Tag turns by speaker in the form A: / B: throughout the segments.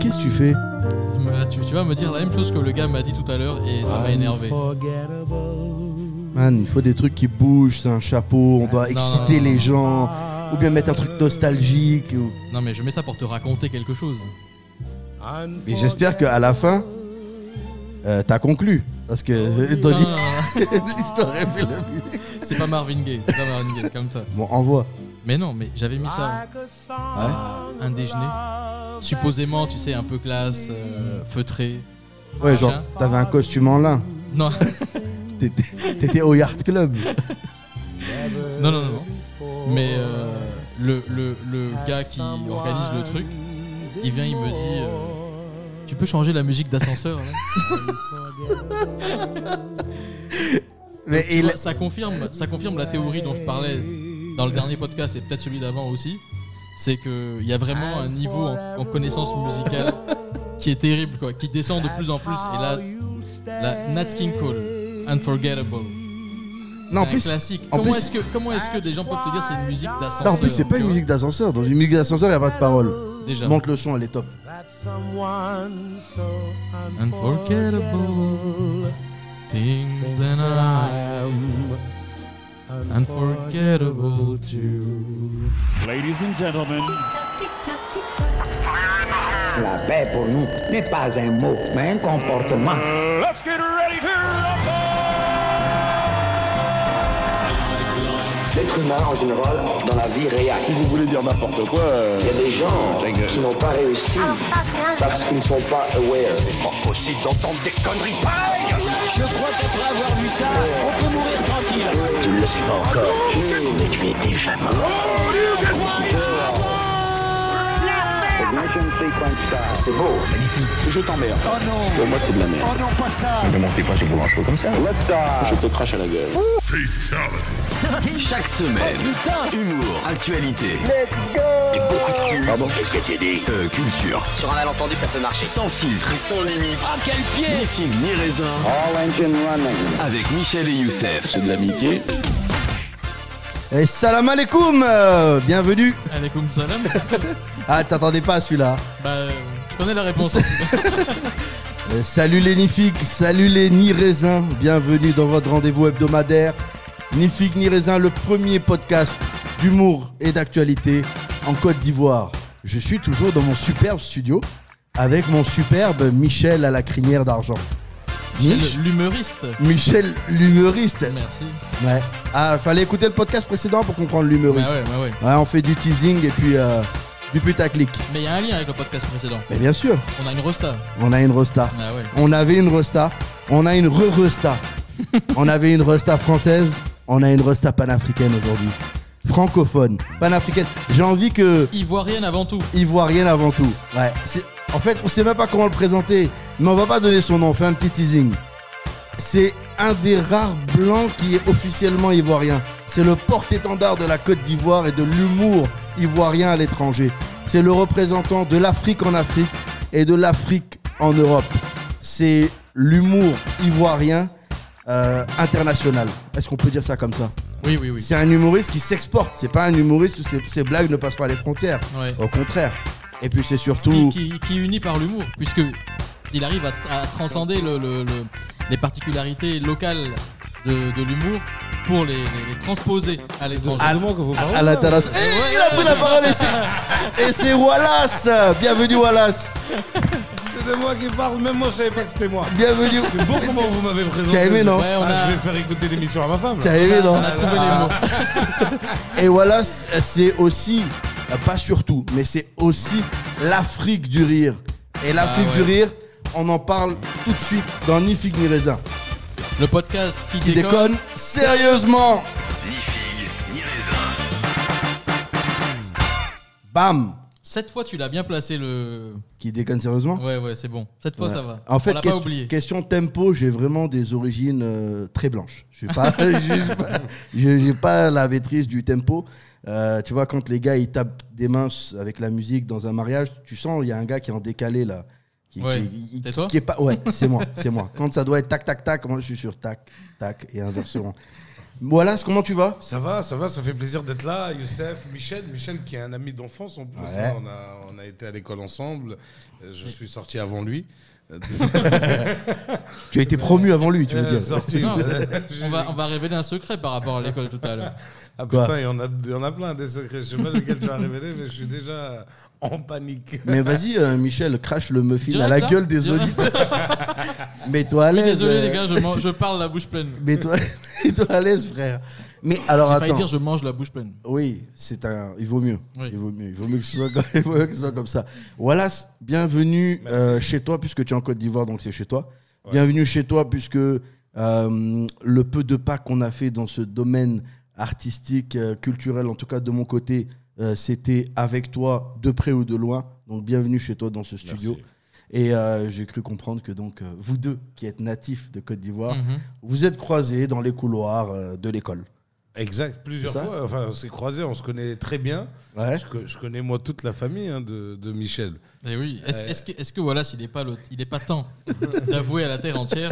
A: Qu'est-ce que tu fais
B: Voilà, tu, tu vas me dire la même chose que le gars m'a dit tout à l'heure et ça m'a énervé.
A: Man, il faut des trucs qui bougent, c'est un chapeau, on doit
B: Non,
A: exciter
B: non, non,
A: les
B: non.
A: gens, ou bien mettre un truc nostalgique. ou-
B: Non mais je mets ça pour te raconter quelque chose.
A: Mais j'espère qu'à la fin, euh, t'as conclu. Parce que dans
B: Non, non, non,
A: l'histoire est fait la musique.
B: non. c'est pas Marvin Gaye, c'est pas Marvin Gaye, comme toi.
A: Bon, envoie.
B: Mais non, mais j'avais mis ça un déjeuner. Supposément, tu sais, un peu classe, euh, feutré.
A: Ouais, genre,
B: Machin.
A: t'avais un costume en lin.
B: Non,
A: T'étais t'étais au Yard Club.
B: non, non, non. non. Mais euh, le, le, le gars qui organise le truc, il vient, il me dit, euh, tu peux changer la musique d'ascenseur. hein. là
A: Mais
B: Tu
A: il.
B: vois, ça, confirme, ça confirme la théorie dont je parlais dans le dernier podcast et peut-être celui d'avant aussi. C'est qu'il y a vraiment un niveau en, en connaissance musicale qui est terrible, quoi, qui descend de plus en plus. Et là, la Nat King Cole, Unforgettable. C'est
A: Non, en
B: un
A: plus-
B: classique.
A: en
B: comment
A: plus-
B: est-ce que, comment est-ce que des gens peuvent te dire c'est une musique d'ascenseur
A: Non, en plus, c'est pas
B: tu
A: une
B: vois Ah,
A: musique d'ascenseur. Dans une musique d'ascenseur, il n'y a pas de parole.
B: Déjà.
A: Monte le son, elle est top.
B: Unforgettable things that I am. Unforgettable too.
C: Ladies and gentlemen,
D: La paix pour nous n'est pas un mot, mais un comportement.
C: let's get ready to rumble!
E: L'être humain en général, dans la vie réelle. Si vous voulez dire n'importe quoi. Il y a des gens qui n'ont pas réussi parce qu'ils ne sont pas aware. C'est beau.
F: Chaque semaine, humour, actualité et beaucoup de cul. Euh, culture. Sur un malentendu, ça peut marcher. Sans filtre et sans limite. Ah, quel pied Ni figue ni raisin. Avec Michel et Youssef. C'est de l'amitié.
A: Et Eh, salam alaikum euh, Bienvenue
B: Alaykoum salam.
A: Ah, t'attendais pas à celui-là.
B: Bah, euh, je connais la réponse.
A: Euh, salut les nifiques, salut les ni-raisins. Bienvenue dans votre rendez-vous hebdomadaire. Ni figue ni raisin, le premier podcast d'humour et d'actualité en Côte d'Ivoire. Je suis toujours dans mon superbe studio avec mon superbe Michel à la crinière d'argent.
B: Michel,
A: Mich-
B: L'humoriste.
A: Michel l'humoriste.
B: Merci.
A: Ouais. Ah, fallait écouter le podcast précédent pour comprendre
B: Bah
A: l'humoriste.
B: ouais, bah ouais.
A: Ouais, on fait du teasing et puis euh, du putaclic.
B: Mais il y a un lien avec le podcast précédent.
A: Mais bien sûr,
B: On a une rosta.
A: on a une rosta.
B: Ah ouais.
A: On avait une rosta, on a une re-rosta. on avait une rosta française, on a une rosta panafricaine aujourd'hui. Francophone, panafricaine. J'ai envie que
B: Ivoirienne avant tout.
A: ivoirienne avant tout. Ouais. c'est- En fait, on sait même pas comment le présenter, mais on va pas donner son nom. On fait un petit teasing. C'est un des rares blancs qui est officiellement ivoirien. C'est le porte-étendard de la Côte d'Ivoire et de l'humour ivoirien à l'étranger. C'est le représentant de l'Afrique en Afrique et de l'Afrique en Europe. C'est l'humour ivoirien euh, international. Est-ce qu'on peut dire ça comme ça
B: Oui, oui, oui.
A: C'est un humoriste qui s'exporte. C'est pas un humoriste où ses- ses blagues ne passent pas les frontières.
B: Ouais.
A: Au contraire. Et puis c'est
B: Qui,
A: surtout.
B: qui, qui unit par l'humour, puisque il arrive à, à transcender le, le- le- les particularités locales de, de l'humour pour les, les- les transposer à l'étranger.
A: À, à- à la terrasse. Eh, il a pris la parole et c'est. Et c'est Wallace Bienvenue Wallace
G: C'est de moi qui parle, même moi je savais pas que c'était moi.
A: Bienvenue
G: C'est bon comment vous m'avez présenté.
A: T'as aimé non
B: Ouais, on
G: Ah,
B: a,
G: Je vais faire écouter l'émission à ma femme. là.
A: T'as aimé non
B: on a trouvé
A: Ah.
B: les mots.
A: Et Wallace, c'est aussi, euh, pas surtout, mais c'est aussi l'Afrique du rire. Et l'Afrique
B: Ah ouais.
A: du rire, on en parle tout de suite dans Ni Figue Ni Raisin.
B: Le podcast qui,
A: Qui
B: déconne.
A: déconne sérieusement
F: Ni figue ni raisin.
A: Bam
B: Cette fois, tu l'as bien placé le.
A: Qui déconne sérieusement
B: Ouais, ouais, c'est bon. Cette fois,
A: Ouais.
B: ça va.
A: En fait,
B: on l'a pas
A: question,
B: oublié.
A: question tempo, j'ai vraiment des origines euh, très blanches. Je n'ai pas, j'ai pas, j'ai- j'ai pas la maîtrise du tempo. Euh, tu vois, quand les gars ils tapent des mains avec la musique dans un mariage, tu sens il y a un gars qui est en décalé là. Qui,
B: Ouais.
A: qui-
B: C'est
A: qui-
B: toi
A: qui est pas, ouais, c'est moi, c'est moi. Quand ça doit être tac tac tac, moi je suis sur tac tac et inversement. Wallace, comment tu vas
G: Ça va, ça va, ça fait plaisir d'être là. Youssef, Michel, Michel qui est un ami d'enfance en plus.
A: Ouais.
G: hein, on, a, on a été à l'école ensemble. Euh, Je suis sorti avant lui.
A: Tu as été promu avant lui, tu veux
G: Euh,
A: dire.
G: sorti.
B: Non, on, va, on va révéler un secret par rapport à l'école tout à l'heure.
G: Ah
A: Quoi
G: putain, il y, en a, il y en a plein des secrets. Je sais pas lequel tu as révélé, mais je suis déjà en panique.
A: Mais vas-y, euh, Michel, crache le muffin
B: Direct,
A: à la
B: là
A: gueule des
B: Direct.
A: auditeurs. Mets-toi à l'aise.
B: Désolé
A: euh,
B: les gars, je, man- je parle la bouche pleine.
A: Mets-toi mets-toi à l'aise, frère. Mais alors
B: J'ai failli
A: attends.
B: dire je mange la bouche pleine.
A: Oui, c'est un. Il vaut mieux.
B: Oui.
A: Il vaut mieux. Il vaut mieux que ce soit comme, il vaut mieux que ce soit comme ça. Wallace, bienvenue
G: Merci.
A: euh, chez toi puisque tu es en Côte d'Ivoire, donc c'est chez toi. Bienvenue chez toi puisque euh, le peu de pas qu'on a fait dans ce domaine artistique, euh, culturel, en tout cas de mon côté, euh, c'était avec toi de près ou de loin. Donc bienvenue chez toi dans ce studio.
G: Merci.
A: Et euh, j'ai cru comprendre que donc euh, vous deux qui êtes natifs de Côte d'Ivoire,
G: Mm-hmm.
A: vous êtes croisés dans les couloirs euh, de l'école.
G: Exact, plusieurs
A: C'est ça
G: fois. Enfin, on s'est croisés, on se connaît très bien.
A: Ouais.
G: Je, co- je connais moi toute la famille hein, de, de Michel.
B: Et oui.
G: Euh.
B: Est-ce est-ce que, est que Wallace, il n'est pas, le- il est pas temps d'avouer à la terre entière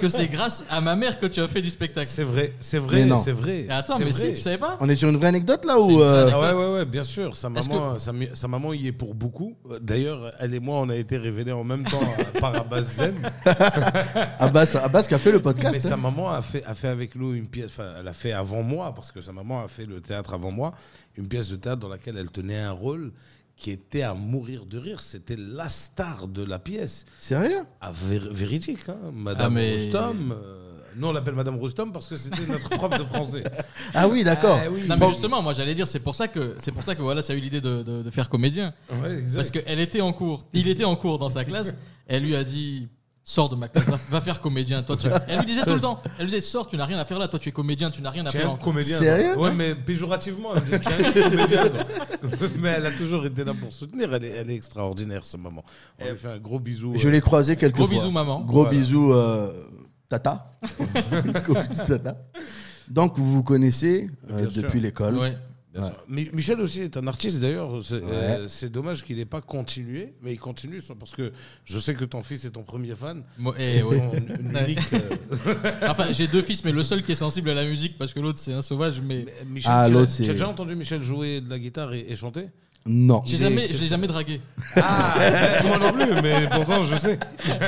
B: que c'est grâce à ma mère que tu as fait du spectacle
G: C'est vrai, c'est
A: Mais
G: vrai,
A: non.
G: c'est vrai.
B: Et Attends,
G: c'est
B: mais
G: vrai.
B: si, tu savais pas
A: On est sur une vraie anecdote là
B: C'est une
A: ou
B: vraie
A: euh,
B: anecdote.
G: Ah ouais, ouais, ouais, bien sûr. Sa
B: Est-ce
G: maman, sa, mi- sa maman y est pour beaucoup. Euh, D'ailleurs, elle et moi, on a été révélés en même temps euh, par Abbas Zem.
A: Abbas, Abbas qui a fait le
G: Mais
A: podcast.
G: sa
A: hein.
G: maman a fait, a fait avec nous une pièce, enfin, elle a fait avant moi, parce que sa maman a fait le théâtre avant moi, une pièce de théâtre dans laquelle elle tenait un rôle qui était à mourir de rire. C'était la star de la pièce.
A: Sérieux
G: Ah, vé- véridique, hein, Madame
B: Ah, mais-
G: Roustom. euh, nous, on l'appelle Madame Roustom parce que c'était notre prof de français.
A: Ah oui, d'accord.
G: Ah oui.
B: Non, mais justement, moi j'allais dire, c'est pour ça que c'est pour ça que Wallace a eu l'idée de, de- de faire comédien.
G: Ouais, exact.
B: Parce qu'elle était en cours. Il était en cours dans sa classe. Elle lui a dit Sors de ma classe, va, va faire comédien. Toi, tu... Elle lui disait tout le temps Elle lui disait Sors, tu n'as rien à faire là. Toi, tu es comédien, tu n'as rien à
G: Tu es
B: faire
G: un
B: en cours.
G: comédien.
A: Sérieux
G: toi. Ouais, mais péjorativement, elle me dit, tu es un comédien. toi. mais elle a toujours été là pour soutenir. Elle est, elle est extraordinaire, ce moment. On lui fait un gros bisou.
A: Je
G: euh,
A: l'ai croisé quelques
B: Gros
A: fois.
B: bisous, maman.
A: Gros
G: Voilà.
A: bisous, euh, tata. Gros bisous, tata. Donc vous vous connaissez euh,
G: Bien sûr.
A: depuis l'école.
B: Ouais.
G: bien sûr. Mi- Michel aussi est un artiste, d'ailleurs. C'est euh, c'est dommage qu'il n'ait pas continué, mais il continue ça, parce que je sais que ton fils est ton premier fan.
B: Moi- eh, ouais.
G: Ton- une
B: Ouais.
G: unique, euh,
B: Enfin, j'ai deux fils, mais le seul qui est sensible à la musique parce que l'autre c'est un sauvage. Mais
G: Michel,
A: Ah,
G: tu
A: l'autre,
G: l'as- tu as
A: c'est-
G: déjà entendu Michel jouer de la guitare et, et chanter
A: Non.
B: j'ai
G: Il est
B: jamais, je l'ai jamais dragué.
G: Ah, moi non plus, mais pourtant je sais.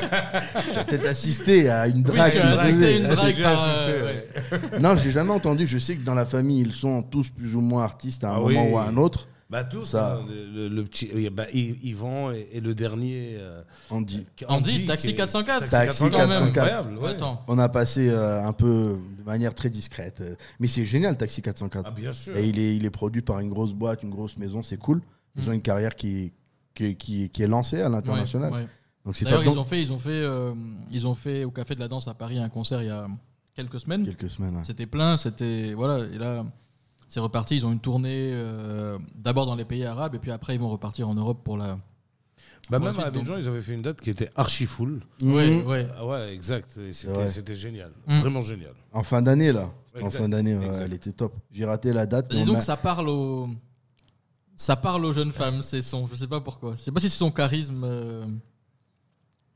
A: J'ai peut-être assisté à une
B: Oui,
A: drague.
B: tu as
A: qui
B: assisté
A: faisait.
B: à Ah, une drague
G: J'ai
B: par,
G: assisté,
B: euh,
G: ouais.
B: ouais.
A: Non, j'ai jamais entendu. Je sais que dans la famille, ils sont tous plus ou moins artistes à un
G: Ah
A: moment
G: oui.
A: ou à un autre.
G: Bah tous,
A: Ça.
G: hein, le, le- le petit, oui, bah, Y- Yvan et, et le dernier. euh,
A: On dit.
G: qui-
B: Andy, Taxi
G: qui est-
B: 404.
A: Taxi
B: Quand même.
A: 404.
G: Incroyable, ouais.
B: Attends.
A: On a passé euh, un peu de manière très discrète. Euh, Mais c'est génial, Taxi 404.
G: Ah bien sûr.
A: Et il est, il est produit par une grosse boîte, une grosse maison, c'est cool.
B: Mm.
A: Ils ont une carrière qui, qui, qui, qui est lancée à l'international.
B: Ouais, ouais.
A: Donc c'est
B: D'ailleurs,
A: top.
B: ils ont
A: Donc,
B: fait, ils ont fait, euh, ils ont fait au Café de la Danse à Paris un concert il y a quelques semaines.
A: Quelques semaines. hein.
B: C'était plein, c'était voilà. Et là, c'est reparti. Ils ont une tournée euh, d'abord dans les pays arabes et puis après ils vont repartir en Europe pour la.
G: Bah, même
B: Ensuite,
G: à Abidjan, ils avaient fait une date qui était archi full.
B: Ouais,
A: Mhm.
B: ouais.
G: Ah ouais, exact. Et C'était
A: Ouais.
G: c'était génial,
B: Mm.
G: vraiment génial.
A: En fin d'année, là. En
G: Exact,
A: fin d'année, ouais,
G: exact.
A: elle était top. J'ai raté la date. mais on
B: Disons
A: a-
B: que ça parle aux, ça parle aux jeunes femmes. C'est son, je sais pas pourquoi. Je sais pas si c'est son charisme euh,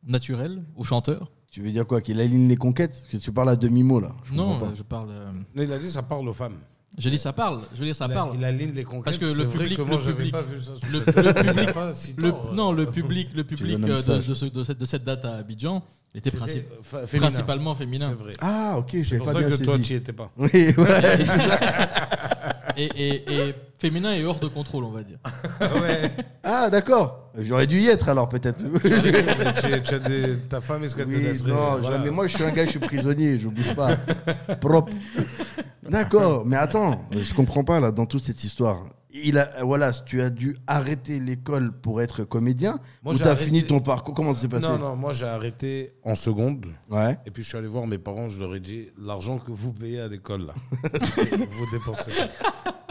B: naturel au chanteur.
A: Tu veux dire quoi Qu'il aligne les conquêtes Parce que tu parles à demi-mot, là. Je
B: non,
A: comprends
B: euh, je parle. euh,
G: Mais il a dit ça parle aux femmes.
B: j'ai dit ça parle. Je dis ça
G: il, a-
B: parle.
G: il aligne les conquêtes.
B: Parce que
G: C'est
B: le
G: vrai
B: public-
G: que moi,
B: le
G: j'avais
B: public-
G: pas vu ça. sous
B: le-
G: cette
B: le
G: date.
B: public-
G: Il a pas si
B: Le-
G: tort, euh,
B: non, le public, le public
A: donnes un
B: euh, de,
A: message.
B: de ce- de cette, de cette date à Abidjan était
G: c'était,
B: princi-
G: euh, fa- féminin.
B: principalement
G: C'est
B: féminin.
G: vrai.
A: pas. Ah, ok,
G: C'est
A: j'ai
G: pour
A: pas
G: ça
A: bien
G: que toi, tu
A: saisi.
G: n'y étais pas.
A: Oui, ouais.
B: Et, et- et féminin et hors de contrôle, on va dire.
G: ouais.
A: Ah, d'accord. J'aurais dû y être, alors, peut-être.
G: Mais tu- tu as des- ta femme, est-ce qu'elle te
A: Oui,
G: laisserait
A: non,
G: voilà.
A: jamais. Moi, je suis un gars, je suis prisonnier, je bouge pas. Propre. D'accord, mais attends, je comprends pas là dans toute cette histoire. Il a, voilà, tu as dû arrêter l'école pour être comédien
G: Moi,
A: ou
G: j'ai
A: t'as
G: arrêté-
A: fini ton parcours Comment ça s'est passé
G: Non, non, moi, j'ai arrêté en seconde.
A: Ouais.
G: Et puis je suis allé voir mes parents, je leur ai dit l'argent que vous payez à l'école, là, vous dépensez. ça.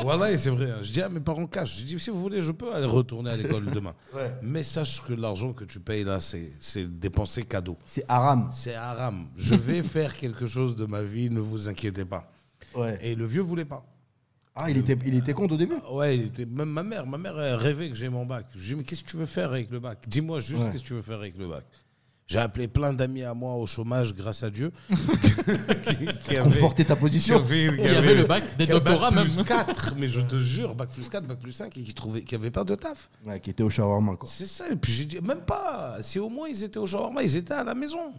G: Voilà, et c'est vrai. hein. Je dis à mes parents cash. Je dis si vous voulez, je peux aller retourner à l'école demain. Mais sache que l'argent que tu payes là, c'est c'est dépensé cadeau.
A: C'est haram.
G: C'est haram. Je vais faire quelque chose de ma vie, ne vous inquiétez pas.
A: Ouais.
G: Et le vieux voulait pas.
A: Ah, il était, il était contre au début
G: Ouais, il était même ma mère. Ma mère elle rêvait que j'ai mon bac. Je lui dis mais qu'est-ce que tu veux faire avec le bac Dis-moi juste
A: Ouais.
G: qu'est-ce que tu veux faire avec le bac. J'ai appelé plein d'amis à moi au chômage, grâce à Dieu. qui, qui avaient-
A: Conforter ta
G: qui
A: position.
G: avaient- qui
B: Il y
G: avaient-
B: avait le bac des
G: qui avaient
B: doctorats
G: bac
B: même.
G: plus 4, mais je te jure, bac plus 4, bac plus 5, et qui trouvaient, qui n'avaient pas de taf.
A: Ouais, qui était au shawarma, quoi.
G: C'est ça. Et puis j'ai dit, même pas. Si au moins ils étaient au shawarma, ils étaient à la maison.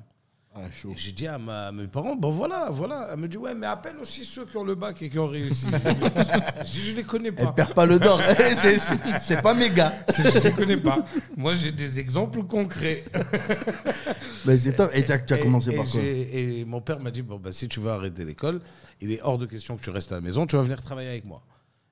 A: Ah, chaud.
G: Et J'ai dit à, ma- à mes parents, bon voilà, voilà. Elle me dit, ouais, mais appelle aussi ceux qui ont le bac et qui ont réussi. je, dis, je les connais
A: Elle
G: pas.
A: perd pas le d'or. C'est- c'est- C'est pas méga.
G: Je les connais pas. Moi, j'ai des exemples concrets.
A: Mais c'est top. Et t'as- tu as commencé
G: Et-
A: par
G: et
A: quoi
G: j'ai- Et mon père m'a dit, bon, bah, si tu veux arrêter l'école, il est hors de question que tu restes à la maison, tu vas venir travailler avec moi.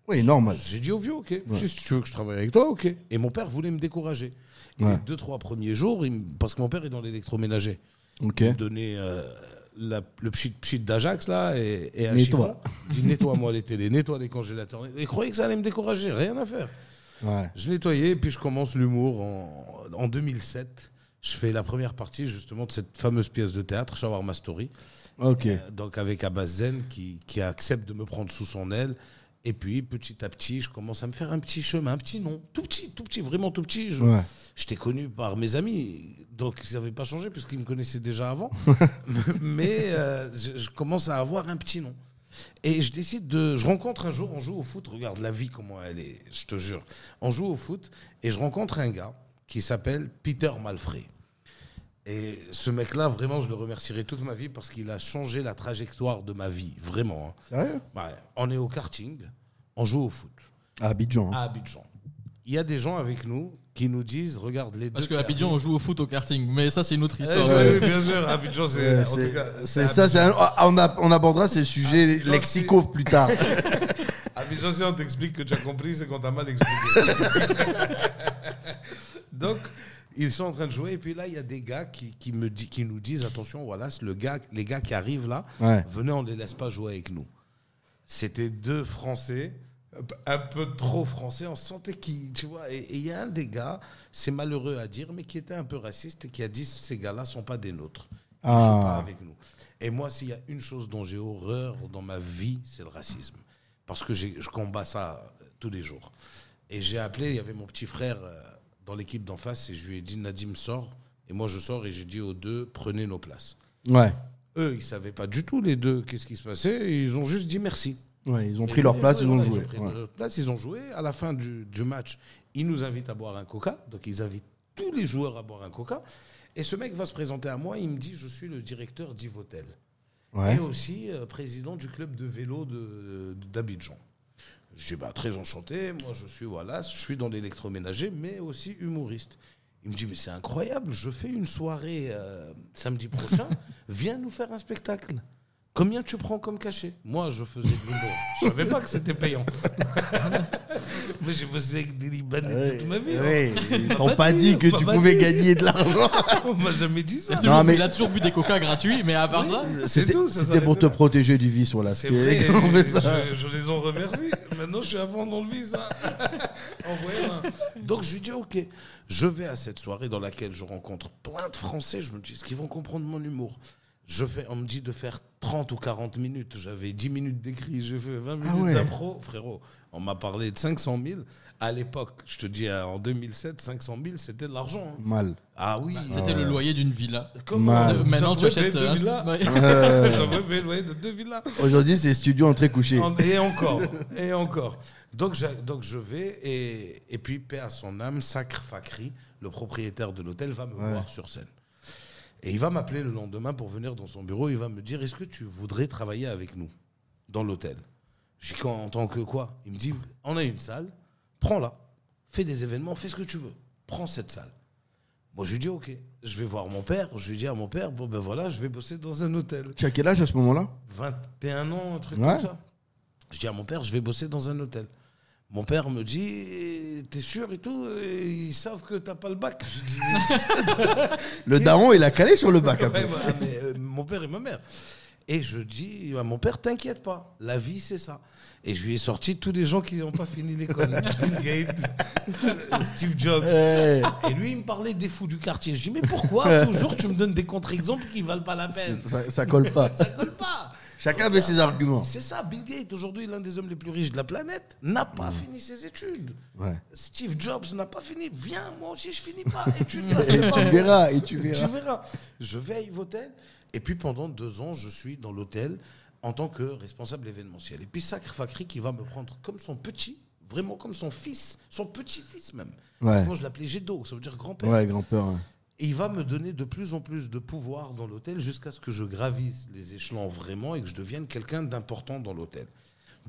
A: Oui, normal.
G: J'ai dit au vieux, ok. Si tu veux que je travaille avec toi, ok. Et mon père voulait me décourager. Et
A: Ouais.
G: les deux, trois premiers jours, il me- parce que mon père est dans l'électroménager.
A: Ok.
G: me donner euh, la- le pchit pchit d'Ajax là et, et un
A: Nettoie.
G: chiffon. Il dit nettoie-moi les télés, nettoie les congélateurs. Et croyait que ça allait me décourager, rien à faire.
A: Ouais.
G: Je nettoyais, puis je commence l'humour en, en 2007. Je fais la première partie justement de cette fameuse pièce de théâtre, Shawarma Story,
A: Ok.
G: euh, donc avec Abazen qui, qui accepte de me prendre sous son aile. Et puis petit à petit, je commence à me faire un petit chemin, un petit nom, tout petit, tout petit, vraiment tout petit. Je,
A: Ouais.
G: je t'ai connu par mes amis, donc ça n'avait pas changé puisqu'ils me connaissaient déjà avant. Mais euh, je, je commence à avoir un petit nom. Et je décide de. Je rencontre un jour, on joue au foot, regarde la vie comment elle est, je te jure. On joue au foot et je rencontre un gars qui s'appelle Peter Malfrey. Et ce mec-là, vraiment, je le remercierai toute ma vie parce qu'il a changé la trajectoire de ma vie, vraiment. hein.
A: Sérieux
G: Ouais, on est au karting, on joue au foot
A: À Abidjan. hein.
G: à Abidjan. Il y a des gens avec nous qui nous disent regarde les
B: Parce
G: deux.
B: qu'à Abidjan, on joue au foot au karting. Mais ça, c'est une autre
G: Eh,
B: histoire.
G: oui, oui, bien sûr, Abidjan, c'est. Ah,
A: Euh,
G: en tout
A: c'est-
G: cas,
A: C'est ça, c'est un- ah, on, a- on abordera ce sujet
G: Abidjan,
A: lexico plus tard.
G: Abidjan, si on t'explique que tu as compris, c'est qu'on t'a mal expliqué. Donc, ils sont en train de jouer, et puis là, il y a des gars qui, qui me di- qui nous disent attention, voilà, c'est le gars, les gars qui arrivent là,
A: Ouais.
G: venez, on ne les laisse pas jouer avec nous. C'était deux Français, un peu trop Français, on sentait qui, tu vois. Et et il y a un des gars, c'est malheureux à dire, mais qui était un peu raciste et qui a dit ces gars-là sont pas des nôtres. Ils jouent
A: Ah.
G: pas avec nous. Et moi, s'il y a une chose dont j'ai horreur dans ma vie, c'est le racisme. Parce que j'ai- je combats ça euh, tous les jours. Et j'ai appelé, il y avait mon petit frère euh, dans l'équipe d'en face, et je lui ai dit Nadim, sors. Et moi, je sors et j'ai dit aux deux prenez nos places.
A: Ouais.
G: Eux, ils savaient pas du tout, les deux, qu'est-ce qui se passait. et ils ont juste dit merci.
A: Ouais, ils ont
G: Et
A: pris leur
G: oui,
A: place, ils
G: voilà,
A: ont joué.
G: pris
A: Ouais.
G: leur place, ils ont joué. À la fin du, du match, ils nous invitent à boire un coca. Donc, ils invitent tous les joueurs à boire un coca. Et ce mec va se présenter à moi. Il me dit Je suis le directeur d'Ivotel
A: Ouais.
G: et aussi euh, président du club de vélo de- de- d'Abidjan. Je dis bah, très enchanté, moi je suis voilà, je suis dans l'électroménager, mais aussi humoriste. Il me dit mais c'est incroyable, je fais une soirée euh, samedi prochain, viens nous faire un spectacle. Combien tu prends comme cachet Moi je faisais de l'humour, je savais pas que c'était payant. mais j'ai bossé avec des Libanais toute ma vie. hein.
A: Ouais, ils
G: m'a
A: t'ont
G: pas
A: pas
G: dit,
A: dit que
G: on m'a
A: tu
G: pas
A: pouvais
G: dit.
A: gagner de l'argent.
G: hein. On m'a jamais dit ça.
B: Il a toujours-
A: mais-
B: Il a toujours bu des coca gratuits, mais à part ça.
A: C'était
G: tout, ça
A: c'était pour
G: s'arrêtait
A: te
G: là.
A: protéger du vice, voilà.
G: C'est
A: Parce que
G: vrai,
A: quand on fait
G: et
A: ça-
G: Je, je les en remercie. Maintenant, je suis à fond dans le vice. hein. Envoyez un. Donc, je lui dis Ok, je vais à cette soirée dans laquelle je rencontre plein de Français. Je me dis Est-ce qu'ils vont comprendre mon humour je fais, On me dit de faire 30 ou 40 minutes. J'avais 10 minutes d'écrit, j'ai fait 20 minutes
A: Ah ouais.
G: d'impro. Frérot, on m'a parlé de 500 000. À l'époque, je te dis, en 2007, 500 000, c'était de l'argent. hein.
A: Mal. Ah,
G: Ah oui.
B: C'était le loyer d'une villa.
G: Comment-
A: Man.
B: Euh, Maintenant, tu
G: J'aurais
B: achètes.
G: payé
B: euh,
G: deux
B: un-
G: villas.
B: Ouais.
G: J'aurais payé le loyer de deux villas.
A: Aujourd'hui, c'est studio entrée couchée.
G: En- Et encore, et encore. Donc, j'a- donc je vais, et, et puis paix à son âme, Sacre Fakri, le propriétaire de l'hôtel, va me voir sur scène. Et il va m'appeler le lendemain pour venir dans son bureau, il va me dire, est-ce que tu voudrais travailler avec nous dans l'hôtel Je dis, en tant que quoi Il me dit, on a une salle, prends-la, fais des événements, fais ce que tu veux, prends cette salle. Moi, je lui dis, ok, je vais voir mon père, je lui dis à mon père, bon ben voilà, je vais bosser dans un hôtel.
A: Tu as quel âge à ce moment-là
G: 21 ans, un truc
A: Ouais.
G: comme ça. Je dis à mon père, je vais bosser dans un hôtel. Mon père me dit, t'es sûr et tout Et Ils savent que t'as pas le bac. Je dis,
A: Le daron, il a calé sur le bac
G: Ouais,
A: après.
G: voilà, mais, euh, mon père et ma mère. Et je dis à mon père, t'inquiète pas, la vie c'est ça. Et je lui ai sorti tous les gens qui n'ont pas fini l'école. Bill Gates, Steve Jobs.
A: Ouais.
G: Et lui, il me parlait des fous du quartier. Je dis, mais pourquoi toujours tu me donnes des contre-exemples qui valent pas la peine
A: Ça, ça colle pas.
G: ça colle pas. Je
A: Chacun avait ses arguments.
G: C'est ça, Bill Gates, aujourd'hui l'un des hommes les plus riches de la planète, n'a pas fini ses études.
A: Ouais.
G: Steve Jobs n'a pas fini. Viens, moi aussi je finis pas. Et tu,
A: Et tu verras, et tu
G: tu
A: verras.
G: verras. Je vais à Yves Hôtel. Et puis pendant deux ans, je suis dans l'hôtel en tant que responsable événementiel. Et puis Sacre Fakri qui va me prendre comme son petit, vraiment comme son fils, son petit-fils même. Parce
A: Ouais.
G: que moi je l'appelais Gédo, ça veut dire grand-père.
A: Ouais, grand-père. ouais.
G: Et il va me donner de plus en plus de pouvoir dans l'hôtel jusqu'à ce que je gravisse les échelons vraiment et que je devienne quelqu'un d'important dans l'hôtel.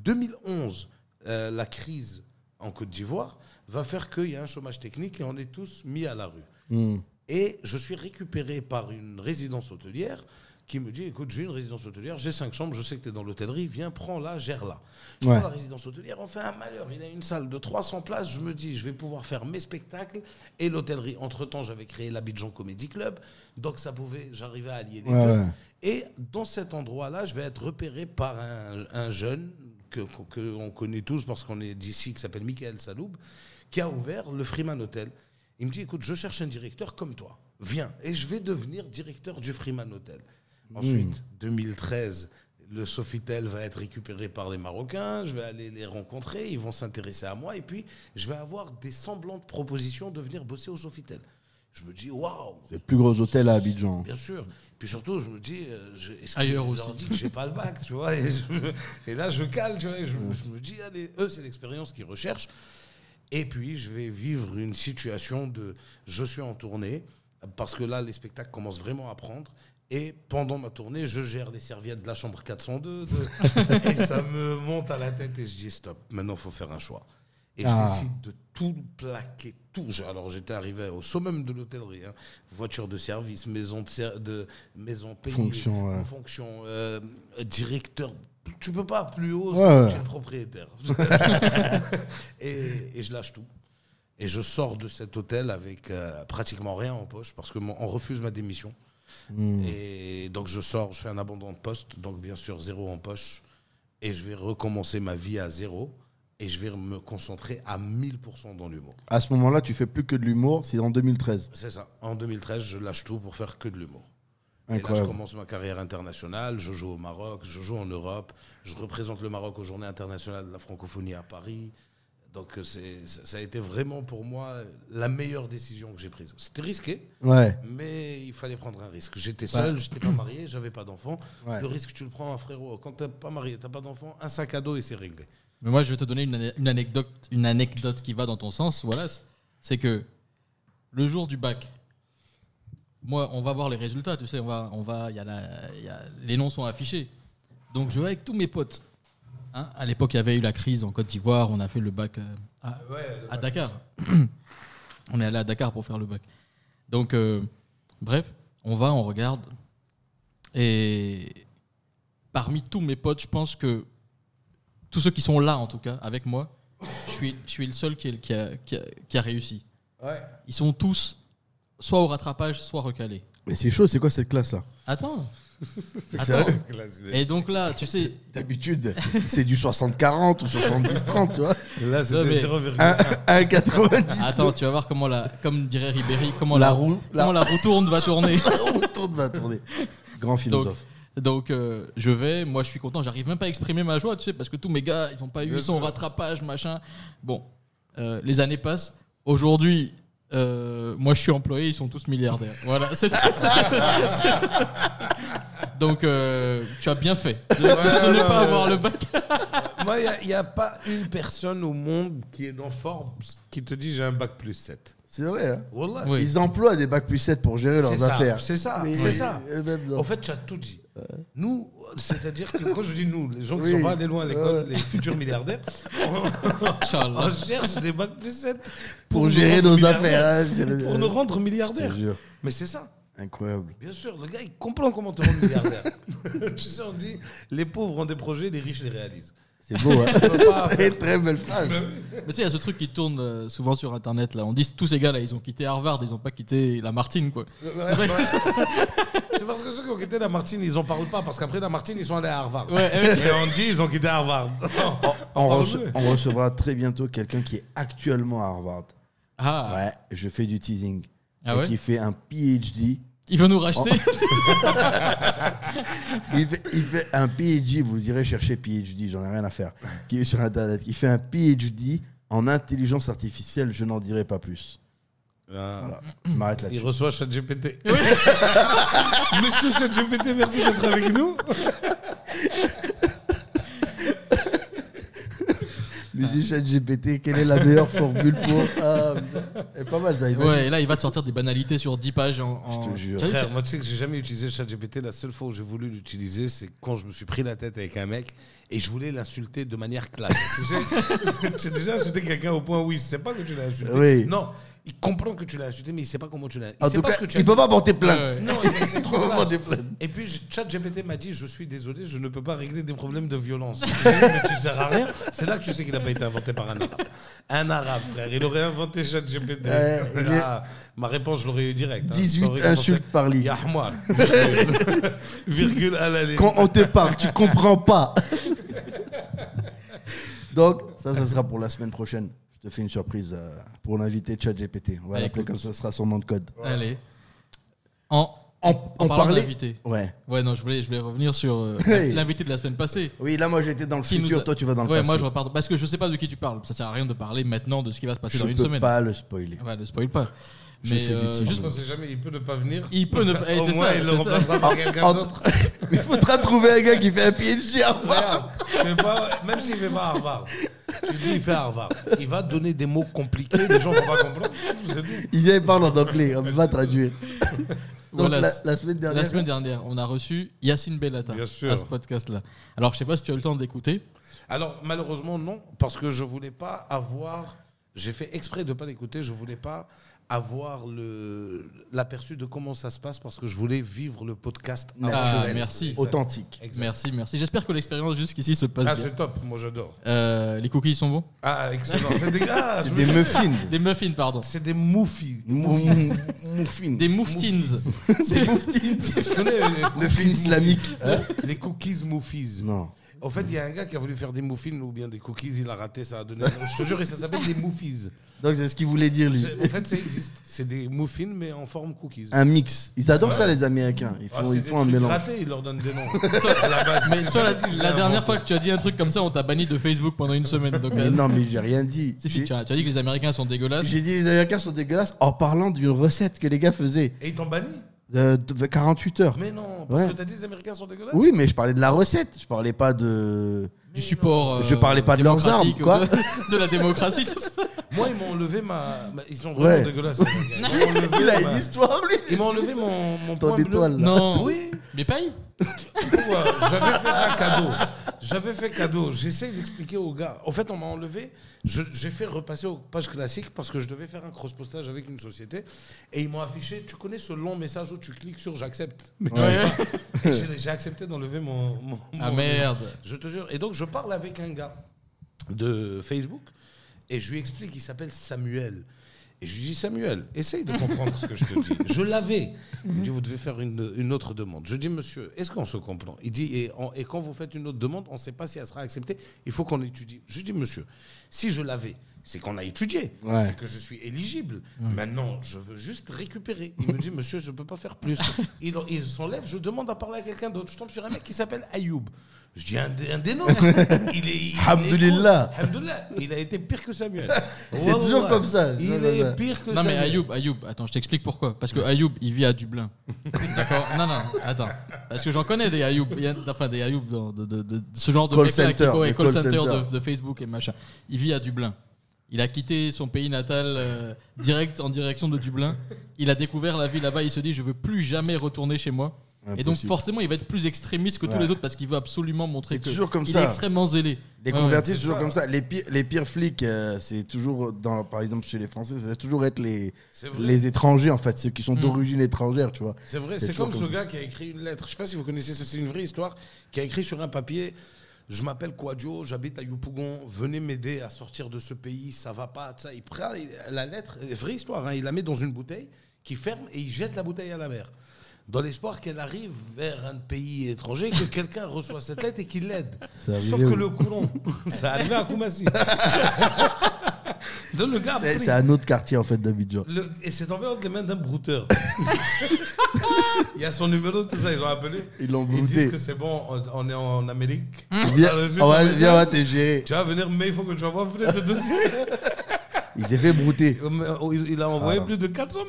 G: 2011, euh, la crise en Côte d'Ivoire va faire qu'il y a un chômage technique et on est tous mis à la rue. Et je suis récupéré par une résidence hôtelière qui me dit écoute, j'ai une résidence hôtelière, j'ai cinq chambres, je sais que tu es dans l'hôtellerie, viens, prends-la, gère-la. Je
A: Ouais.
G: prends la résidence hôtelière, on fait un malheur. Il a une salle de 300 places, je me dis je vais pouvoir faire mes spectacles et l'hôtellerie. Entre-temps, j'avais créé l'Abidjan Comedy Club, donc ça pouvait, j'arrivais à allier les
A: Ouais,
G: deux.
A: ouais.
G: Et dans cet endroit-là, je vais être repéré par un, un jeune que qu'on que on connaît tous parce qu'on est d'ici, qui s'appelle Michael Saloub, qui a ouvert le Freeman Hotel. Il me dit, écoute, je cherche un directeur comme toi. Viens. Et je vais devenir directeur du Freeman Hotel.
B: Hmm.
G: Ensuite, 2013, le Sofitel va être récupéré par les Marocains. Je vais aller les rencontrer. Ils vont s'intéresser à moi. Et puis, je vais avoir des semblantes propositions de venir bosser au Sofitel. Je me dis, waouh
A: C'est le plus gros hôtel à Abidjan.
G: Bien sûr. Puis surtout, je me dis, euh, je, est-ce que
B: Ailleurs
G: je leur
B: aussi.
G: dis que j'ai pas le bac, tu vois et, je- et là, je cale, tu vois. et je,
B: Hmm.
G: je me dis, allez, eux, c'est l'expérience qu'ils recherchent. Et puis, je vais vivre une situation de, je suis en tournée parce que là, les spectacles commencent vraiment à prendre. Et pendant ma tournée, je gère les serviettes de la chambre 402. de- et ça me monte à la tête et je dis, stop, maintenant, il faut faire un choix. Et
A: Ah.
G: je décide de tout plaquer, tout. Je- Alors j'étais arrivé au summum de l'hôtellerie. hein. Voiture de service, maison de, ser- de maison payée,
A: Fonction, ouais.
G: fonction, euh, directeur. Tu peux pas plus haut,
A: Ouais,
G: c'est
A: ouais.
G: chez le propriétaire. et, et je lâche tout. Et je sors de cet hôtel avec euh, pratiquement rien en poche parce que mon- on refuse ma démission. Et donc je sors, je fais un abandon de poste, donc bien sûr zéro en poche. Et je vais recommencer ma vie à zéro. Et je vais me concentrer à 1000% dans l'humour.
A: À ce moment-là, tu fais plus que de l'humour, c'est en 2013.
G: C'est ça. En 2013, je lâche tout pour faire que de l'humour. Et là, je
A: Incroyable.
G: commence ma carrière internationale. Je joue au Maroc, je joue en Europe. Je représente le Maroc aux Journées internationales de la francophonie à Paris. Donc, euh, c'est- ça ça a été vraiment pour moi la meilleure décision que j'ai prise. C'était risqué,
A: Ouais.
G: mais il fallait prendre un risque. J'étais seul, j'étais pas marié, j'avais pas d'enfant.
A: Ouais.
G: Le risque, tu le prends, frérot. Quand t'es pas marié, t'as pas d'enfant, un sac à dos et c'est réglé.
B: Mais moi, je vais te donner une, ane- une anecdote, une anecdote qui va dans ton sens. Voilà, C'est- c'est que le jour du bac, moi, on va voir les résultats. Tu sais, on va, on va, il y a la- il y a- les noms sont affichés. Donc, je vais avec tous mes potes. Hein, à l'époque, il y avait eu la crise en Côte d'Ivoire. On a fait le bac euh, à, à Dakar. on est allé à Dakar pour faire le bac. Donc, euh, bref, on va, on regarde. Et parmi tous mes potes, je pense que tous ceux qui sont là, en tout cas, avec moi, je suis, je suis le seul qui, est- qui a, qui a- qui a réussi.
G: Ouais.
B: Ils sont tous soit au rattrapage, soit recalés.
A: Mais c'est chaud, c'est quoi cette classe-là
B: Attends. Attends.
A: sérieux
B: Et donc là, tu sais,
A: D'habitude, c'est du 60-40 ou 70-30, tu vois.
G: Là,
B: Non, mais-
G: c'était 0,1.
A: Un, un 90.
B: attends, tu vas voir comment la, comme dirait Ribéry, comment
A: La
B: la,
A: roue- la-
B: comment la roue tourne va tourner.
A: On tourne, va tourner. Grand philosophe.
B: Donc euh, je vais, moi je suis content, j'arrive même pas à exprimer ma joie, tu sais, parce que tous mes gars, ils ont pas eu,
G: Bien
B: ils sont au
G: sûr.
B: rattrapage, machin. Bon, euh, les années passent. Aujourd'hui, euh, moi je suis employé, ils sont tous milliardaires. Voilà, c'est c'est- Donc euh, tu as bien fait de, de- de ne
G: ouais,
B: pas
G: ouais,
B: avoir
G: ouais.
B: le bac.
G: Moi, il n'y a, pas une personne au monde qui est dans Forbes qui te dit j'ai un bac plus 7.
A: C'est vrai, hein
G: Voilà.
B: Oui.
A: Ils emploient des bacs plus 7 pour gérer leurs
G: C'est ça,
A: affaires.
G: c'est ça,
A: Mais
G: c'est ça.
A: eux-mêmes, non.
G: En fait, tu as tout dit. Nous, c'est-à-dire que quand je dis nous, les gens qui
A: Oui.
G: sont pas allés loin à l'école,
A: Ouais.
G: les futurs milliardaires, on, on
B: Inch'Allah.
G: cherche des bacs plus 7
A: pour, gérer
G: rendre
A: nos
G: milliardaires.
A: affaires. hein, gérer-
G: Pour nous rendre
A: Je te
G: milliardaires.
A: jure.
G: Mais c'est ça.
A: Incroyable.
G: Bien sûr, le gars, il comprend comment te rendre milliardaire. tu sais, on dit les pauvres ont des projets, les riches les réalisent.
A: C'est beau, hein
G: On peut pas
A: Très, très belle phrase.
B: Mais tu sais, il y a ce truc qui tourne euh, souvent sur internet là. On dit tous ces gars là, ils ont quitté Harvard, ils ont pas quitté la Martine quoi.
G: Ouais, bah, C'est parce que ceux qui ont quitté la Martine, ils en parlent pas, parce qu'après la Martine, ils sont allés à Harvard. Et on dit, ils ont quitté Harvard.
A: On,
G: parle
A: rece-
G: mieux.
A: on recevra très bientôt quelqu'un qui est actuellement à Harvard.
B: Ah,
A: Ouais, je fais du teasing.
B: Ah
A: et
B: ouais
A: qui fait un PhD
B: Il veut nous racheter
A: Il fait, il fait un PhD, vous irez chercher PhD, j'en ai rien à faire, qui est sur Internet. Il fait un PhD en intelligence artificielle, je n'en dirai pas plus. Voilà, je m'arrête
G: Il
A: là-dessus.
G: reçoit ChatGPT.
B: Oui.
G: Monsieur ChatGPT, merci d'être avec nous.
A: Musique GPT, quelle est la meilleure formule pour... Ah, putain. Elle est pas mal, ça. imagine.
B: Ouais, et là, il va te sortir des banalités sur 10 pages en. en-
A: Je te jure.
B: Tu sais,
G: Frère, moi, tu sais que j'ai jamais utilisé ChatGPT. La seule fois où j'ai voulu l'utiliser, c'est quand je me suis pris la tête avec un mec et je voulais l'insulter de manière classe. tu sais, tu as déjà insulté quelqu'un au point où il ne sait pas que tu l'as insulté.
A: Oui.
G: Non, il comprend que tu l'as insulté, mais il ne sait pas comment tu l'as il
A: En
G: sait
A: tout
G: pas
A: cas,
G: ce que tu as
A: il peut
G: dit.
A: pas porter
B: Ouais,
A: plainte.
B: ouais.
G: Non, mais c'est trop
A: Il peut pas
G: vaste.
A: porter plainte.
G: Et puis ChatGPT m'a dit je suis désolé, je ne peux pas régler des problèmes de violence. J'ai dit, mais tu sers à rien. C'est là que tu sais qu'il n'a pas été inventé par un arabe. Un arabe, frère. Il aurait inventé ChatGPT.
A: Ouais, Euh, il est-
G: Ah, ma réponse, je l'aurais eu direct. hein.
A: 18
G: Ça aurait commencé,
A: insultes par ligne.
G: Yahmoa, virgule, virgule à la ligne.
A: Quand on te parle, tu comprends pas. Donc, ça, ça sera pour la semaine prochaine. Je te fais une surprise euh, pour l'invité ChatGPT. On va
B: Allez,
A: l'appeler
B: écoute.
A: comme ça, ce sera son nom de code.
B: Allez. En, en, en
A: en
B: parlant
A: parler
B: d'invité.
A: Ouais.
B: Ouais, non, je voulais, je voulais revenir sur euh,
A: Hey.
B: l'invité de la semaine passée.
A: Oui, là, moi, j'étais dans le
B: Qui nous
A: futur,
B: a-
A: toi, tu vas dans le
B: Ouais,
A: passé.
B: moi je repars. Parce que je sais pas de qui tu parles. Ça sert à rien de parler maintenant de ce qui va se passer
A: je
B: dans une
A: peux
B: semaine.
A: pas le spoiler.
B: Ouais, ne spoil pas.
A: Je
B: Mais
A: fais du
B: euh,
A: teasing.
B: juste-
G: On sait jamais, il peut ne pas venir.
B: il peut ne pas. eh,
G: Au
B: c'est
G: moins,
B: ça,
G: il le
B: c'est ça.
G: remplacera par quelqu'un
A: ah, Entre-
G: d'autre.
A: Il faudra trouver un gars qui fait un PhD à part.
G: Regarde, tu fais pas- même s'il fait pas Harvard, tu dis il fait Harvard, il va donner des mots compliqués, les gens vont pas comprendre. C'est tout.
A: Il vient, il parle en anglais, on va traduire. Donc,
B: Voilà.
A: la, la semaine dernière.
B: La semaine dernière, on a reçu Yacine Bellata
G: Bien
B: à
G: sûr.
B: ce podcast-là. Alors, je sais pas si tu as eu le temps d'écouter.
G: Alors malheureusement non, parce que je voulais pas avoir, j'ai fait exprès de pas l'écouter, je voulais pas avoir le l'aperçu de comment ça se passe parce que je voulais vivre le podcast. avant.
B: Ah,
A: Naturel.
B: merci.
A: Authentique.
G: Exact.
B: Merci, merci. J'espère que l'expérience jusqu'ici se passe
G: Ah
B: bien.
G: c'est top, moi j'adore.
B: Euh, les cookies sont bons
G: Ah excellent, c'est des, ah, je
A: C'est
G: me
A: des
G: dis-
A: muffins.
B: Les muffins, pardon.
G: c'est des moufis.
A: Mou- mou- Muffins.
B: Des mouftins.
A: Des muffins.
G: Je connais les,
A: Muffins islamiques. hein
G: les cookies moufis.
A: Non.
G: En fait, il y a un gars qui a voulu faire des muffins ou bien des cookies, il a raté, ça a donné. Je te jure, et ça s'appelle des moufis.
A: Donc, c'est ce qu'il voulait dire, lui.
G: C'est- En fait, ça existe. C'est des muffins, mais en forme cookies.
A: un mix. Ils adorent ça, les Américains. Ils font,
G: Ah, c'est
A: ils
G: des
A: font un
G: trucs
A: mélange.
G: ratés, ils leur donnent des noms. À la base,
B: Mais
G: c'est
B: toi, la,
G: jamais dit, je
B: la
G: l'ai
B: dernière
G: inventé.
B: fois que tu as dit un truc comme ça, on t'a banni de Facebook pendant une semaine. Donc,
A: Mais
B: euh,
A: non, mais j'ai rien dit.
B: si, si,
A: J'ai-
B: tu, as, tu as dit que les Américains sont
G: Ah,
B: dégueulasses.
A: J'ai dit les Américains sont dégueulasses en parlant d'une recette que les gars faisaient
G: Et ils t'ont banni
A: de, de 48 heures.
G: Mais non, parce
A: Ouais.
G: que t'as dit les Américains sont dégueulasses
A: Oui, mais je parlais de la recette. Je parlais pas de.
B: Du support. euh,
A: Je parlais pas de leurs
B: démocratique,
A: armes, quoi.
B: ou De, de la démocratie, tout ça.
G: Moi, ils m'ont enlevé ma. ma- Ils sont
A: Ouais.
G: vraiment dégueulasses. les Américains. Ils m'ont enlevé
A: Il a
G: ma-
A: une histoire, lui.
G: Ah, Ils m'ont enlevé mon, mon
A: Ton
G: point bleu.
A: étoile, là.
B: Non.
G: Oui.
B: Mais paye.
G: Ouais, J'avais fait ça cadeau. J'avais fait cadeau. J'essaie d'expliquer aux gars. En fait, on m'a enlevé. Je- J'ai fait repasser aux pages classiques parce que je devais faire un cross-postage avec une société. Et ils m'ont affiché, tu connais ce long message où tu cliques sur j'accepte. Mais tu
B: Ouais.
G: vois pas. Et J'ai j'ai accepté d'enlever mon, mon-
B: Ah
G: mon-
B: merde.
G: Je te jure. Et donc, je parle avec un gars de Facebook et je lui explique qu'il s'appelle Samuel. Et je lui dis, Samuel, essaye de comprendre ce que je te dis. Je l'avais. Il me dit, vous devez faire une, une autre demande. Je dis, monsieur, est-ce qu'on se comprend Il dit, et, en- et quand vous faites une autre demande, on ne sait pas si elle sera acceptée. Il faut qu'on étudie. Je dis, monsieur, si je l'avais, c'est qu'on a étudié.
A: Ouais.
G: C'est que je suis éligible. Maintenant, je veux juste récupérer. Il me dit, monsieur, je ne peux pas faire plus. Il, il s'enlève, je demande à parler à quelqu'un d'autre. Je tombe sur un mec qui s'appelle Ayoub. Je dis, un, dé- un des nôtres. Il est, il est-
A: Hamdoulillah.
G: Alhamdoulilah, il a été pire que Samuel.
A: C'est toujours
G: Wallah,
A: comme ça, c'est
G: Il
A: toujours
G: est
A: comme ça.
G: pire que
B: Non mais
G: Samuel.
B: Ayoub, Ayoub, attends, je t'explique pourquoi. Parce que Ayoub, il vit à Dublin. D'accord Non, non, attends. Parce que j'en connais des Ayoub, Il y a- enfin des Ayoub dans- de, de- de- de ce genre de
A: Call
B: mecs-là qui-
A: center,
B: ouais,
A: des
B: call
A: call
B: center
A: center.
B: de, de Facebook et machin. Il vit à Dublin. Il a quitté son pays natal euh, direct en direction de Dublin. Il a découvert la vie là-bas. Il se dit, je veux plus jamais retourner chez moi. Et donc
A: Impossible.
B: forcément, il va être plus extrémiste que tous
A: Ouais.
B: les autres parce qu'il veut absolument montrer
A: C'est
B: que
A: toujours comme
B: il
A: ça.
B: est extrêmement zélé.
A: Les
B: Ouais, ouais.
A: convertis, c'est toujours comme ça. Les pires, les pires flics, euh, c'est toujours, dans, par exemple, chez les Français, ça va toujours être les,
G: C'est vrai. Hmm.
A: les étrangers, en fait, ceux qui sont d'origine étrangère, tu vois.
G: C'est vrai,
A: C'est
G: c'est
A: toujours
G: comme ce
A: comme ça.
G: gars qui a écrit une lettre. Je sais pas si vous connaissez ça, c'est une vraie histoire. Qui a écrit sur un papier Je m'appelle Kwadjo, j'habite à Yopougon, venez m'aider à sortir de ce pays, ça va pas. tout Ça. Il prend la lettre, euh, vraie histoire, hein, il la met dans une bouteille qui ferme et il jette la bouteille à la mer. Dans l'espoir qu'elle arrive vers un pays étranger, que quelqu'un reçoit cette lettre et qu'il l'aide.
A: C'est arrivé
G: Sauf que
A: où
G: le courant, ça arrive à Koumassi. Donc, le gars a
A: C'est
G: pris.
A: c'est un autre quartier en fait d'Abidjan.
G: Le- et c'est tombé entre les mains d'un brouteur. Il y a son numéro, tout ça, ils l'ont appelé.
A: Ils l'ont
G: Ils disent
A: brouté.
G: que c'est bon, on, on est en Amérique.
A: Viens,
G: Dans le sud,
A: on va,
G: on est
A: viens, on
G: ça.
A: va te gérer.
G: Tu vas venir, mais il faut que tu envoies frère de dossier.
A: Il s'est fait brouter.
G: Il il a envoyé
A: Ah.
G: plus de 400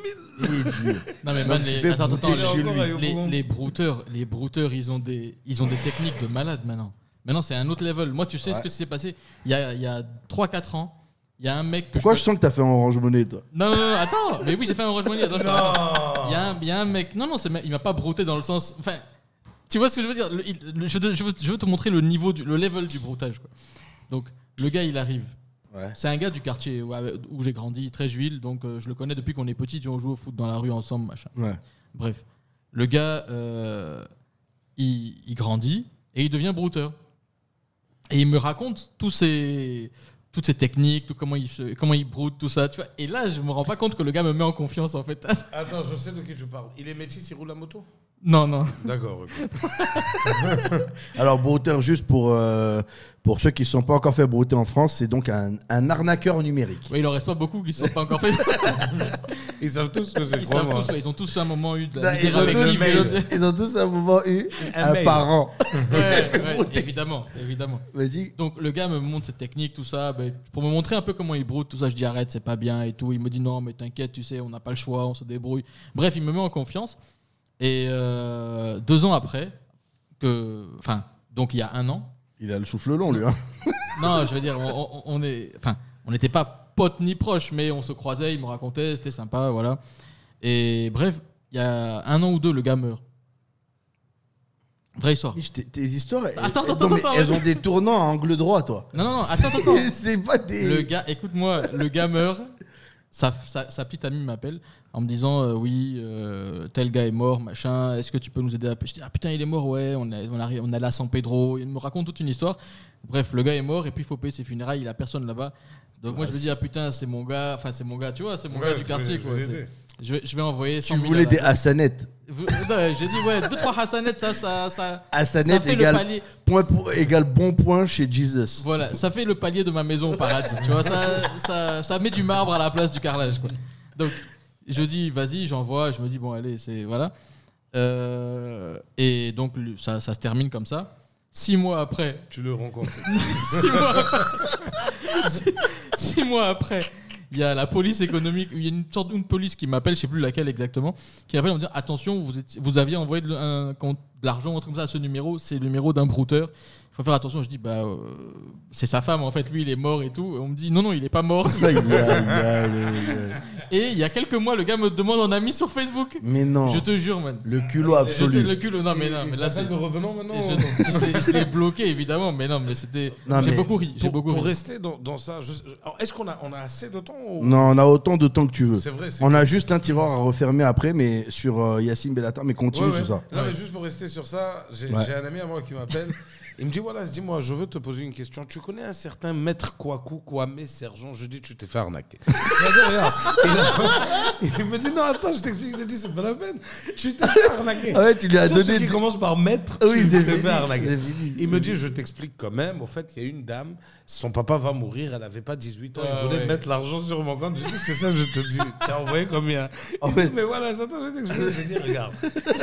G: 000.
B: Non mais man,
A: Donc,
B: les,
A: c'était
B: attends, attends,
A: brouté
B: les-
G: chez lui.
B: les, les, brouteurs, les brouteurs, ils ont des, ils ont des techniques de malade maintenant. Maintenant, c'est un autre level. Moi, tu sais ce que s'est passé Il y a, il y a 3-4 ans, il y a un mec que
A: Pourquoi je
B: je...
A: sens que t'as fait un orange monnaie toi
B: Non, non, non, attends. Mais oui, j'ai fait un Orange Money. Attends, je te raconte.
G: Non.
B: Il y, a un- il y a un mec. Non, non, c'est ma- il m'a pas brouté dans le sens. Enfin, tu vois ce que je veux dire Le- il- le- je, te- je veux, je veux te montrer le niveau, du, le level du broutage. quoi. Donc, le gars, il arrive.
A: Ouais.
B: C'est un gars du quartier où, où j'ai grandi, très juil. Donc, euh, je le connais depuis qu'on est petit. On joue au foot dans la rue ensemble, machin.
A: Ouais.
B: Bref, le gars, euh, il, il grandit et il devient brouteur. Et il me raconte tous ses, toutes ses techniques, tout comment il, se- comment il broute, tout ça. Tu vois. Et là, je me rends pas compte que le gars me met en confiance, en fait.
G: Attends, je sais de qui tu parles. Il est métis, il roule la moto
B: non, non.
G: D'accord, ok.
A: Alors, brouteur, juste pour, euh, pour ceux qui ne sont pas encore fait brouter en France, c'est donc un, un arnaqueur numérique.
B: Ouais, il en reste pas beaucoup qui se sont pas encore fait.
G: Ils savent tous ce que c'est,
B: Ils, savent
G: crois-moi.
B: tous, ouais, ils ont tous à un moment eu de la
A: Bah, Ils,
B: misère
A: ont tous,
B: affective.
A: ils ont- ils ont tous à un moment eu
G: Un
A: un,
G: mail.
A: parent.
B: Ouais, ouais, évidemment, évidemment.
A: Vas-y.
B: Donc le gars me montre cette technique, tout ça, ben, pour me montrer un peu comment il broute, tout ça, je dis arrête, c'est pas bien et tout. Il me dit non, mais t'inquiète, tu sais, on n'a pas le choix, on se débrouille. Bref, il me met en confiance. Et euh, deux ans après, que, enfin, donc il y a un an,
A: Il a le souffle long, lui. hein.
B: non, je veux dire, on, on- on est, enfin, on n'était pas potes ni proches, mais on se croisait, il me racontait, c'était sympa, voilà. Et bref, il y a un an ou deux, le gars meurt. Vraie histoire.
A: Mich, Tes, tes histoires, elles-
B: Attends,
A: elles-
B: attends,
A: non, mais
B: attends,
A: elles
B: attends.
A: ont des tournants à angle droit, toi.
B: Non, non, non, attends, attends, attends.
A: C'est- C'est pas des.
B: Le gars, écoute-moi, le gars meurt. Sa, sa- sa petite amie m'appelle en me disant euh, Oui, euh, tel gars est mort, machin, est-ce que tu peux nous aider à. Je dis Ah putain, il est mort, ouais, on, est- on, arrive, on est allé à San Pedro. Il me raconte toute une histoire. Bref, le gars est mort et puis il faut payer ses funérailles, il a personne là-bas. Donc moi je me dis Ah putain, c'est mon gars, enfin c'est mon gars, tu vois, c'est mon
G: Ouais,
B: gars
G: je
B: du
G: vais-
B: quartier
G: je
B: quoi.
G: vais
B: C'est-
G: l'aider.
B: Je vais, je vais envoyer 100
A: tu
B: 000 à
A: voulais
B: la-
A: des Hassanettes.
B: Vous- non, J'ai dit Ouais, 2-3 Hassanettes, ça, ça, ça, ça
A: Hassanettes
B: fait le
A: égale,
B: palier.
A: point pour- égale bon point chez Jesus.
B: Voilà, ça fait le palier de ma maison au paradis. Tu vois, ça, ça, ça met du marbre à la place du carrelage. Quoi. Donc, je dis, vas-y, j'envoie. Je me dis, bon, allez, c'est. Voilà. Euh, et donc, le- ça, ça se termine comme ça. Six mois après.
G: Tu le rencontres.
B: Six mois après. six- six mois après, Il y a la police économique, il y a une sorte une police qui m'appelle, je sais plus laquelle exactement, qui appelle en disant attention, vous, étiez- vous aviez envoyé de, un- compte- de l'argent ou un truc comme ça à ce numéro, c'est le numéro d'un brouteur. Il faut faire attention. Je dis bah euh, c'est sa femme en fait, lui il est mort et tout. On me dit non non il est pas mort.
A: Aïe, aïe, aïe, aïe, aïe.
B: et il y a quelques mois le gars me demande en ami sur Facebook.
A: Mais non.
B: Je te jure man.
A: Le culot absolu.
B: Je te- le cul non mais non mais là c'est
G: de revenant maintenant
B: je, je l'ai- je l'ai bloqué évidemment mais non mais c'était
A: Non,
B: j'ai
A: mais
B: beaucoup ri j'ai
G: Pour,
B: beaucoup
G: pour
B: ri.
G: rester dans, dans ça, je- je- alors, est-ce qu'on a, on a assez de temps ou-
A: Non, on a autant de temps que tu veux.
G: C'est vrai, c'est
A: On a juste un tiroir à refermer après, mais sur euh, Yacine Bellatar, mais continue
G: Ouais, ouais.
A: sur ça.
G: Non,
B: Ouais.
G: mais juste pour rester sur ça, j'ai
A: Ouais.
G: j'ai un ami à moi qui m'appelle. Il me dit voilà, dis-moi, je veux te poser une question. Tu connais un certain maître Kwaku, Kwame Sergent Je dis, tu t'es fait arnaquer. Il m'a dit, Regarde. Il, a- il me dit non, attends, je t'explique. Je dis, c'est pas la peine. Tu t'es fait arnaquer.
A: Ah ouais, tu lui as
G: Tous ceux
A: donné.
G: qui
A: du-
G: commencent par maître,
A: Oui,
G: tu
A: c'est
G: t'es
A: fini,
G: fait arnaquer.
A: c'est fini.
G: Il me dit, je t'explique quand même. Au fait, il y a une dame, son papa va mourir, elle n'avait pas 18 ans,
B: Ah
G: il voulait
B: ouais.
G: mettre l'argent sur mon compte. Je dis, c'est ça, je te dis. Tu as envoyé combien
A: En
G: Il
A: fait-
G: dit, Mais voilà, j'attends, je vais t'expliquer. Je dis, regarde,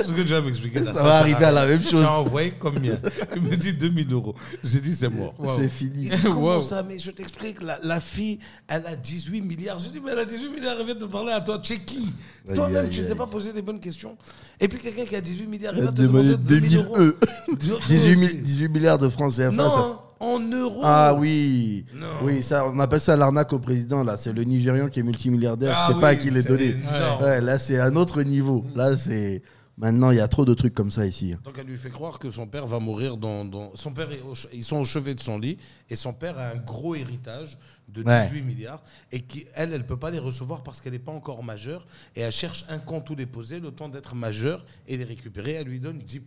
G: ce que tu vas m'expliquer là,
A: Ça va
G: sert
A: arriver
G: rien.
A: à la même
G: Tu
A: chose.
G: as envoyé combien Il me dit 2000 euros. J'ai dit, c'est mort.
B: Waouh.
A: C'est fini.
G: Comment
B: Wow.
G: ça Mais je t'explique, la, la fille, elle a 18 milliards. Je dis, mais elle a 18 milliards, elle vient de parler à toi. Tu es qui
A: Aïe,
G: Toi-même,
A: aïe,
G: tu
A: aïe.
G: t'es pas posé des bonnes questions. Et puis quelqu'un qui a 18 milliards, il
A: Elle
G: va
A: a
G: te demander
A: demandé
G: 2000
A: 2000
G: euros.
A: E.
G: Tu vois,
A: 18, mi-
G: c'est-
A: 18 milliards de francs CFA.
G: Non,
A: ça fait-
G: en euros.
A: Ah oui.
G: Non.
A: Oui, ça, on appelle ça l'arnaque au président. Là, c'est le Nigérian qui est multimilliardaire.
G: Ah
A: c'est pas à
G: oui,
A: qui les
G: c'est
A: donner.
G: énorme.
A: Ouais, là, c'est un autre niveau. Là, c'est. Maintenant, il y a trop de trucs comme ça ici.
G: Donc elle lui fait croire que son père va mourir dans... dans- Son père est au che- Ils sont au chevet de son lit et son père a un gros héritage de 18
A: Ouais.
G: milliards et qui, elle, elle peut pas les recevoir parce qu'elle n'est pas encore majeure et elle cherche un compte où les poser le temps d'être majeure et les récupérer. Elle lui donne 10%.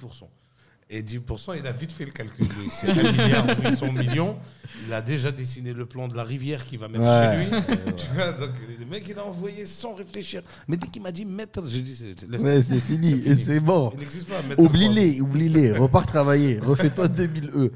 G: Et 10%, il a vite fait le calcul. lui. C'est 1 milliard 800 millions. Il a déjà dessiné le plan de la rivière qu'il va mettre
A: Ouais.
G: chez lui. Tu vois, donc le mec, il a envoyé sans réfléchir. Mais dès qu'il m'a dit mettre, j'ai dit c'est- laisse-
A: Ouais, c'est fini, et c'est bon.
G: Il n'existe pas. mettre le
A: Oublie-les, oublie-les, repars travailler, refais-toi 2000 E.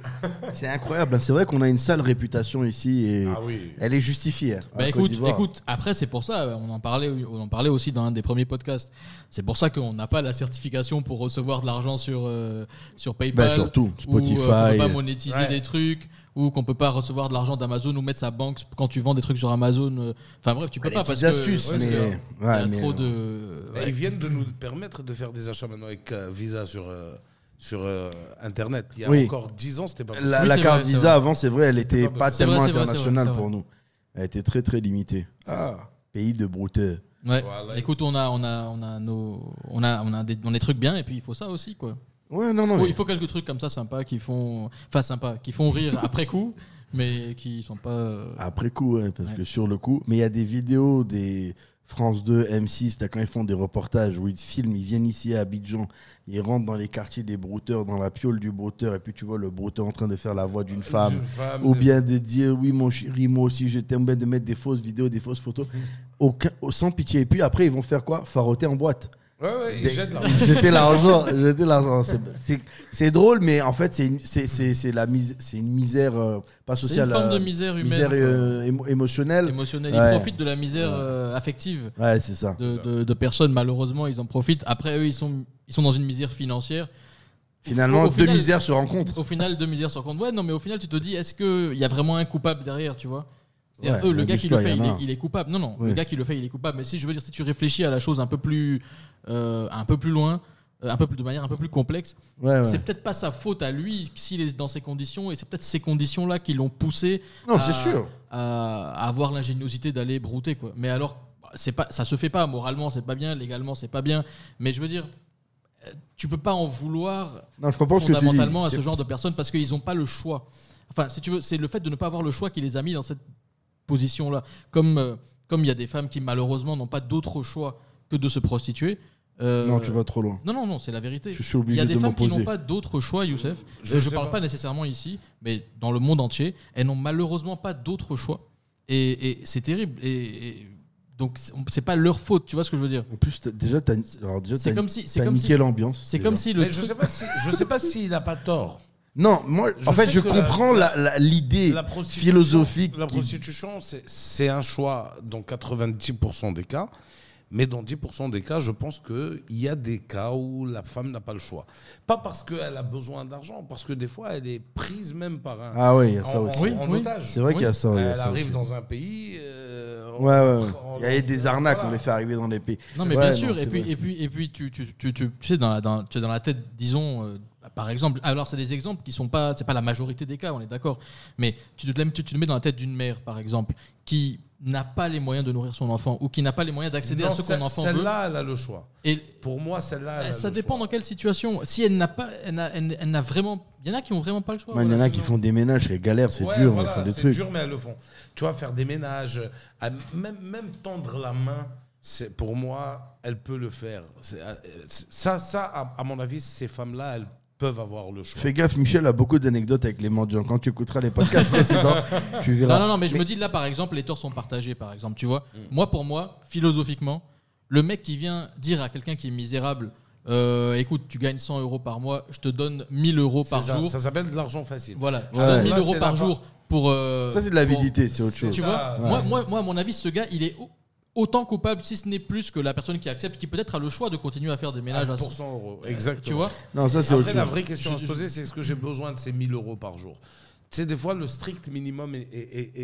A: C'est incroyable, hein. c'est vrai qu'on a une sale réputation ici et
G: plan. Ah oui.
A: elle est justifiée. hein, en
B: Bah
A: Côte
B: écoute,
A: d'Ivoire.
B: écoute, après c'est pour ça, on en parlait, on en parlait aussi dans un des premiers podcasts. C'est pour ça qu'on n'a pas la certification pour recevoir de l'argent sur euh, sur PayPal,
A: Bah, surtout,
B: ou, euh, qu'on
A: Spotify.
B: peut pas monétiser
G: Ouais.
B: des trucs, ou qu'on peut pas recevoir de l'argent d'Amazon ou mettre sa banque quand tu vends des trucs sur Amazon. euh, Enfin bref, tu peux
A: Des
B: pas parce
A: petites
B: que
A: astuces,
B: ouais,
A: mais.
B: c'est ça. Il y a
A: ouais, mais-
B: trop de.
G: Mais
B: ouais.
G: Ils viennent de nous permettre de faire des achats maintenant avec euh, Visa sur, euh, sur euh, Internet. Il y a
A: Oui.
G: encore 10 ans, c'était pas possible.
A: La,
B: Oui,
A: la
B: c'est
A: carte
B: vrai, c'est
A: Visa,
B: vrai.
A: avant, c'est vrai, elle
G: C'était
A: n'était
G: pas
A: pas,
G: possible.
A: tellement
B: C'est vrai, c'est vrai,
A: internationale
B: c'est vrai.
A: pour nous. Elle était très, très limitée. Ah, pays de brouteurs.
B: Ouais.
G: Voilà.
B: Écoute, on a, on a, on a nos, on a, on a des, on a des trucs bien et puis il faut ça aussi quoi.
A: Ouais, non, non.
B: Faut-
A: mais-
B: il faut quelques trucs comme ça sympas qui font, enfin sympas, qui font rire après coup, mais qui sont pas. euh,
A: Après coup, ouais, parce
B: Ouais.
A: que sur le coup. Mais il y a des vidéos des France 2, M6, là, quand ils font des reportages où ils filment, ils viennent ici à Abidjan, ils rentrent dans les quartiers des brouteurs, dans la piole du brouteur, et puis tu vois le brouteur en train de faire la voix
B: Euh,
A: d'une femme.
G: D'une femme,
A: Ou
G: de-
A: bien de dire oui mon chéri moi aussi je t'aime bien de mettre des fausses vidéos des fausses photos
B: Mm.
A: aucun au- sans pitié et puis après ils vont faire quoi faroter en boîte
G: Ouais, ouais, ils
A: Des-
G: jettent là.
A: jeter l'argent jeter l'argent C'est- c'est- c'est drôle mais en fait c'est une- c'est c'est c'est la mise c'est une misère euh, pas
B: C'est
A: sociale
B: une forme
A: euh,
B: de misère humaine,
A: misère euh, émo- émotionnelle
B: émotionnelle.
A: Ouais.
B: Ils profitent de la misère euh, affective
A: Ouais, c'est ça.
B: de, de- de personnes. Malheureusement, ils en profitent. Après, eux, ils sont, ils sont dans une misère financière.
A: Finalement,
B: Au
A: deux
B: final-
A: misères se rencontrent.
B: Au final, deux misères sur compte. Ouais, non, mais au final, tu te dis, est-ce qu'il y a vraiment un coupable derrière, tu vois C'est-à-dire,
A: Ouais,
B: eux, le gars
A: n'abuse
B: qui le
A: pas,
B: fait,
A: y en
B: il
A: a
B: est,
A: un.
B: il est coupable. Non, non,
A: Ouais.
B: le gars qui le fait, il est coupable. Mais si je veux dire, si tu réfléchis à la chose un peu plus, euh, un peu plus loin, euh, un peu plus de manière un peu plus complexe,
A: Ouais, ouais.
B: c'est peut-être pas sa faute à lui s'il est dans ces conditions, et c'est peut-être ces conditions-là qui l'ont poussé
A: Non,
B: à-
A: c'est sûr.
B: à, à avoir l'ingéniosité d'aller brouter quoi. Mais alors bah, c'est pas ça se fait pas moralement, c'est pas bien, légalement c'est pas bien, mais je veux dire euh, tu peux pas en vouloir
A: Non, je comprends ce que tu dis.
B: fondamentalement à ce
A: C'est-
B: genre de personnes parce qu'ils n'ont pas le choix. Enfin, si tu veux, c'est le fait de ne pas avoir le choix qui les a mis dans cette position-là. Comme euh, comme il y a des femmes qui malheureusement n'ont pas d'autre choix que de se prostituer. euh,
A: Non, tu vas trop loin.
B: Non, non, non, c'est la vérité.
A: Je suis
B: Il y
A: obligé
B: a des
A: de
B: femmes qui n'ont
A: m'opposer.
B: pas d'autre choix, Youssef.
G: Je
B: Je ne
G: sais
B: parle
G: pas.
B: pas. nécessairement ici, mais dans le monde entier, elles n'ont malheureusement pas d'autre choix. Et, et c'est terrible. Et, et donc, c'est- c'est pas leur faute, tu vois ce que je veux dire
A: En plus, t'as- déjà, t'as alors, déjà,
B: C'est
A: t'as-
B: comme si. C'est
A: t'as
B: comme
A: niqué
B: si.
A: l'ambiance.
B: C'est
A: déjà.
B: comme si le.
G: Mais je
B: truc-
G: sais pas si, je sais pas s'il a pas tort.
A: Non, moi,
G: Je
A: en fait,
G: sais
A: je
G: que
A: comprends la- la- l'idée
G: La prostitution-
A: philosophique.
G: La
A: qui-
G: prostitution, c'est- c'est un choix dans 90% des cas. Mais dans 10% des cas, je pense qu'il y a des cas où la femme n'a pas le choix. Pas parce qu'elle a besoin d'argent, parce que des fois, elle est prise même par un.
A: Ah oui, il y a ça
G: en,
A: aussi.
G: en-
B: Oui,
G: en
B: oui.
G: otage.
A: C'est vrai
B: Oui.
A: qu'il y a ça. il y a
G: Elle
A: ça
G: arrive
A: aussi.
G: dans un pays. euh,
A: Ouais, ouais.
G: on-
A: Il y a des arnaques, on
G: Voilà.
A: les fait arriver dans les pays.
B: Non, mais
A: Ouais,
B: bien
A: non,
B: sûr. et,
A: c'est
B: puis,
A: vrai.
B: et puis, et puis, tu, tu, tu, tu- tu sais, dans la, dans, tu es dans la tête, disons, euh, par exemple. Alors, c'est des exemples qui sont pas. C'est pas la majorité des cas, on est d'accord. Mais tu te, tu te mets dans la tête d'une mère, par exemple, qui n'a pas les moyens de nourrir son enfant ou qui n'a pas les moyens d'accéder à
G: Non,
B: ce qu'on
G: ce-
B: enfant veut.
G: Celle-là, elle a le choix.
B: Et,
G: Pour moi, celle-là. elle a
B: Eh, Ça
G: le
B: dépend
G: choix.
B: dans quelle situation. Si elle n'a pas, elle n'a, elle- elle n'a vraiment. Il y en a qui ont vraiment pas le choix.
A: Man, Il y en
B: voilà.
A: a qui font des ménages, c'est galère, c'est
G: Ouais,
A: dur, mais
G: voilà,
A: ils font des
G: c'est
A: trucs.
G: dur, mais elles le font. Tu vois, faire des ménages, à- même, même tendre la main, c'est pour moi, elle peut le faire. C'est- euh, c'est- Ça, ça, à, à mon avis, ces femmes-là, elles peuvent avoir le choix.
A: Fais gaffe, Michel a beaucoup d'anecdotes avec les mendiants. Quand tu écouteras les podcasts précédents, tu verras.
B: Non, non, non, mais je me dis là par exemple, les torts sont partagés par exemple, tu vois.
G: Mm.
B: Moi, pour moi, philosophiquement, le mec qui vient dire à quelqu'un qui est misérable, euh, écoute, tu gagnes 100 euros par mois, je te donne 1000 euros par
G: C'est ça,
B: jour.
G: ça s'appelle de l'argent facile.
B: Voilà, je te
A: Ouais.
B: donne 1000
G: Là,
B: euros
G: c'est
B: par
G: la
B: jour pour. euh,
A: Ça, c'est de l'avidité, c'est autre
G: c'est
A: chose.
B: Tu
G: Ça,
B: vois,
G: ouais.
B: moi, moi, moi, à mon avis, ce gars, il est au- autant coupable, si ce n'est plus que la personne qui accepte, qui peut-être a le choix de continuer à faire des ménages à
G: Ah, pour 100 euros, exactement.
B: Tu vois
A: Non, ça, c'est autre
G: Après, la
A: chose.
G: vraie question à
B: Je-
G: se poser, c'est est-ce que j'ai besoin de ces 1000 euros par jour Tu sais, des fois, le strict minimum est, est- est-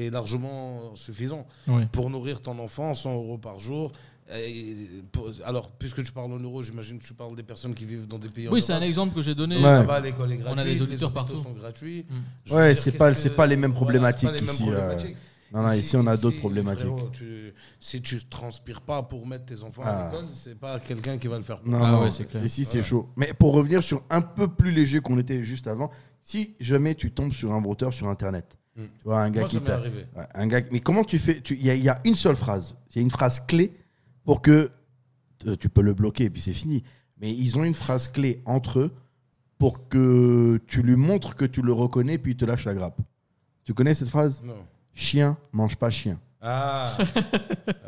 G: est- est largement suffisant.
B: Ouais.
G: Pour nourrir ton enfant, 100 euros par jour. Et pour- alors, puisque tu parles en euros, j'imagine que tu parles des personnes qui vivent dans des pays en
B: Oui, c'est un
G: Europe.
B: exemple que j'ai donné.
A: Ouais.
G: Là-bas, l'école est gratuite.
B: a des auditeurs
G: hôpitaux
B: partout.
G: sont gratuits.
B: Mm.
G: Je veux
A: Ouais,
G: dire,
A: c'est
G: qu'est-ce
A: pas- c'est pas les mêmes
G: voilà, c'est
A: problématiques
G: pas les mêmes
A: ici, euh,
G: problématiques.
A: Non, non, ici, on a d'autres
G: ici,
A: problématiques.
G: frérot, tu- si tu transpires pas pour mettre tes enfants
A: Ah.
G: à l'école, c'est pas quelqu'un qui va le faire.
A: Non,
B: Ah
A: non,
B: ouais, c'est clair.
A: ici, c'est chaud. Mais pour revenir sur un peu plus léger qu'on était juste avant, si jamais tu tombes sur un brouteur sur Internet,
G: Mm.
A: tu vois, un gars
G: Moi, ça
A: qui
G: m'est
A: t'a-
G: arrivé.
A: Ouais, un gars, mais comment tu fais tu- Il y, a- il y a une seule phrase. Il y a une phrase clé pour que euh, tu peux le bloquer et puis c'est fini. Mais ils ont une phrase clé entre eux pour que tu lui montres que tu le reconnais, puis il te lâche la grappe. Tu connais cette phrase
G: Non.
A: Chien mange pas chien.
G: Ah,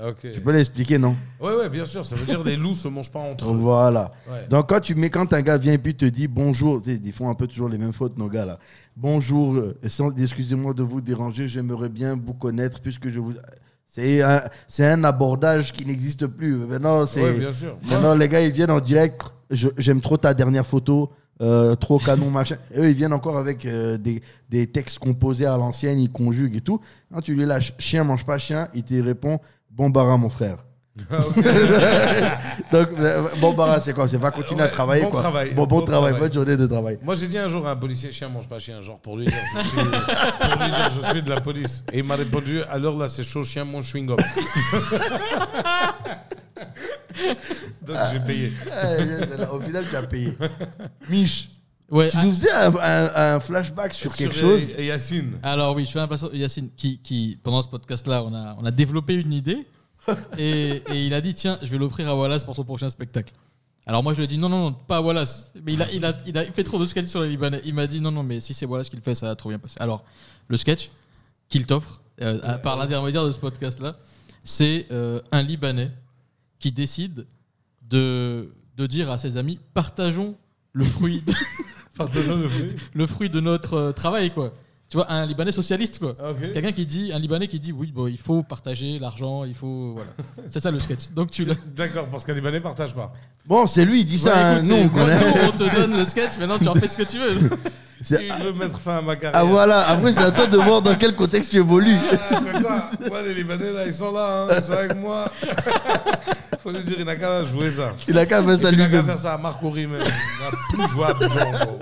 G: ok.
A: Tu peux l'expliquer, non
G: Ouais, ouais, bien sûr, ça veut dire les loups se mangent pas entre eux.
A: Voilà.
G: Ouais.
A: Donc quand tu mets quand un gars vient et puis te dit bonjour, tu sais, ils font un peu toujours les mêmes fautes nos gars là. Bonjour, euh, sans- excusez-moi de vous déranger, j'aimerais bien vous connaître puisque je vous c'est un, c'est un abordage qui n'existe plus. Maintenant c'est
G: Ouais, bien sûr.
A: maintenant les gars ils viennent en direct, Je- j'aime trop ta dernière photo. euh, trop canon machin eux ils viennent encore avec euh, des, des textes composés à l'ancienne ils conjuguent et tout quand tu lui lâches chien mange pas chien il te répond bon bara mon frère
G: Ah, ok.
A: donc, euh, bon barrage, c'est quoi C'est va continuer à
G: Ouais,
A: travailler,
G: bon
A: quoi.
G: travail.
A: bon, bon
G: Bon
A: travail,
G: travail.
A: bonne journée de travail.
G: Moi, j'ai dit un jour à un policier chien mange pas chien, genre pour lui dire je suis, pour lui dire, je suis de la police. Et il m'a répondu alors là, c'est chaud, chien mange chewing-gum. Donc j'ai payé.
A: Euh, celle-là, Au final, tu as payé. Mich,
B: Ouais,
A: tu
B: ah,
A: nous faisais un, un- un flashback sur quelque chose. Ah.
G: Et Yacine.
B: ah, alors oui, je fais un passage. Yacine, qui, qui pendant ce podcast-là, on a, on a développé une idée. et, et il a dit tiens, je vais l'offrir à Wallace pour son prochain spectacle. Alors moi, je lui ai dit non, non, non, pas à Wallace. Mais il a, il a, il a fait trop de sketchs sur les Libanais. Il m'a dit non, non, mais si c'est Wallace qui le fait, ça va trop bien passer. Alors, le sketch qu'il t'offre, euh, à- par l'intermédiaire de ce podcast-là, c'est euh, un Libanais qui décide de, de dire à ses amis partageons le fruit de- le fruit de notre euh, travail, quoi. Tu vois, un Libanais socialiste, quoi.
G: Ok.
B: Quelqu'un qui dit, un Libanais qui dit, oui, bon, il faut partager l'argent, il faut. Voilà. C'est ça le sketch. Donc tu le.
G: D'accord, parce que les Libanais partagent pas.
A: Bon, c'est lui, il dit ça à
B: Ouais, écoute,
A: nous.
B: euh,
A: on connaît.
B: nous, on te donne le sketch, maintenant tu en fais ce que tu veux.
A: C'est-
G: Il veut mettre fin à ma carrière.
A: Ah voilà, après, c'est à toi de voir dans quel contexte tu évolues.
G: Ah, c'est ça. Moi, les Libanais, là, ils sont là, hein. ils sont avec moi. Faut lui dire, il n'a qu'à jouer ça.
A: Il a qu'à faire ça
G: Il n'a qu'à
A: lui-même.
G: faire ça à Marc Horry, même. Il n'a plus jouable, genre.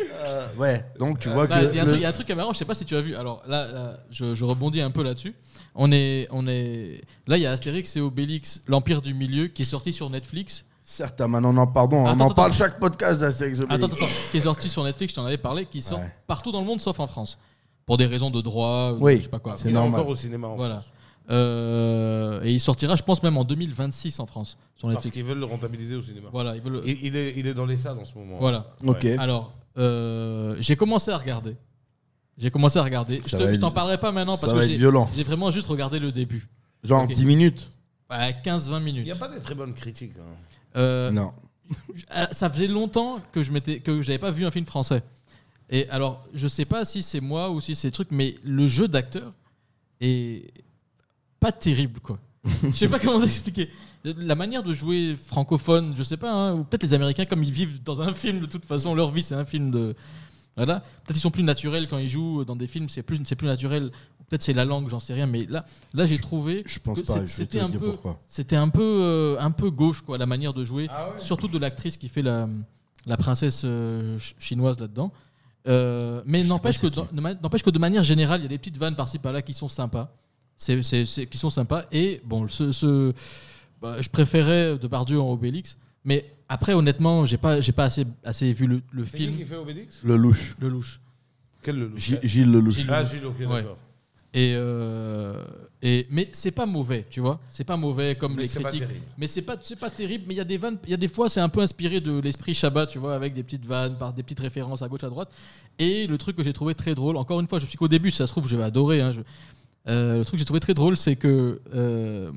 A: Euh, Ouais, donc tu vois que.
B: Bah, Il y, a un
A: le-
B: truc- il y a un truc qui est marrant, je sais pas si tu as vu. Alors là, là, je, je rebondis un peu là-dessus. On est, on est. Là, il y a Astérix et Obélix, l'Empire du Milieu, qui est sorti sur Netflix.
A: Certes, ah, maintenant, on en pardon, on
B: Attends,
A: en parle
B: attends.
A: chaque podcast d'Astérix Obélix.
B: Attends, attends, attends, qui est sorti sur Netflix, je t'en avais parlé, qui sort
A: Ouais.
B: partout dans le monde sauf en France. Pour des raisons de droit, ou
A: Oui,
B: je sais pas quoi.
A: c'est
G: Il est
A: normal.
G: encore au cinéma, en
B: Voilà.
G: France.
B: Euh, et il sortira, je pense, même en 2026 en France sur
G: Parce
B: Netflix.
G: qu'ils veulent le rentabiliser au cinéma.
B: Voilà, ils veulent-
G: Il, il est, il est dans les salles en ce moment.
B: Voilà.
A: Ok.
B: Alors, euh, j'ai commencé à regarder. J'ai commencé à regarder. Je
A: Ça
B: te-
A: va
B: je t'en
A: être-
B: parlerai pas maintenant
A: ça
B: parce
A: va
B: que
A: être
B: j'ai-
A: violent.
B: j'ai vraiment juste regardé le début.
A: Genre
B: Ok.
A: 10 minutes
B: À 15-20
G: Il n'y
B: minutes.
G: a pas des très bonnes critiques. hein.
B: Euh,
A: Non.
B: Euh, ça faisait longtemps que je m'étais que j'avais pas vu un film français. Et alors, je sais pas si c'est moi ou si c'est truc, mais le jeu d'acteur est pas terrible, quoi. je sais pas comment t'expliquer. La manière de jouer francophone, je sais pas, hein, ou peut-être les Américains, comme ils vivent dans un film, de toute façon, leur vie, c'est un film de. Voilà. Peut-être ils sont plus naturels quand ils jouent dans des films, c'est plus, c'est plus naturel. Peut-être c'est la langue, j'en sais rien, mais là, là j'ai trouvé.
A: Je pense
B: que
A: pas,
B: c'est-
A: je vais
B: C'était
A: te
B: un
A: dire
B: peu,
A: pourquoi.
B: c'était un peu, euh, un peu gauche, quoi, la manière de jouer
G: Ah ouais
B: surtout de l'actrice qui fait la, la princesse euh, ch- chinoise là-dedans. Euh, mais n'empêche que, dans- de ma- n'empêche que de manière générale, il y a des petites vannes par-ci par-là qui sont sympas. C'est, c'est- c'est- qui sont sympas. Et bon, ce, ce- bah, je préférais Depardieu en Obélix. Mais après, honnêtement, j'ai pas, j'ai pas assez, assez vu le, le
G: C'est qui
B: film
G: qui fait Obélix
A: Le louche.
B: Le Louche.
G: Quel le loup
A: Gi- Gilles le louche.
B: Gilles
G: Ah,
B: Lelouch.
G: Gilles, ok,
B: Ouais.
G: d'accord.
B: Et, euh, et mais c'est pas mauvais, tu vois. C'est pas mauvais comme
G: Mais
B: les
G: c'est pas
B: critiques.
G: terrible.
B: mais c'est pas c'est pas terrible. Mais il y a des vannes, il y a des fois c'est un peu inspiré de l'esprit Shabbat, tu vois, avec des petites vannes, par des petites références à gauche à droite. Et le truc que j'ai trouvé très drôle, encore une fois, je suis qu'au début, si ça se trouve, je vais adorer. hein, je- Euh, le truc que j'ai trouvé très drôle, c'est que euh,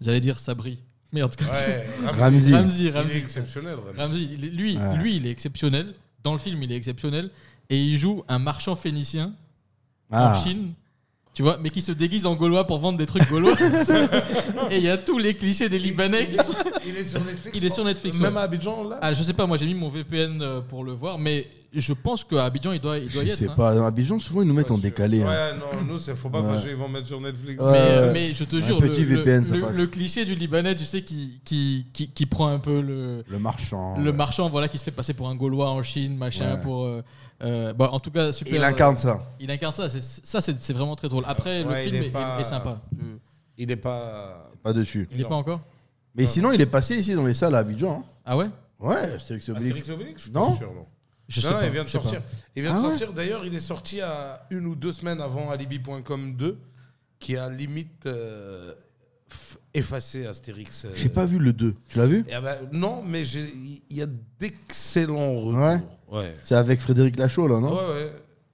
B: j'allais dire Sabri. Merde.
G: Ouais,
A: Ramzi.
B: Ramzi,
G: Il est
B: Ramzi.
G: exceptionnel, Ramzi.
B: Ramsey, il est- lui,
A: Ouais.
B: lui, il est exceptionnel. Dans le film, il est exceptionnel. Et il joue un marchand phénicien en
A: Ah.
B: Chine. Tu vois, mais qui se déguise en gaulois pour vendre des trucs gaulois. et il y a tous les clichés des Libanais qui sont-
G: Il est sur Netflix.
B: Il est sur Netflix,
G: Même
B: ouais.
G: à Abidjan, là
B: Ah, je sais pas, moi j'ai mis mon VPN euh, pour le voir, mais je pense qu'à Abidjan, il doit, il doit y
A: Je
B: être.
A: sais
B: hein.
A: pas, dans Abidjan, souvent ils nous mettent en décalé. hein.
G: Ouais, non, nous, c'est faut pas
A: Ouais.
G: fâcher, ils vont mettre sur Netflix.
B: Mais,
A: Ouais.
B: euh, mais je te
A: Un
B: jure,
A: petit
B: le, le-
A: VPN, ça
B: le-
A: passe.
B: le cliché du Libanais, tu sais, qui, qui, qui, qui prend un peu le,
A: Le marchand. euh,
B: le
A: ouais.
B: marchand voilà, qui se fait passer pour un Gaulois en Chine, machin,
A: Ouais.
B: pour. euh, euh, bah, en tout cas, super. euh,
A: Il incarne ça.
B: il incarne ça, c'est- ça c'est c'est vraiment très drôle. Après, le
G: Ouais, il
B: film
G: est
B: est,
G: pas-
B: est sympa.
G: Il est pas.
A: Pas dessus.
B: Il est
G: Non.
B: pas encore
A: Mais sinon, il est passé ici dans les salles à Abidjan. hein.
B: Ah ouais
A: Ouais, Astérix et Obélix.
G: Astérix Obélix Je suis
A: Non.
G: pas sûr, non.
B: Je
G: non, non, il vient de
B: je sais
G: sortir. Il vient
A: Ah
G: de
A: ouais
G: sortir. D'ailleurs, il est sorti à une ou deux semaines avant Alibi.com 2, qui a limite euh, f- effacer Astérix. euh,
A: J'ai pas vu le 2. Tu l'as vu
G: eh ben, non, mais j'ai- il y a d'excellents retours.
A: Ouais.
G: Ouais.
A: C'est avec Frédéric Lachaud, là,
G: Ouais,
A: non
G: ouais.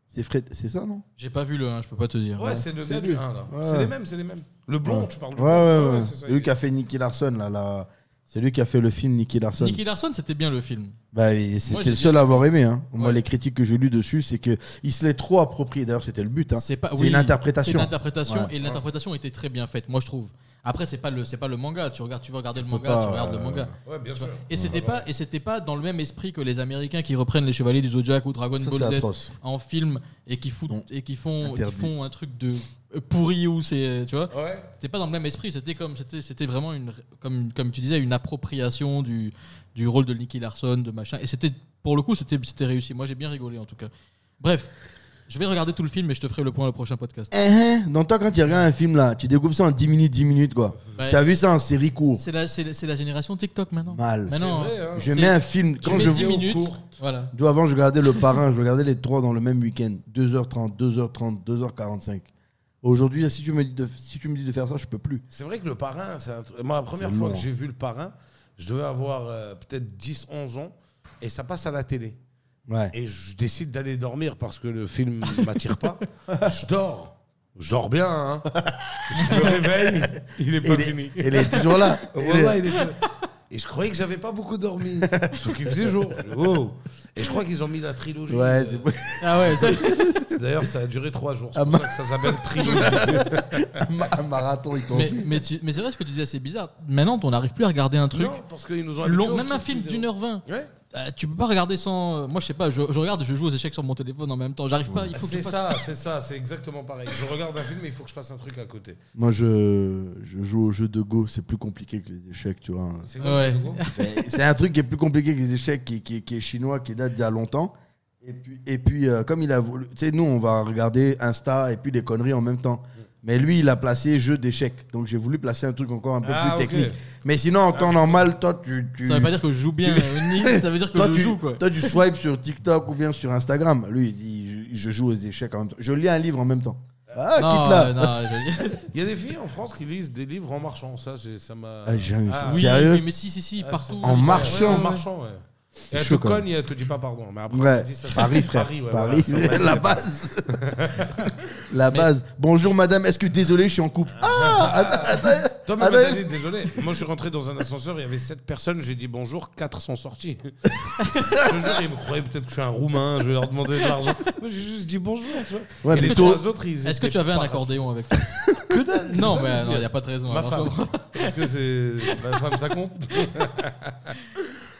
A: C'est Fred... c'est ça, non
B: J'ai pas vu le 1, je peux pas te dire.
G: Ouais, c'est le
A: c'est
G: gars
A: lui.
G: du 1, là.
A: Ouais.
G: C'est les mêmes, c'est les mêmes. Le blond, tu parles
A: Ouais,
G: du
A: ouais,
G: blond.
A: ouais.
G: c'est ça,
A: C'est lui qui a fait Nicky Larson, là. là. C'est lui qui a fait le film Nicky Larson.
B: Nicky Larson, c'était bien le film.
A: Bah, il- c'était
B: j'ai
A: le seul à avoir aimé. Hein. Moi,
B: Ouais.
A: les critiques que j'ai lues dessus, c'est que il se l'est trop approprié. D'ailleurs, c'était le but. Hein.
B: C'est pas.
A: C'est
B: oui,
A: une interprétation.
B: C'est une interprétation
A: Ouais.
B: et l'interprétation était très bien faite, moi je trouve. Après, c'est pas le, c'est pas le manga. Tu regardes, tu vas regarder le
A: peux
B: manga,
A: pas,
B: tu regardes
A: euh,
B: le manga.
G: Ouais, bien
B: Tu
G: sûr.
B: vois. Et c'était pas, et c'était pas dans le même esprit que les Américains qui reprennent les Chevaliers du Zodiac ou Dragon
A: Ça,
B: Ball
A: c'est
B: Z
A: atroce.
B: en film et qui foutent
A: Non.
B: et qui font, qui
A: Interdit.
B: font un truc de pourri ou c'est, tu vois.
G: Ouais.
B: C'était pas dans le même esprit. C'était comme, c'était, c'était vraiment une, comme, comme tu disais, une appropriation du, du rôle de Nicky Larson, de machin. Et c'était, pour le coup, c'était, c'était réussi. Moi, j'ai bien rigolé en tout cas. Bref, je vais regarder tout le film et je te ferai le point au prochain podcast.
A: Hein, hein. Donc, toi, quand tu regardes un film, là, tu découpes ça en 10 minutes, 10 minutes, quoi.
B: Ouais.
A: Tu as vu ça en série courte.
B: C'est la, c'est, la- c'est la génération TikTok maintenant.
A: Mal.
B: Maintenant,
G: vrai, hein.
A: Je
B: c'est-
A: mets un film.
B: tu
A: Quand
B: mets
A: je
B: 10
A: vois-
B: minutes,
G: courtes.
B: voilà.
A: D'où avant, je regardais le parrain, je regardais les trois dans le même week-end. 2h30, 2h30, 2h45. Aujourd'hui, si tu me dis de, si tu me dis de faire ça, je peux plus.
G: C'est vrai que le parrain, c'est un truc- Moi, la première
A: C'est
G: fois
A: long.
G: que j'ai vu le parrain, je devais avoir euh, peut-être 10, 11 ans, et ça passe à la télé.
A: Ouais.
G: Et je décide d'aller dormir parce que le film ne m'attire pas. Je dors. Je dors bien, hein. Je me réveille, il est pas
A: il est-
G: fini.
A: Elle est toujours là. Elle est-
G: Voilà, Ah, il était là. Et je croyais que j'avais pas beaucoup dormi. Sauf qu'il faisait jour. Oh. Et je crois qu'ils ont mis la trilogie.
A: Ouais,
G: Euh,
A: c'est
B: Ah ouais, ça,
G: D'ailleurs, ça a duré trois jours.
A: Ah,
G: C'est pour
A: ma-
G: ça que ça s'appelle trilogie.
A: un marathon, ils t'ont
B: mais,
A: fait.
B: mais, tu- mais c'est vrai ce que tu disais, c'est bizarre. Maintenant, on n'arrive plus à regarder un truc
G: Non, parce qu'ils nous ont habitués
B: long,
G: aux
B: même un
G: trucs
B: film
G: vidéo.
B: d'une heure vingt.
G: Ouais.
B: Euh, tu peux pas regarder sans. euh, Moi, je sais pas, je, je regarde, je joue aux échecs sur mon téléphone en même temps. J'arrive pas, il faut que je
G: Ah, C'est
B: fasse-
G: ça, c'est ça, c'est exactement pareil. Je regarde un film, mais il faut que je fasse un truc à côté.
A: Moi, je, je joue au jeu de Go, c'est plus compliqué que les échecs, tu vois.
G: C'est
B: Ouais.
G: le logo
A: Mais c'est un truc qui est plus compliqué que les échecs, qui, qui, qui est chinois, qui date d'il y a longtemps. Et puis, et puis euh, comme il a voulu. Tu sais, nous, on va regarder Insta et puis des conneries en même temps. Mais lui, il a placé jeu d'échecs. Donc, j'ai voulu placer un truc encore un peu
G: Ah,
A: plus
G: ok.
A: technique. Mais sinon, en temps normal, toi, tu. tu
B: Ah, Ça veut pas dire que je joue bien, euh, ni- ça veut dire que
A: toi,
B: je
A: tu,
B: joue quoi.
A: toi, tu swipes sur TikTok ou bien sur Instagram. Lui, il dit je, je joue aux échecs en même temps. Je lis un livre en même temps. Ah, quitte là.
B: euh, non, je-
G: Il y a des filles en France qui lisent des livres en marchant. Ça, j'ai- ça m'a.
A: Ah, j'ai-
B: oui,
A: Sérieux
B: oui, mais si, si, si,
G: Ah,
B: partout.
A: En
B: Ouais,
A: marchant.
B: ouais,
G: En
B: ouais.
G: marchant, ouais. Et elle te
A: chaud, quand
G: cogne et elle te dit pas pardon. Mais après,
A: Ouais,
G: elle te dit ça, c'est
A: Paris, frère.
G: Paris, ouais,
A: Paris,
G: voilà, ça,
A: la
G: c'est-
A: base. la base. Bonjour, madame. Est-ce que désolé, je suis en couple Ah attends, attends.
G: Toi, même,
A: Ah,
G: elle t'a
A: ouais.
G: dit, désolé. Moi, je suis rentré dans un ascenseur, il y avait 7 personnes, j'ai dit bonjour, 4 sont sortis. je te jure, ils me croyaient peut-être que je suis un Roumain, je vais leur demander de l'argent. Moi, j'ai juste dit bonjour, tu vois.
A: Ouais,
G: Et
A: mais
G: les
A: toi-
G: trois autres, ils
B: Est-ce que
G: étaient
B: tu avais un
G: pas-
B: accordéon avec toi
G: Que dalle
B: Non,
G: c'est ça,
B: mais
G: le
B: non,
G: pire.
B: il a pas de raison.
G: Ma
B: alors,
G: femme.
B: je comprends.
G: Est-ce que c'est. Ma femme, ça compte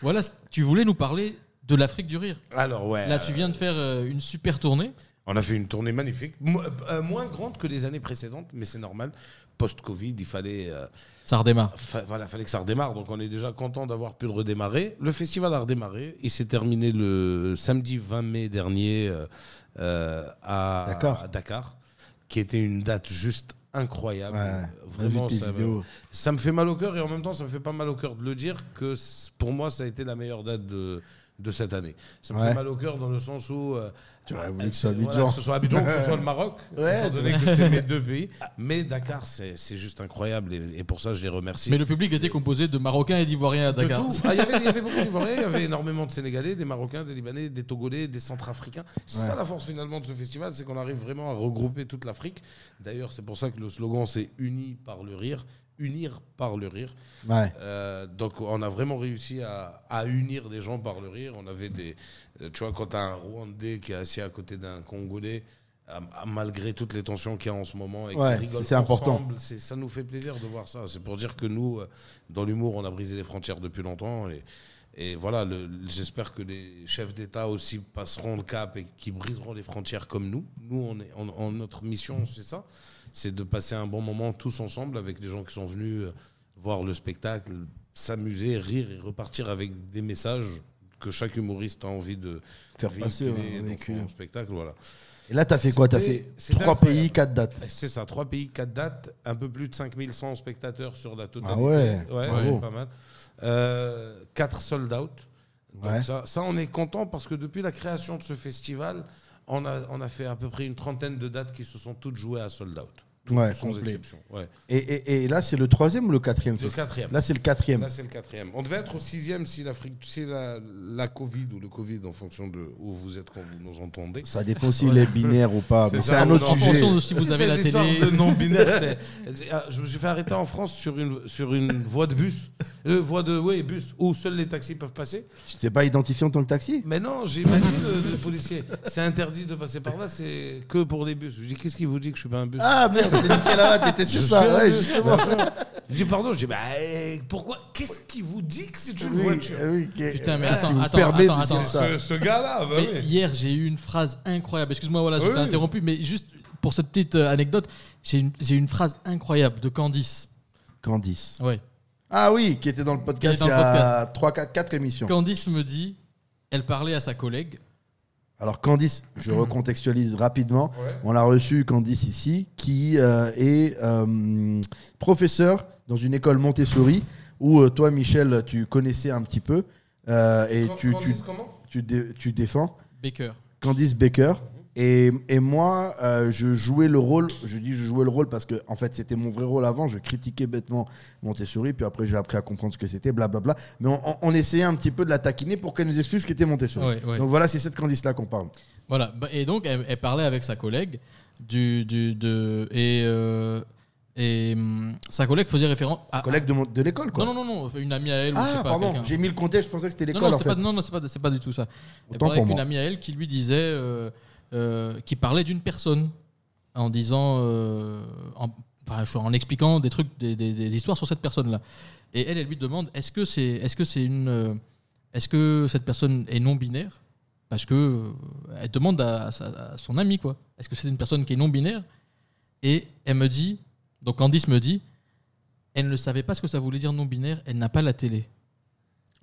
B: Voilà, c- tu voulais nous parler de l'Afrique du rire.
G: Alors, ouais.
B: Là, tu viens de faire euh, une super tournée.
G: On a fait une tournée magnifique, Mo- euh, moins grande que les années précédentes, mais c'est normal. Post-Covid, il fallait. euh,
B: Ça redémarre.
G: Fa- voilà, fallait que ça redémarre, donc on est déjà content d'avoir pu le redémarrer. Le festival a redémarré, il s'est terminé le samedi 20 mai dernier euh, euh, à,
A: D'accord.
G: à Dakar, qui était une date juste incroyable.
A: Ouais,
G: Vraiment,
A: vu tes
G: ça me,
A: vidéos.
G: ça me fait mal au cœur et en même temps, ça me fait pas mal au cœur de le dire que c- pour moi, ça a été la meilleure date de, de cette année. Ça me
A: Ouais.
G: fait mal au cœur dans le sens où. euh,
A: Tu aurais
G: euh,
A: voulu que ce soit
G: voilà,
A: Abidjan.
G: que ce soit Abidjan, que ce soit le Maroc,
A: Ouais,
G: étant donné que c'est mes deux pays. Mais Dakar, c'est c'est juste incroyable et, et pour ça, je les remercie.
B: Mais le public était composé de Marocains et d'Ivoiriens à
G: De
B: Dakar.
G: tout. Ah, Il y avait- il y avait beaucoup d'Ivoiriens, il y avait énormément de Sénégalais, des Marocains, des Libanais, des Togolais, des Centrafricains. C'est ça la force finalement de ce festival, c'est qu'on arrive vraiment à regrouper toute l'Afrique. D'ailleurs, c'est pour ça que le slogan c'est Unis par le rire, unir par le rire.
A: Ouais.
G: Euh, donc on a vraiment réussi à, à unir des gens par le rire. On avait des, euh, tu vois, quand t'as un Rwandais qui est assis à côté d'un Congolais. à- à- Malgré toutes les tensions qu'il y a en ce moment et qui
A: Ouais,
G: rigolent
A: c'est important.
G: ensemble, c'est- ça nous fait plaisir de voir ça. C'est pour dire que nous, euh, dans l'humour, on a brisé les frontières depuis longtemps et, et voilà. le- le- J'espère que les chefs d'État aussi passeront le cap et qui briseront les frontières comme nous. Nous, on est, on- on- notre mission, c'est ça, c'est de passer un bon moment tous ensemble avec les gens qui sont venus euh, voir le spectacle, s'amuser, rire et repartir avec des messages que chaque humoriste a envie de
A: Faire passer,
G: véhiculer
A: ouais,
G: dans
A: véhiculer.
G: son spectacle. Voilà.
A: Et là, t'as fait quoi T'as fait
G: C'était- c'était
A: trois
G: incroyable.
A: pays, quatre dates.
G: Eh, C'est ça, trois pays, quatre dates, un peu plus de 5100 spectateurs sur la totalité.
A: Ah ouais,
G: Ouais,
A: bravo.
G: c'est pas mal. Euh, quatre sold out. Donc
A: Ouais.
G: ça, ça, on est content parce que depuis la création de ce festival, on a, on a fait à peu près une trentaine de dates qui se sont toutes jouées à sold out. Tout,
A: Ouais,
G: sans
A: complet.
G: exception. Ouais.
A: Et, et- et là, c'est le troisième ou le quatrième
G: Le
A: fils
G: quatrième.
A: Là, c'est le quatrième.
G: Là, c'est le quatrième. On devait être au sixième si l'Afrique, tu sais, la, la Covid ou le Covid, en fonction de où vous êtes quand vous nous entendez.
A: Ça dépend s'il est binaire ou pas.
G: C'est
A: mais C'est
G: ça,
A: un
G: on
A: autre
G: en
B: En
A: sujet.
B: fonction de si vous avez la télé.
G: non binaire. ah, Je me suis fait arrêter en France sur une sur une voie de bus, euh, voie de ouais bus où seuls les taxis peuvent passer.
A: Tu t'es pas identifié en tant que taxi
G: Mais non, j'ai pas dit le, le policier. C'est interdit de passer par là. C'est que pour les bus. Je lui dis qu'est-ce qui vous dit que je suis pas un bus
A: Ah merde, c'est nickel là, t'étais
G: Je
A: sur
G: suis
A: ça.
G: un
A: Ouais,
G: bus,
A: justement.
G: bien sûr. Je dis pardon. Je dis bah euh, pourquoi Qu'est-ce qui vous dit que c'est une voiture
B: Putain, mais
A: Qu'est-ce
B: attends,
A: qui vous
B: attends,
A: permet
B: attends,
A: de dire
B: attends.
A: euh, ça
G: gars-là. bah
B: Mais
G: oui.
B: hier, j'ai eu une phrase incroyable. Excuse-moi, voilà, je
G: Ah
B: t'ai
G: oui.
B: interrompu, mais juste pour cette petite euh, anecdote, j'ai une, j'ai une phrase incroyable de Candice.
A: Candice.
B: Ouais.
A: Ah oui, qui était dans le podcast
B: Qui
A: il
B: était
A: y
B: dans le
A: a 3, 4, 4 émissions.
B: Candice me dit, elle parlait à sa collègue.
A: Alors Candice,
B: Mhm.
A: je recontextualise rapidement.
G: Ouais.
A: On l'a reçu Candice ici, qui euh, est euh, professeur dans une école Montessori, où euh, toi Michel, tu connaissais un petit peu, euh, et
G: Quand-
A: tu,
G: quand
A: tu,
G: est-ce, comment
A: tu, dé- tu défends
B: Baker.
A: Candice Baker. Et, et moi, euh, je jouais le rôle, je dis je jouais le rôle parce que en fait c'était mon vrai rôle avant, je critiquais bêtement Montessori, puis après j'ai appris à comprendre ce que c'était, blablabla. Mais on, on- on essayait un petit peu de la taquiner pour qu'elle nous explique ce qu'était Montessori.
B: Ouais, ouais.
A: Donc voilà, c'est cette Candice-là qu'on parle.
B: Voilà. Bah, Et donc, elle, elle parlait avec sa collègue du, du de et euh, et hum, sa collègue faisait référence à
A: Collègue de, mon- de l'école, quoi.
B: non non non non une amie à elle ou je
A: ah,
B: sais pas
A: pardon,
B: quelqu'un.
A: j'ai mis le contexte, je pensais que c'était
B: Non,
A: l'école,
B: non,
A: en
B: c'est
A: fait.
B: pas, non, non, c'est pas, c'est pas du tout ça. Elle
A: Autant
B: parlait
A: pour
B: avec une
A: moi.
B: amie à elle qui lui disait, euh, euh, qui parlait d'une personne en disant, euh, en, enfin, je- en expliquant des trucs, des, des- des histoires sur cette personne-là. Et elle, elle lui demande, est-ce que c'est, est-ce que c'est une, euh, est-ce que cette personne est non binaire Parce que euh, elle demande à, sa- à son amie quoi. Est-ce que c'est une personne qui est non binaire Et elle me dit, donc Candice me dit. Elle ne savait pas ce que ça voulait dire non binaire, elle n'a pas la télé.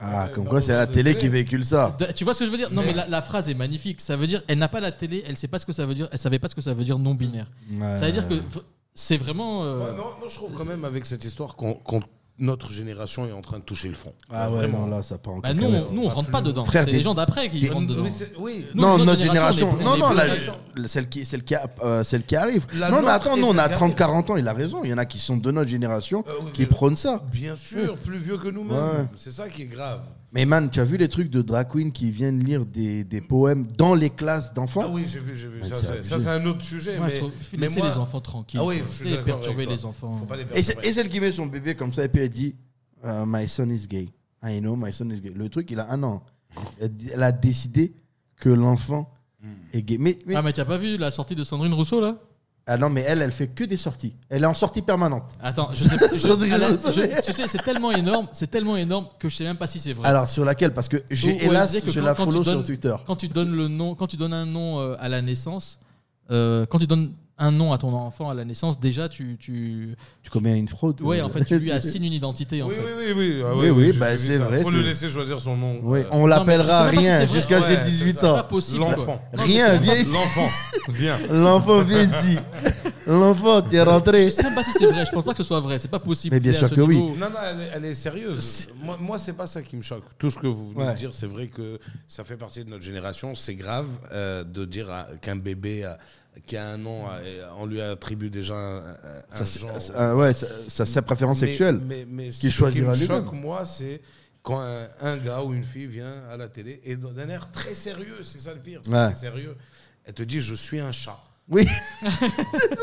A: Ah,
G: Euh,
A: comme
G: pas
A: quoi c'est
G: besoin
A: la
G: de
A: télé
G: télé.
A: qui véhicule ça.
B: De- Tu vois ce que je veux dire Non, mais,
G: Mais-
B: la, la phrase est magnifique. Ça veut dire, elle n'a pas la télé, elle sait pas ce que ça veut dire, elle savait pas ce que ça veut dire non binaire. Ça veut dire
A: Euh.
B: que v- c'est vraiment. euh,
G: Ouais, bah non, moi, je trouve quand même avec cette histoire qu'on qu'on- notre génération est en train de toucher le fond.
A: Ah ouais, non, là, ça part en
B: bah,
A: cacahuète.
B: nous, on, nous, on
G: pas
B: rentre
G: plus
B: pas
G: loin.
B: dedans.
A: Frère,
B: c'est
A: des-
B: les gens d'après qui
A: des-
B: rentrent dedans.
G: Oui, c'est- oui.
B: Nous,
A: non,
B: notre
A: notre
B: génération,
A: génération.
B: on est- on
A: Non,
B: est
A: non,
B: plus
A: la-
B: génération.
A: le- celle qui, celle qui, a- euh, celle qui arrive.
G: La
A: non, mais
G: nôtre
A: attends,
G: et
A: nous, on a
G: celle qui
A: 30,
G: arrive.
A: 40 ans, il a raison. Il y en a qui sont de notre génération
G: Euh, oui,
A: qui
G: mais-
A: prônent ça.
G: Bien sûr, plus vieux que nous-mêmes.
A: Ouais.
G: C'est ça qui est grave.
A: Mais man, tu as vu les trucs de drag queen qui viennent lire des, des poèmes dans les classes d'enfants
G: Ah oui, j'ai vu, j'ai vu. Ça,
A: c'est
G: c'est-
A: abusé.
G: ça, c'est un autre sujet.
B: Moi,
G: mais,
B: je trouve,
G: mais
B: laissez
G: moi-
B: les enfants tranquilles.
G: Ah oui,
B: quoi.
G: je suis
B: Laissez les
G: d'accord
B: perturber
G: avec
B: les
G: toi.
B: enfants.
G: Faut pas les
A: Et, c'est-
G: perturber.
A: et celle qui met son bébé comme ça et puis elle dit euh, My son is gay. I know my son is gay. Le truc, il a un an. Elle, dit- elle a décidé que l'enfant est gay. Mais, mais-
B: Ah, mais t'as pas vu la sortie de Sandrine Rousseau là
A: ah non, mais elle, elle fait que des sorties. Elle est en sortie permanente.
B: Attends, je sais pas. je-
A: Sandrine
B: elle a-
A: Rousseau.
B: je- tu sais, c'est tellement énorme, c'est tellement énorme que je sais même pas si c'est vrai.
A: Alors sur laquelle Parce que j'ai
B: Ou- ou elle
A: hélas,
B: disait que
A: je
B: quand-
A: la
B: quand
A: follow
B: tu donnes-
A: sur Twitter.
B: Quand tu donnes le nom, quand tu donnes un nom euh, à la naissance, euh, quand tu donnes un nom à ton enfant à la naissance, déjà tu, tu,
A: Tu commets une fraude.
B: Ouais,
A: euh,
B: en fait, tu lui assignes une identité. En
G: Oui,
B: fait.
G: oui, oui, oui. Ah
A: Oui, oui,
G: j'ai
A: bah,
G: vu
A: c'est
G: ça.
A: vrai,
G: Faut
A: c'est-
G: le laser choisir son nom.
A: Oui,
G: Euh,
A: on l'appellera
B: je sais même pas si
A: rien
B: c'est vrai.
A: jusqu'à
G: Ouais,
A: ses
G: c'est
A: 18
G: ça.
B: C'est
A: ans.
B: pas possible.
G: L'enfant.
B: quoi. Non,
A: Rien,
B: mais c'est
A: viens
B: même
A: ici.
G: L'enfant, viens.
A: L'enfant, viens ici. L'enfant, tu es
B: pas-
A: rentré.
B: Je sais même pas si c'est vrai. Je pense pas que ce soit vrai. C'est pas possible.
A: Mais bien
B: C'est à
A: sûr
B: ce
A: que oui.
B: niveau.
G: Non, non, elle est, elle est sérieuse. Moi, moi c'est pas ça qui me choque. Tout ce que vous venez
A: Ouais.
G: de dire, c'est vrai que ça fait partie de notre génération. C'est grave euh, de dire à- qu'un bébé a- qui a un nom, a- et on lui attribue déjà un, un- un
A: Ça, c'est-
G: genre.
A: ça- euh, ouais, ça- ça- sa préférence
G: Mais-
A: sexuelle.
G: Mais, mais
A: Qu'il
G: ce
A: choisira
G: qui me
A: lui-même.
G: choque, moi, c'est quand un, un gars ou une fille vient à la télé et d'un air très sérieux, c'est ça le pire, c'est
A: Ouais.
G: c'est sérieux. Elle te dit, je suis un chat.
A: Oui, t'as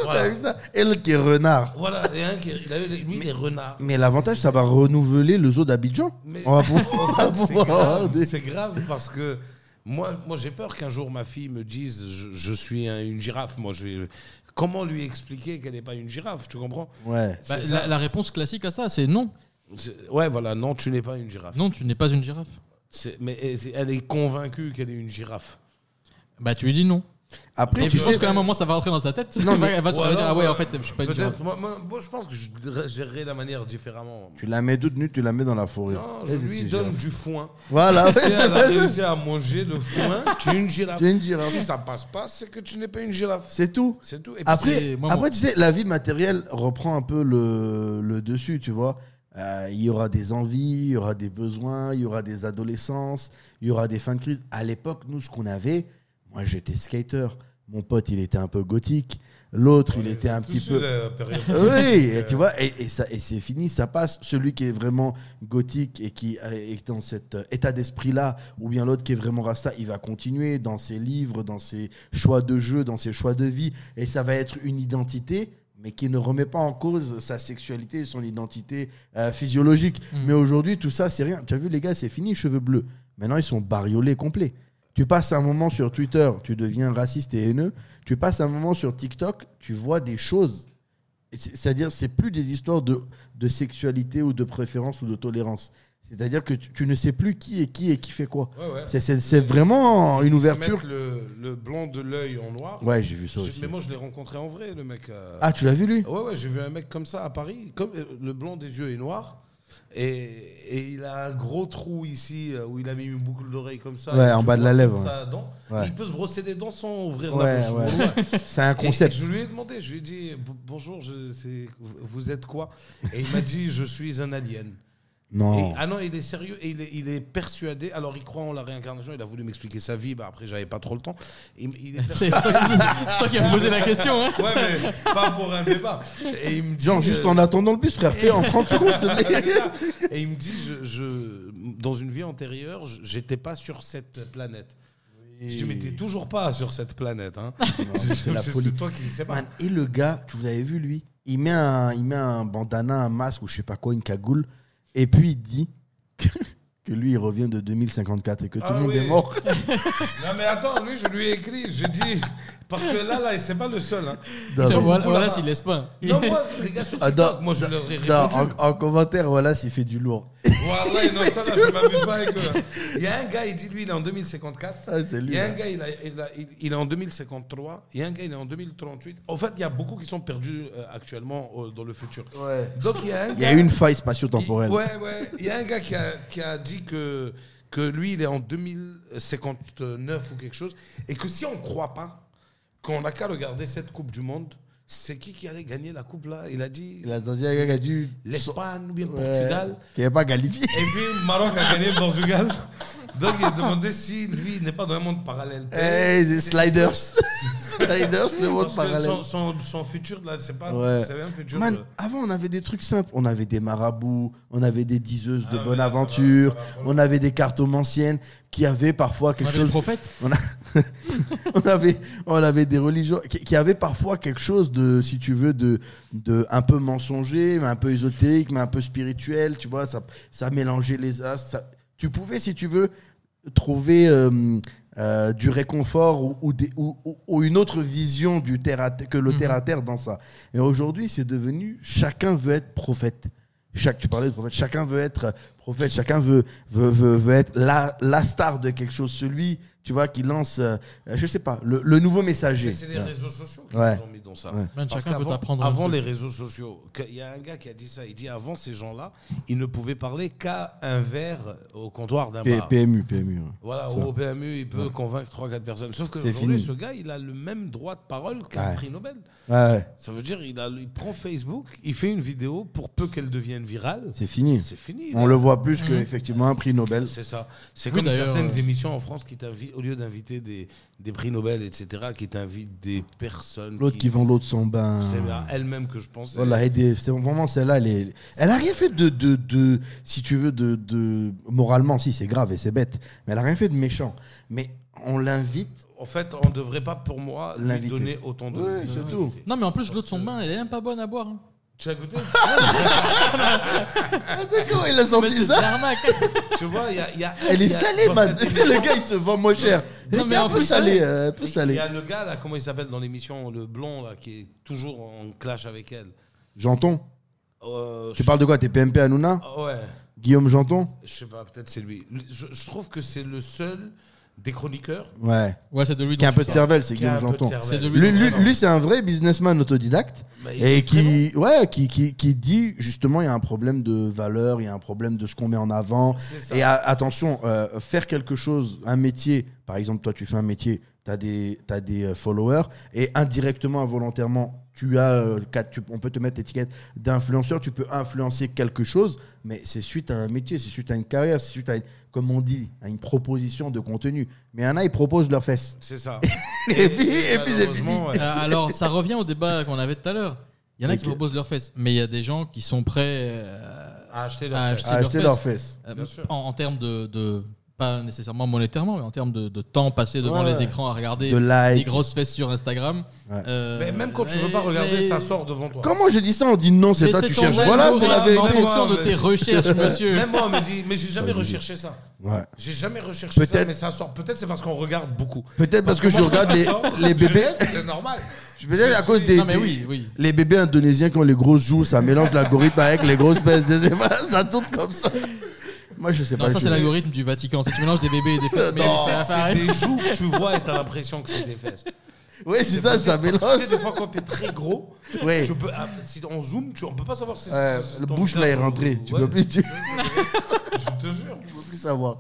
G: Voilà.
A: vu ça Et l'autre qui est renard.
G: Voilà, et un qui, il a eu les- lui, il est renard.
A: Mais l'avantage, ça va renouveler le zoo d'Abidjan.
G: Mais-
A: On va pouvoir, on va
G: C'est
A: pouvoir avoir
G: grave,
A: des-
G: c'est grave parce que moi, moi j'ai peur qu'un jour ma fille me dise je, je suis un- une girafe. Moi, je vais- Comment lui expliquer qu'elle n'est pas une girafe Tu comprends
A: Ouais.
B: Bah,
G: C'est
B: la,
G: ça.
B: la réponse classique à ça, c'est non.
G: C'est- Ouais, voilà, non, tu n'es pas une girafe.
B: Non, tu n'es pas une girafe.
G: C'est- Mais elle- c'est- elle est convaincue qu'elle est une girafe.
B: Bah, tu lui dis non.
A: Après,
B: Et
A: tu
B: je pense
A: sais,
B: qu'à un moment, ça va rentrer dans sa tête.
A: Non, mais-
B: elle va se
G: Ou
B: elle va dire
G: alors,
B: Ah ouais,
G: euh,
B: en fait, je suis pas une
G: peut-être-
B: girafe.
G: Moi, moi- moi, je pense que je gérerai la manière différemment.
A: tu la mets toute nue, tu la mets dans la fourrure.
G: Non, je
A: Et Eh, c'est
G: lui
A: une
G: donne
A: girafe.
G: du foin.
A: Voilà, ouais,
G: Si
A: c'est
G: elle a
A: vrai.
G: réussi à manger le foin, tu es une girafe.
A: Tu es une girafe.
G: Si ça passe pas, c'est que tu n'es pas une girafe.
A: C'est tout.
G: C'est tout. Et puis
A: Après,
B: C'est- moi,
A: après
B: moi-
A: tu sais, la vie matérielle reprend un peu le, le dessus, tu vois. Euh, Il y aura des envies, il y aura des besoins, il y aura des adolescences, il y aura des fins de crise. À l'époque, nous, ce qu'on avait, moi, j'étais skater. Mon pote, il était un peu gothique. L'autre,
G: euh,
A: il était un petit
G: Tous
A: peu.
G: la période. Euh,
A: Oui, et tu vois, et, et ça, et c'est fini, ça passe. Celui qui est vraiment gothique et qui est dans cet euh, état d'esprit-là, ou bien l'autre qui est vraiment rasta, il va continuer dans ses livres, dans ses choix de jeu, dans ses choix de vie, et ça va être une identité, mais qui ne remet pas en cause sa sexualité, son identité euh, physiologique. Mais aujourd'hui, tout ça, c'est rien. Tu as vu, les gars, c'est fini, cheveux bleus. Maintenant, ils sont bariolés complets. Tu passes un moment sur Twitter, tu deviens raciste et haineux. Tu passes un moment sur TikTok, tu vois des choses. Et c'est- C'est-à-dire, c'est plus des histoires de, de sexualité ou de préférence ou de tolérance. C'est-à-dire que tu, tu ne sais plus qui est qui et qui fait quoi.
G: Ouais, ouais.
A: C'est- C'est c'est vraiment une
G: Ils
A: ouverture.
G: mettent Le, le blanc de l'œil en noir.
A: Ouais, j'ai vu ça
G: J'ai-
A: aussi.
G: Mais moi, je l'ai rencontré en vrai, le mec. euh,
A: Ah, tu l'as vu lui
G: Ouais, ouais, j'ai vu un mec comme ça à Paris. Comme, euh, le blanc des yeux est noir. Et, et il a un gros trou ici euh, où il a mis une boucle d'oreille comme ça.
A: Ouais,
G: et
A: en
G: tu
A: bas de la
G: vois
A: lèvre,
G: comme ça, dent.
A: Ouais.
G: Il peut se brosser des dents sans ouvrir
A: Ouais,
G: la bouche.
A: ouais. C'est un
G: Et-
A: concept.
G: et je lui ai demandé, je lui ai dit b- bonjour, je, c'est- vous- vous êtes quoi Et il m'a dit je suis un alien.
A: Non.
G: Et- ah non, il est sérieux et il est, il est persuadé. Alors, il croit en la réincarnation. Il a voulu m'expliquer sa vie. Bah, après, j'avais pas trop le temps. Il, il est
B: C'est
G: persuadé.
B: toi, qui- c'est toi qui as posé la question. Hein.
G: Ouais, mais pas pour un débat. Et il me dit,
A: Genre, juste en
G: euh,
A: attendant le bus, frère, fais en 30 secondes, s'il te plaît.
G: Et il me dit je, je- dans une vie antérieure, je- j'étais pas sur cette planète. Je dis, mais t'es toujours pas sur cette planète. Hein.
A: c'est la folie.
G: c'est toi qui le sais pas.
A: Man, et le gars, tu vous avez vu lui, il met un, il met un bandana, un masque ou je sais pas quoi, une cagoule, et puis il dit que, que lui il revient de 2054 et que tout
G: Ah
A: le monde
G: oui.
A: est mort.
G: Non, mais attends, lui, je lui ai écrit. Je dis. Parce que là, là, c'est pas le seul. Hein.
A: Non, mais-
B: Voilà, voilà s'il laisse pas.
G: Non, moi, les gars sur
A: Ah,
G: TikTok,
A: dans-
G: moi, je
A: dans-
G: leur ai
A: dans-
G: répondu.
A: en, en commentaire, voilà, s'il fait du lourd.
G: Ouais, ouais, non, ça, là, je m'amuse pas avec eux. hein. Il y a un gars, il dit, lui, il est en 2054.
A: Ah, c'est lui,
G: Il y a
A: là.
G: un gars, il, a- il a- il- il est en 2053. Il y a un gars, il est en 2038. En fait, il y a beaucoup qui sont perdus euh, actuellement euh, dans le futur.
A: Ouais.
G: Donc, il y a un
A: Il y a
G: gars-
A: une faille spatio-temporelle.
G: il- Ouais, ouais. Il y a un gars qui a, qui a dit que, que lui, il est en 2059 ou quelque chose. Et que si on ne croit pas, qu'on n'a qu'à regarder cette Coupe du Monde, c'est qui qui allait gagner la Coupe là Il a dit
A: Il a senti un gars qui a dû.
G: l'Espagne ou bien le
A: Ouais,
G: Portugal.
A: Qui n'est pas qualifié.
G: Et puis, le Maroc a gagné le Portugal. Donc, il a demandé si lui il n'est pas dans un monde parallèle.
A: Hey, Eh,
G: eh,
A: c'est Sliders. Sliders, le monde
G: Parce que
A: parallèle.
G: Son, son, son futur, là, c'est pas.
A: Ouais.
G: C'est un futur.
A: Man,
G: de-
A: avant, on avait des trucs simples. On avait des marabouts, on avait des diseuses de
G: Ah,
A: bonne
G: mais là, ça va,
A: aventure,
G: ça va pour le
A: on avait des cartomanciennes qui avaient parfois
B: On
A: quelque
B: avait le
A: chose.
B: prophète.
A: On, a- on avait, on avait des religions qui, qui avaient parfois quelque chose de, si tu veux, de, de un peu mensonger, mais un peu ésotérique, mais un peu spirituel. Tu vois, ça, ça mélangeait les astres. ça- tu pouvais, si tu veux, trouver euh, euh, du réconfort ou, ou des- ou- ou- ou une autre vision du terre à terre- que le
B: Mhm.
A: terre à terre dans ça. Et aujourd'hui, c'est devenu chacun veut être prophète. Chaque, tu parlais de prophète, chacun veut être prophète, chacun veut, veut, veut, veut être la, la star de quelque chose, celui, tu vois, qui lance, euh, euh, je sais pas, le, le nouveau
G: Mais
A: messager.
G: c'est les
A: Ouais.
G: réseaux sociaux qui
A: Ouais.
G: nous ont mis dans ça.
A: Ouais.
B: Man,
G: Parce
B: chacun veut
G: qu'avant-
B: t'apprendre. un
G: Avant
B: truc.
G: les réseaux sociaux, que- il y a un gars qui a dit ça. Il dit avant, ces gens-là, ils ne pouvaient parler qu'à un verre au comptoir d'un
A: P-
G: bar.
A: PMU, PMU. ouais.
G: Voilà,
A: Ça.
G: au PMU, il peut convaincre 3-4 personnes. Sauf
A: C'est
G: qu'aujourd'hui,
A: fini.
G: ce gars, il a le même droit de parole qu'un
A: Ouais.
G: prix Nobel.
A: Ouais, ouais,
G: Ça veut dire il, a, il prend Facebook, il fait une vidéo pour peu qu'elle devienne virale.
A: c'est fini.
G: C'est fini.
A: On le
G: là.
A: voit plus
G: Mhm.
A: que effectivement un prix Nobel.
G: C'est ça. C'est
B: Oui,
G: comme
B: d'ailleurs,
G: certaines
B: euh,
G: émissions en France qui t'invitent, au lieu d'inviter des, des prix Nobel, etc., qui t'invitent des personnes.
A: L'autre qui vend l'autre son bain.
G: C'est à elle-même que je pensais.
A: Voilà, et des- c'est vraiment celle-là. Elle, est- elle a rien fait de, de, de- si tu veux, de, de- moralement, si c'est grave et c'est bête, mais elle a rien fait de méchant. Mais on l'invite.
G: En fait, on ne devrait pas, pour moi, lui
A: L'inviter.
G: donner autant de.
A: Ouais, c'est tout.
B: Non, mais en plus,
G: Euh,
B: l'autre, son bain, elle est même pas bonne à boire. hein.
G: Tu as goûté
A: Ah, D'accord, il a
B: Mais
A: senti
B: c'est de
A: ça.
B: l'arnaque.
G: Tu vois, il y a, il y a-
A: Elle est
G: il y a-
A: salée,
G: dans
A: man.
G: cette
A: Le
G: émission,
A: gars, il se vend moins cher.
B: Non,
A: C'est
B: mais
A: un
B: en
A: peu
B: plus,
A: salé, euh, un peu
G: Il y
A: salé.
G: a le gars, là, comment il s'appelle dans l'émission, le blond, là, qui est toujours en clash avec elle.
A: Janton.
G: Euh,
A: Tu parles de quoi T'es PMP Hanouna
G: Ah Ouais,
A: Guillaume Janton
G: je sais pas, peut-être c'est lui. Je, je trouve que c'est le seul des chroniqueurs
A: Ouais.
B: Ouais, c'est de lui.
A: Qui a un
B: dont
A: peu de
B: tu parles.
A: cervelle, c'est
G: qui a
A: Guillaume
G: un peu de
A: Janton.
G: cervelle.
B: C'est de lui.
A: Lui,
B: dont tu
A: lui-
B: parles.
A: lui, c'est un vrai businessman autodidacte.
G: Bah, il est
A: et
G: très
A: qui, ouais, qui, qui, qui dit justement il y a un problème de valeur, il y a un problème de ce qu'on met en avant.
G: C'est ça.
A: Et a- attention, euh, faire quelque chose, un métier, par exemple, toi tu fais un métier, t'as des, t'as des euh, followers, et indirectement, involontairement, tu as, euh, quatre- tu- on peut te mettre l'étiquette d'influenceur, tu peux influencer quelque chose, mais c'est suite à un métier, c'est suite à une carrière, c'est suite à, une- comme on dit, à une proposition de contenu. Mais il y en a, ils proposent leurs fesses.
G: C'est ça.
A: Et puis, et puis c'est fini.
G: malheureusement, ouais.
B: Euh, alors, ça revient au débat qu'on avait tout à l'heure. Il y en a qui
A: Ok.
B: proposent leurs fesses, mais il y a des gens qui sont prêts euh,
G: À acheter
B: à
G: leur fête.
B: acheter,
A: À acheter
B: leurs
A: leurs
B: fesses.
A: fesses.
B: Euh,
G: Bien sûr.
B: en, en termes de, de- pas nécessairement monétairement, mais en termes de, de temps passé devant
A: Ouais.
B: les écrans à regarder
A: De
B: des
A: like.
B: grosses fesses sur Instagram.
A: Ouais.
B: Euh,
G: Ah. Mais même quand tu veux pas
B: mais-
G: regarder,
B: mais-
G: ça sort devant toi.
A: Comment je dis ça On dit non, c'est
B: mais
A: toi, tu
B: ton
A: cherches.
B: avis,
A: Voilà,
B: toi,
A: c'est la
B: mais En
A: vérité.
B: fonction de
G: mais-
B: tes recherches, monsieur.
G: Même moi, on me dit, mais j'ai jamais recherché ça.
A: Ouais.
G: J'ai jamais recherché ça,
A: Peut-être-
G: mais ça sort. Peut-être c'est parce qu'on regarde beaucoup.
A: Peut-être parce que je
G: Moi, je
A: regarde
G: pense
A: les,
G: que ça sort,
A: les
G: je
A: bébés.
G: regarde, C'est normal.
A: Peut-être à cause des,
B: Non, mais
A: des-
B: oui, oui.
A: les bébés indonésiens qui ont les grosses joues, ça mélange l'algorithme avec les grosses fesses. Je sais pas, ça tourne comme ça. Moi, je sais
B: Non,
A: pas.
B: ça
A: je-
B: c'est l'algorithme du Vatican. Si tu mélanges des bébés et des femmes, mais
A: Non,
B: les fesses, ça
G: C'est
B: arrive.
G: des joues que tu vois et t'as l'impression que c'est des fesses.
A: Oui, c'est ça, ça
G: Parce que tu sais,
A: mélange.
G: des fois, quand t'es très gros,
A: Ouais.
G: tu peux, ah, si on zoom, tu, on peut pas savoir si
A: Euh,
G: si
A: le
G: ton
A: bouche là est
G: visage-
A: rentré. Tu
G: Ouais,
A: peux plus, tu peux
G: Je te jure.
A: plus savoir.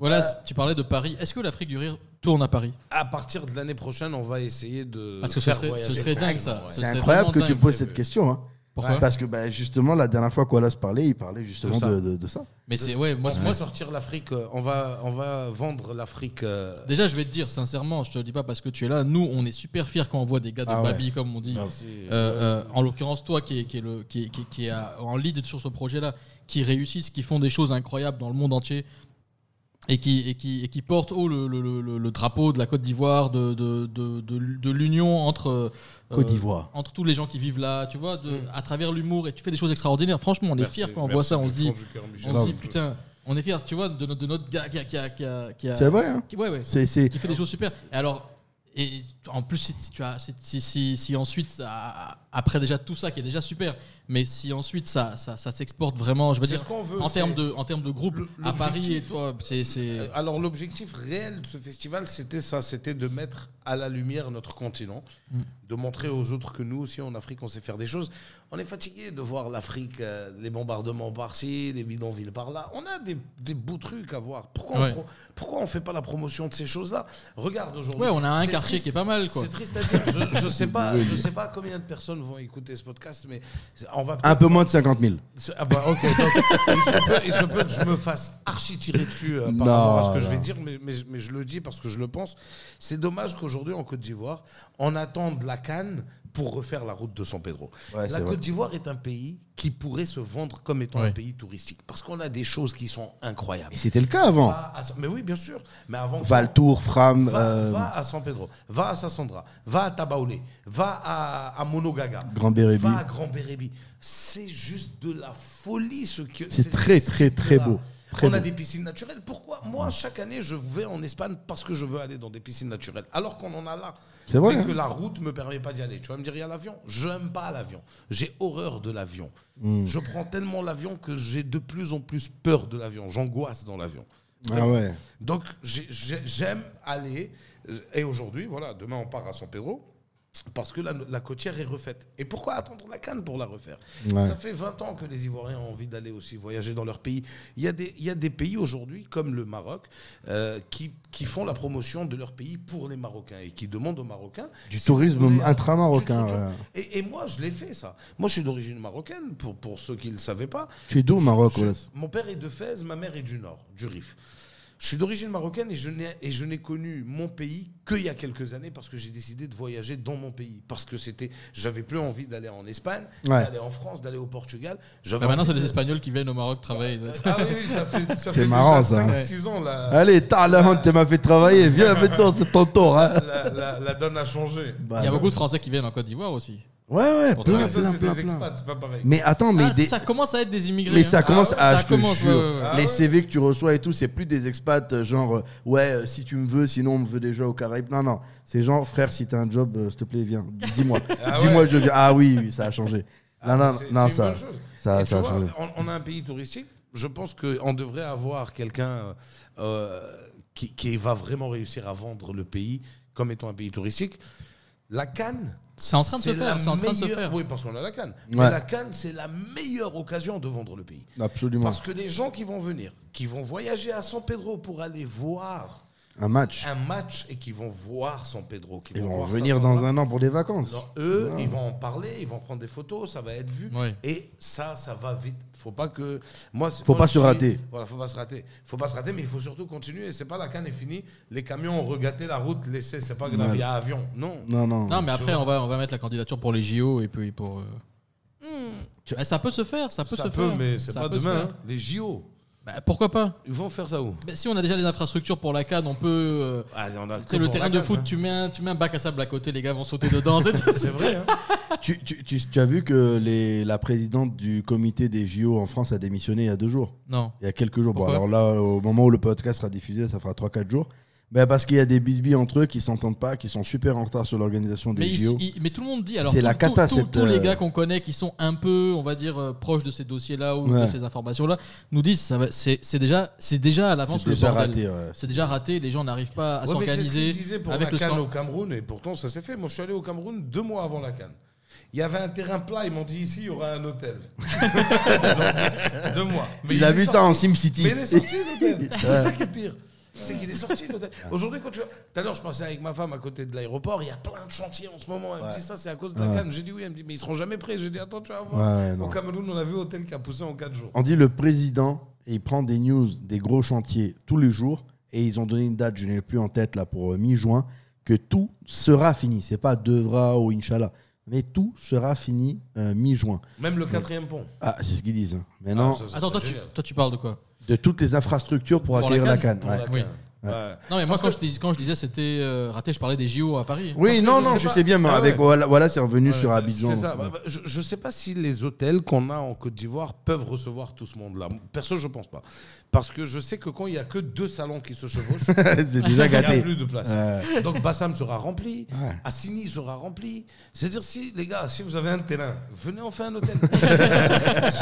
B: Voilà, tu parlais de Paris. Est-ce que l'Afrique du Rire tourne à Paris
G: À partir de l'année prochaine, on va essayer de.
B: Parce que ce
G: faire
B: serait, ce
G: voyager.
B: serait dingue ça. Ce
A: C'est
B: serait
A: incroyable que
B: vraiment
A: tu
B: dingue.
A: poses cette question. hein.
B: Pourquoi
A: Parce que bah, justement, la dernière fois qu'Olas parlait, il parlait justement
G: De ça.
A: de, de- de ça.
B: Mais c'est ouais, moi,
G: On
B: moi
G: va sortir l'Afrique. euh, On va, on va vendre l'Afrique. euh,
B: Déjà, je vais te dire, sincèrement, je te le dis pas parce que tu es là. Nous, on est super fiers quand on voit des gars de
A: Ah ouais.
B: Babi, comme on dit.
A: Grave.
B: Euh, euh, en l'occurrence, toi qui est, qui est le, qui est- qui est- qui est à- en lead sur ce projet-là, qui réussissent, qui font des choses incroyables dans le monde entier et qui, et qui, et qui portent haut le, le- le- le- le drapeau de la Côte d'Ivoire, de, de, de- de- de l'union entre. euh,
A: Côte d'Ivoire. Mm.
B: Entre tous les gens qui vivent là, tu vois, de- à travers l'humour, et tu fais des choses extraordinaires. Franchement, on est
G: merci,
B: fiers quand on
G: merci
B: voit ça. On
G: du
B: se dit,
G: fond du cœur, Michel.
B: on se dit, putain, on est fiers, tu vois, de, notre- de notre gars qui a. qui a- qui a- qui a-
A: C'est vrai, hein.
B: qui- ouais, ouais
A: C'est- c'est-
B: qui fait des choses super. Et alors, et en plus, si, si tu as, si, si, si- si ensuite, à- après déjà tout ça qui est déjà super, mais si ensuite ça, ça, ça s'exporte vraiment, je veux
G: C'est
B: dire,
G: ce qu'on veut,
B: en
G: c'est-
B: termes de, en termes de groupe,
G: Le-
B: à Paris et
G: l'objectif- Euh,
B: toi, c'est, c'est,
G: Alors l'objectif réel de ce festival, c'était ça, c'était de mettre à la lumière notre continent,
B: Mm.
G: de montrer aux autres que nous aussi en Afrique, on sait faire des choses. On est fatigué de voir l'Afrique, euh, les bombardements par-ci, les bidonvilles par-là. On a des, des beaux trucs à voir. Pourquoi
B: Ouais.
G: on pro- pourquoi on fait pas la promotion de ces choses-là Regarde aujourd'hui.
B: ouais, on a un
G: c'est
B: quartier
G: triste.
B: qui est pas mal, quoi.
G: C'est triste à dire, je, je sais pas, je sais pas combien de personnes vont écouter ce podcast, mais on va
A: Un
G: peut-être
A: peu moins de 50 000.
G: ce- Ah bah ok, donc, il, se peut, il se peut que je me fasse archi tirer dessus euh, par
A: Non,
G: rapport à ce que je
A: non.
G: vais dire, mais, mais, mais je le dis parce que je le pense. C'est dommage qu'aujourd'hui en Côte d'Ivoire, on attende la Cannes pour refaire la route de San Pedro.
A: Ouais,
G: la
A: c'est vrai.
G: Côte d'Ivoire est un pays qui pourrait se vendre comme étant
B: Ouais.
G: un pays touristique parce qu'on a des choses qui sont incroyables.
A: Et c'était le cas avant.
G: Va à San- Mais oui, bien sûr. Mais avant,
A: Valtour, Fram.
G: va,
A: euh,
G: va à San Pedro, va à Sassandra, va à Tabaoulé, va à, à Monogaga,
A: Grand Bérébi.
G: va à Grand Bérébi. C'est juste de la folie ce que.
A: C'est très, très,
G: de
A: très
G: la-
A: beau. Très
G: on a
A: beau.
G: des piscines naturelles. Pourquoi Moi, chaque année, je vais en Espagne parce que je veux aller dans des piscines naturelles. Alors qu'on en a là.
A: C'est vrai,
G: Mais
A: hein.
G: que la route me permet pas d'y aller. Tu vas me dire, il y a l'avion. Je n'aime pas l'avion. J'ai horreur de l'avion.
A: Hmm.
G: Je prends tellement l'avion que j'ai de plus en plus peur de l'avion. J'angoisse dans l'avion.
A: Ah ouais.
G: Donc j'ai- j'ai- j'aime aller. euh, Et aujourd'hui, voilà, demain on part à San Pedro. Parce que la, la côtière est refaite. Et pourquoi attendre la canne pour la refaire
A: Ouais.
G: Ça fait 20 ans que les Ivoiriens ont envie d'aller aussi voyager dans leur pays. Il y a des, il y a des pays aujourd'hui, comme le Maroc, euh, qui, qui font la promotion de leur pays pour les Marocains et qui demandent aux Marocains.
A: Du
G: si
A: tourisme
G: vous voulez-
A: intra-marocain,
G: Du- du-
A: ouais.
G: Et, et moi, je l'ai fait, ça. Moi, je suis d'origine marocaine, pour, pour ceux qui ne le savaient pas.
A: Tu es d'où au Maroc,
G: Je-
A: Olas
G: Mon père est de Fès, ma mère est du Nord, du Rif. Je suis d'origine marocaine et je n'ai et je n'ai connu mon pays qu'il y a quelques années parce que j'ai décidé de voyager dans mon pays parce que c'était j'avais plus envie d'aller en Espagne,
A: Ouais.
G: d'aller en France, d'aller au Portugal. J'avais
B: Bah, maintenant,
G: envie
B: c'est les
G: de-
B: Espagnols qui viennent au Maroc travailler.
G: Ah oui, oui, ça fait ça
A: C'est
G: fait
A: marrant,
G: déjà
A: ça.
G: 5, 6 ans la,
A: Allez, Tarlahan, tu m'as fait travailler. Viens maintenant, c'est ton tour. hein.
G: la, la- la donne a changé.
A: Bah,
B: Il y a beaucoup de Français qui viennent en Côte d'Ivoire aussi.
A: Ouais, ouais,
B: Pour
A: plein,
G: Mais ça,
A: plein,
G: c'est
A: plein,
G: des
A: plein.
G: expats, c'est pas pareil.
A: Mais attends, mais
B: Ah,
A: des-
B: Ça commence à être des immigrés.
A: Mais
B: hein.
A: ça commence
B: Ah
A: à
B: ouais, ça commence, ouais, ouais, ouais.
G: Ah
A: Les
G: ouais.
A: CV que tu reçois et tout, c'est plus des expats, euh, genre, euh, ouais, euh, si tu me veux, sinon on me veut déjà aux Caraïbes. Non, non, c'est genre, frère, si t'as un job, euh, s'il te plaît, viens, dis-moi.
G: Ah
A: dis-moi,
G: ouais.
A: je viens. Ah oui, oui, ça a changé.
G: Ah,
A: non, non,
G: c'est-
A: non,
G: c'est une
A: ça,
G: bonne chose. Et
A: ça,
G: tu
A: ça a
G: vois,
A: changé.
G: on, on a un pays touristique. Je pense qu'on devrait avoir quelqu'un euh, qui, qui va vraiment réussir à vendre le pays comme étant un pays touristique. La Cannes.
B: C'est en train de se
G: la
B: faire. C'est en train de se
G: meilleure-
B: faire.
G: Oui, parce qu'on a la Cannes.
A: Ouais.
G: Mais la Cannes, c'est la meilleure occasion de vendre le pays.
A: Absolument.
G: Parce que les gens qui vont venir, qui vont voyager à San Pedro pour aller voir
A: Un match.
G: un match et qu'ils vont voir San Pedro. qu'ils
A: Ils vont
G: voir
A: revenir
G: ça, ça
A: dans
G: Ah, va.
A: un an pour des vacances.
G: Alors, eux, ils vont en parler, ils vont prendre des photos, ça va être vu.
B: Ouais.
G: Et ça, ça va vite. Faut pas que. Moi, c'est-
A: Faut
G: moi,
A: pas
G: je
A: se
G: dis-
A: rater.
G: Voilà, faut pas se rater. Faut pas se rater, mais il faut surtout continuer. C'est pas la canne est finie. Les camions ont regâté la route, laissez, c'est pas grave, il y a avion. Non.
A: Non, non.
G: Ah,
B: Non, mais après, on va, on va mettre la candidature pour les JO et puis pour. euh,
A: Tu-
B: Ah, ça peut se faire, ça peut
G: Hmm. Ça
B: se
G: peut,
B: faire.
G: mais c'est
B: Ça
G: pas
B: peut se
G: demain.
B: faire.
G: hein. Les JO,
B: Bah, pourquoi pas
G: ils vont faire ça où
B: Mais Bah, Si on a déjà les infrastructures pour la CAD, on peut. euh,
G: Ah,
B: tu sais, le terrain de foot, tu, mets un, tu mets un bac à sable à côté, les gars vont sauter dedans. c'est-
G: hein. C'est vrai. hein.
A: Tu, tu- tu- tu as vu que les- la présidente du comité des JO en France a démissionné il y a deux jours.
B: non.
A: Il y a quelques jours. Bon,
B: Pourquoi
A: alors là, au moment où le podcast sera diffusé, ça fera 3-4 jours. Ben parce qu'il y a des bisbis entre eux qui s'entendent pas, qui sont super en retard sur l'organisation des
B: Mais, ils-
A: JO.
B: ils- mais tout le monde dit. Alors,
A: C'est
B: tout-
A: la
B: tout-
A: cata,
B: tout-
A: cette,
B: Tous les
A: euh,
B: gars qu'on connaît qui sont un peu, on va dire, euh, proches de ces dossiers-là ou
A: Ouais.
B: de ces informations-là, nous disent ça va- c'est c'est déjà, c'est déjà à l'avance
A: C'est
B: le
A: déjà
B: bordel.
A: raté. ouais.
B: C'est déjà raté, les gens n'arrivent pas à
G: Ouais, mais c'est ce
B: s'organiser
G: qu'ils disaient pour
B: avec
G: la
B: le
G: Cannes au
B: scan.
G: Cameroun et pourtant ça s'est fait. Moi je suis allé au Cameroun deux mois avant la Cannes. Il y avait un terrain plat, ils m'ont dit ici il y aura un hôtel. Donc, deux mois. Mais
A: Il a
G: est
A: vu ça en
G: sorti.
A: SimCity.
G: Mais il est sorti l'hôtel. C'est ça qui est pire. C'est qu'il est sorti l'hôtel. Aujourd'hui, quand tu vas- Tout à l'heure, je passais avec ma femme à côté de l'aéroport. Il y a plein de chantiers en ce moment. Elle me dit ça, c'est à cause de la Cannes. J'ai dit oui. Elle me dit mais ils seront jamais prêts. J'ai dit attends, tu vas voir.
A: Ouais, non.
G: au Cameroun, on a vu hôtel qui a poussé en quatre jours.
A: On dit le président, et il prend des news, des gros chantiers tous les jours, et ils ont donné une date, je n'ai plus en tête là, pour euh, mi-juin, que tout sera fini. C'est pas devra ou inshallah, mais tout sera fini euh, mi-juin.
G: Même le quatrième pont.
A: Ah, c'est ce qu'ils disent. hein. Mais non,
G: Ah, ça, ça,
B: Attends,
G: c'est
B: toi tu,
G: génial.
B: toi, tu parles de quoi
A: de toutes les infrastructures pour,
B: Pour la
A: accueillir la
B: Cannes,
A: canne.
B: pour
A: ouais.
B: Oui.
G: Ouais.
B: Non, mais moi, quand, je dis, quand je disais c'était euh, raté, je parlais des JO à Paris.
A: Oui, non,
G: je
A: non,
G: sais
A: je
G: pas.
A: sais bien, mais
G: Ah
A: avec
G: ouais.
A: voilà, voilà, c'est revenu sur
G: Ouais,
A: Abidjan. euh.
G: C'est ça.
A: Ouais.
G: Bah, bah, Je ne sais pas si les hôtels qu'on a en Côte d'Ivoire peuvent recevoir tout ce monde-là. Perso, je pense pas. Parce que je sais que quand il n'y a que deux salons qui se chevauchent,
A: c'est déjà
G: bah, il n'y a
A: gâté.
G: plus de place.
A: Ouais.
G: Donc Bassam sera rempli,
A: Ouais.
G: Assini sera rempli. C'est-à-dire, si les gars, si vous avez un terrain, venez en faire un hôtel.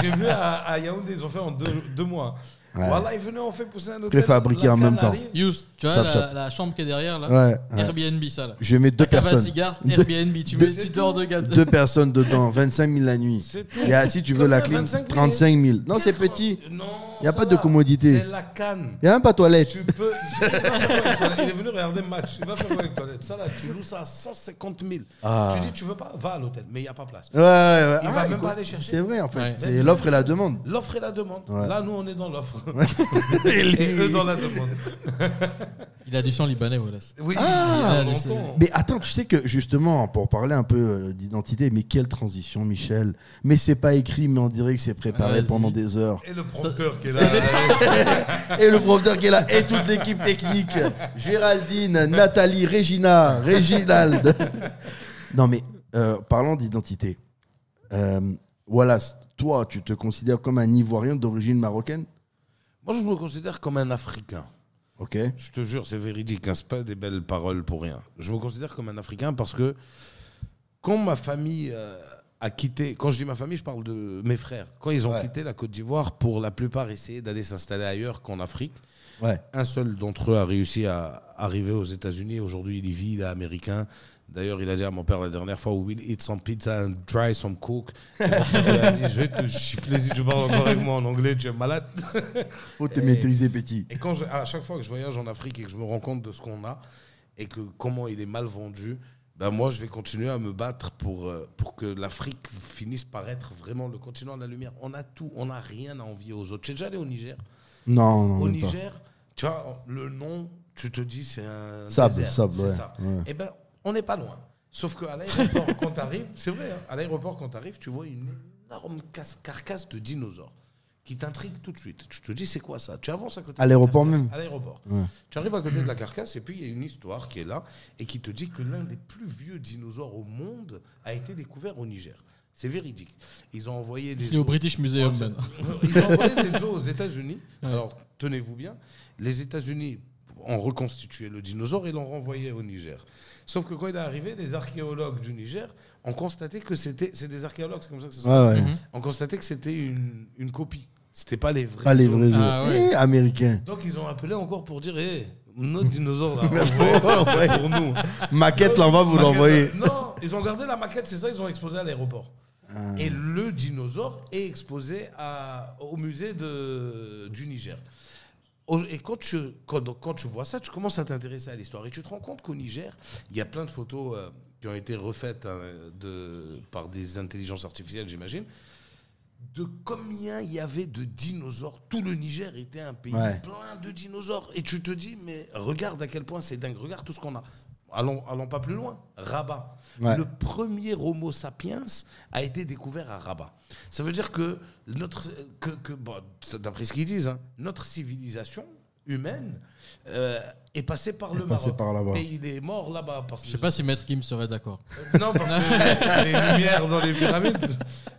G: J'ai vu à, à Yaoundé, ils ont fait en deux, deux mois.
A: Ouais.
G: Voilà, ils venaient en fait pousser un hôtel.
A: Préfabriqué
G: La
A: en même
G: canne
A: temps.
G: arrive.
B: Yous, tu vois
A: Chop,
B: la,
A: chop.
B: la chambre qui est derrière là
A: Ouais, ouais.
B: Airbnb, ça là.
A: Je mets deux
B: La cave à
A: personnes.
B: cigares,
A: Deux-
B: Airbnb, tu,
A: deux-
B: mets, tu dors de gars.
A: Deux personnes dedans, 25 000 la nuit.
G: C'est tout.
A: Il y a, si tu veux la clim,
G: 25 000.
A: 35 000. Non, c'est petit.
G: Non.
A: Y a
G: ça
A: pas de
G: va.
A: commodité.
G: C'est la canne.
A: Il n'y a même pas de toilette.
G: Tu peux. Il est venu regarder le match. Il va faire quoi avec toilette Ça, là, tu loues ça à 150 000.
A: Ah.
G: Tu dis, tu veux pas Va à l'hôtel, mais il n'y a pas place.
A: Ouais, ouais, ouais.
G: Il va même pas aller chercher.
A: C'est vrai, en fait.
B: Ouais.
A: C'est l'offre et la demande.
G: L'offre et la demande.
A: Ouais.
G: Là, nous, on est dans l'offre.
A: Et lui-
G: Et eux, dans la demande.
B: Il a du sang libanais, Wallace.
G: Oui,
B: Ah,
G: il y a
B: je sais.
G: longtemps.
A: Mais attends, tu sais que justement, pour parler un peu euh, d'identité, mais quelle transition, Michel. Mais c'est pas écrit, mais on dirait que c'est
G: Ah,
A: préparé
B: Vas-y.
A: pendant des heures.
G: Et le prompteur qui est
B: ça
G: là.
A: Et le prompteur qui est là, et toute l'équipe technique. Géraldine, Nathalie, Régina, Réginald. Non mais, euh, parlant d'identité, euh, Wallace, toi, tu te considères comme un Ivoirien d'origine marocaine
G: Moi, je me considère comme un Africain.
A: Ok.
G: Je te jure, c'est véridique. hein, C'est pas des belles paroles pour rien. Je me considère comme un Africain parce que quand ma famille euh, a quitté, quand je dis ma famille, je parle de mes frères. Quand ils ont
A: Ouais.
G: quitté la Côte d'Ivoire, pour la plupart, essayer d'aller s'installer ailleurs qu'en Afrique.
A: Ouais.
G: Un seul d'entre eux a réussi à arriver aux États-Unis. Aujourd'hui, il y vit, il est américain. D'ailleurs, il a dit à mon père la dernière fois, Will eat some pizza and dry some coke. Et mon père lui a dit, je vais te gifler si tu parles encore avec moi en anglais, tu es malade.
A: Faut te maîtriser, petit.
G: Et quand je- à chaque fois que je voyage en Afrique et que je me rends compte de ce qu'on a et que comment il est mal vendu, ben moi je vais continuer à me battre pour, euh, pour que l'Afrique finisse par être vraiment le continent de la lumière. On a tout, on n'a rien à envier aux autres. J'ai déjà allé au Niger.
A: Non, non,
G: Au
A: même pas.
G: Niger, tu vois, le nom, tu te dis c'est un
A: Sable,
G: désert,
A: sable,
G: c'est
A: ouais,
G: ça.
A: ouais.
G: Eh ben, on n'est pas loin. Sauf qu'à l'aéroport, quand t'arrives, c'est vrai, hein, à l'aéroport, quand t'arrives, tu vois une énorme casse- carcasse de dinosaures qui t'intrigue tout de suite. Tu te dis, c'est quoi ça Tu avances à côté.
A: À
G: de la
A: l'aéroport
G: carcasse,
A: même
G: À l'aéroport.
A: Ouais.
G: Tu arrives à côté de la carcasse et puis il y a une histoire qui est là et qui te dit que l'un des plus vieux dinosaures au monde a été découvert au Niger. C'est véridique. Ils ont envoyé des
B: Il est au British Museum. Ben. maintenant.
G: ils ont envoyé des os aux États-Unis. Alors, tenez-vous bien, les États-Unis ont reconstitué le dinosaure et l'ont renvoyé au Niger. Sauf que quand il est arrivé, les archéologues du Niger ont constaté que c'était. C'est des archéologues, c'est comme ça que ça
A: Ouais,
G: s'appelle.
A: ouais.
G: Ont constaté que c'était une, une copie. C'était pas les vrais.
A: Pas les
G: os.
A: vrais
B: Ah,
A: os.
B: ouais.
A: Eh, américains.
G: Donc, ils ont appelé encore pour dire hé, notre dinosaure, là,
A: Ouais, ouais.
G: pour nous.
A: Maquette, là, on va vous
G: Maquette,
A: l'envoyer.
G: euh, Non, ils ont gardé la maquette, c'est ça, ils ont exposé à l'aéroport.
A: Ah.
G: Et le dinosaure est exposé à- au musée de, du Niger. Au- au- et quand tu, quand, quand tu vois ça, tu commences à t'intéresser à l'histoire. Et tu te rends compte qu'au Niger, il y a plein de photos euh, qui ont été refaites hein, de, par des intelligences artificielles, j'imagine, de combien il y avait de dinosaures. Tout le Niger était un pays
A: Ouais.
G: plein de dinosaures. Et tu te dis, mais regarde à quel point c'est dingue, regarde tout ce qu'on a. Allons, allons pas plus loin. Rabat.
A: Ouais.
G: Le premier Homo sapiens a été découvert à Rabat. Ça veut dire que, notre, que, que, bon, ça, d'après ce qu'ils disent, hein, notre civilisation humaine euh, est passée par le
A: passée
G: Maroc.
A: par là-bas.
G: Et il est mort là-bas. Parce
B: Je sais pas si Maître Kim serait d'accord.
G: non, parce que les lumières dans les pyramides.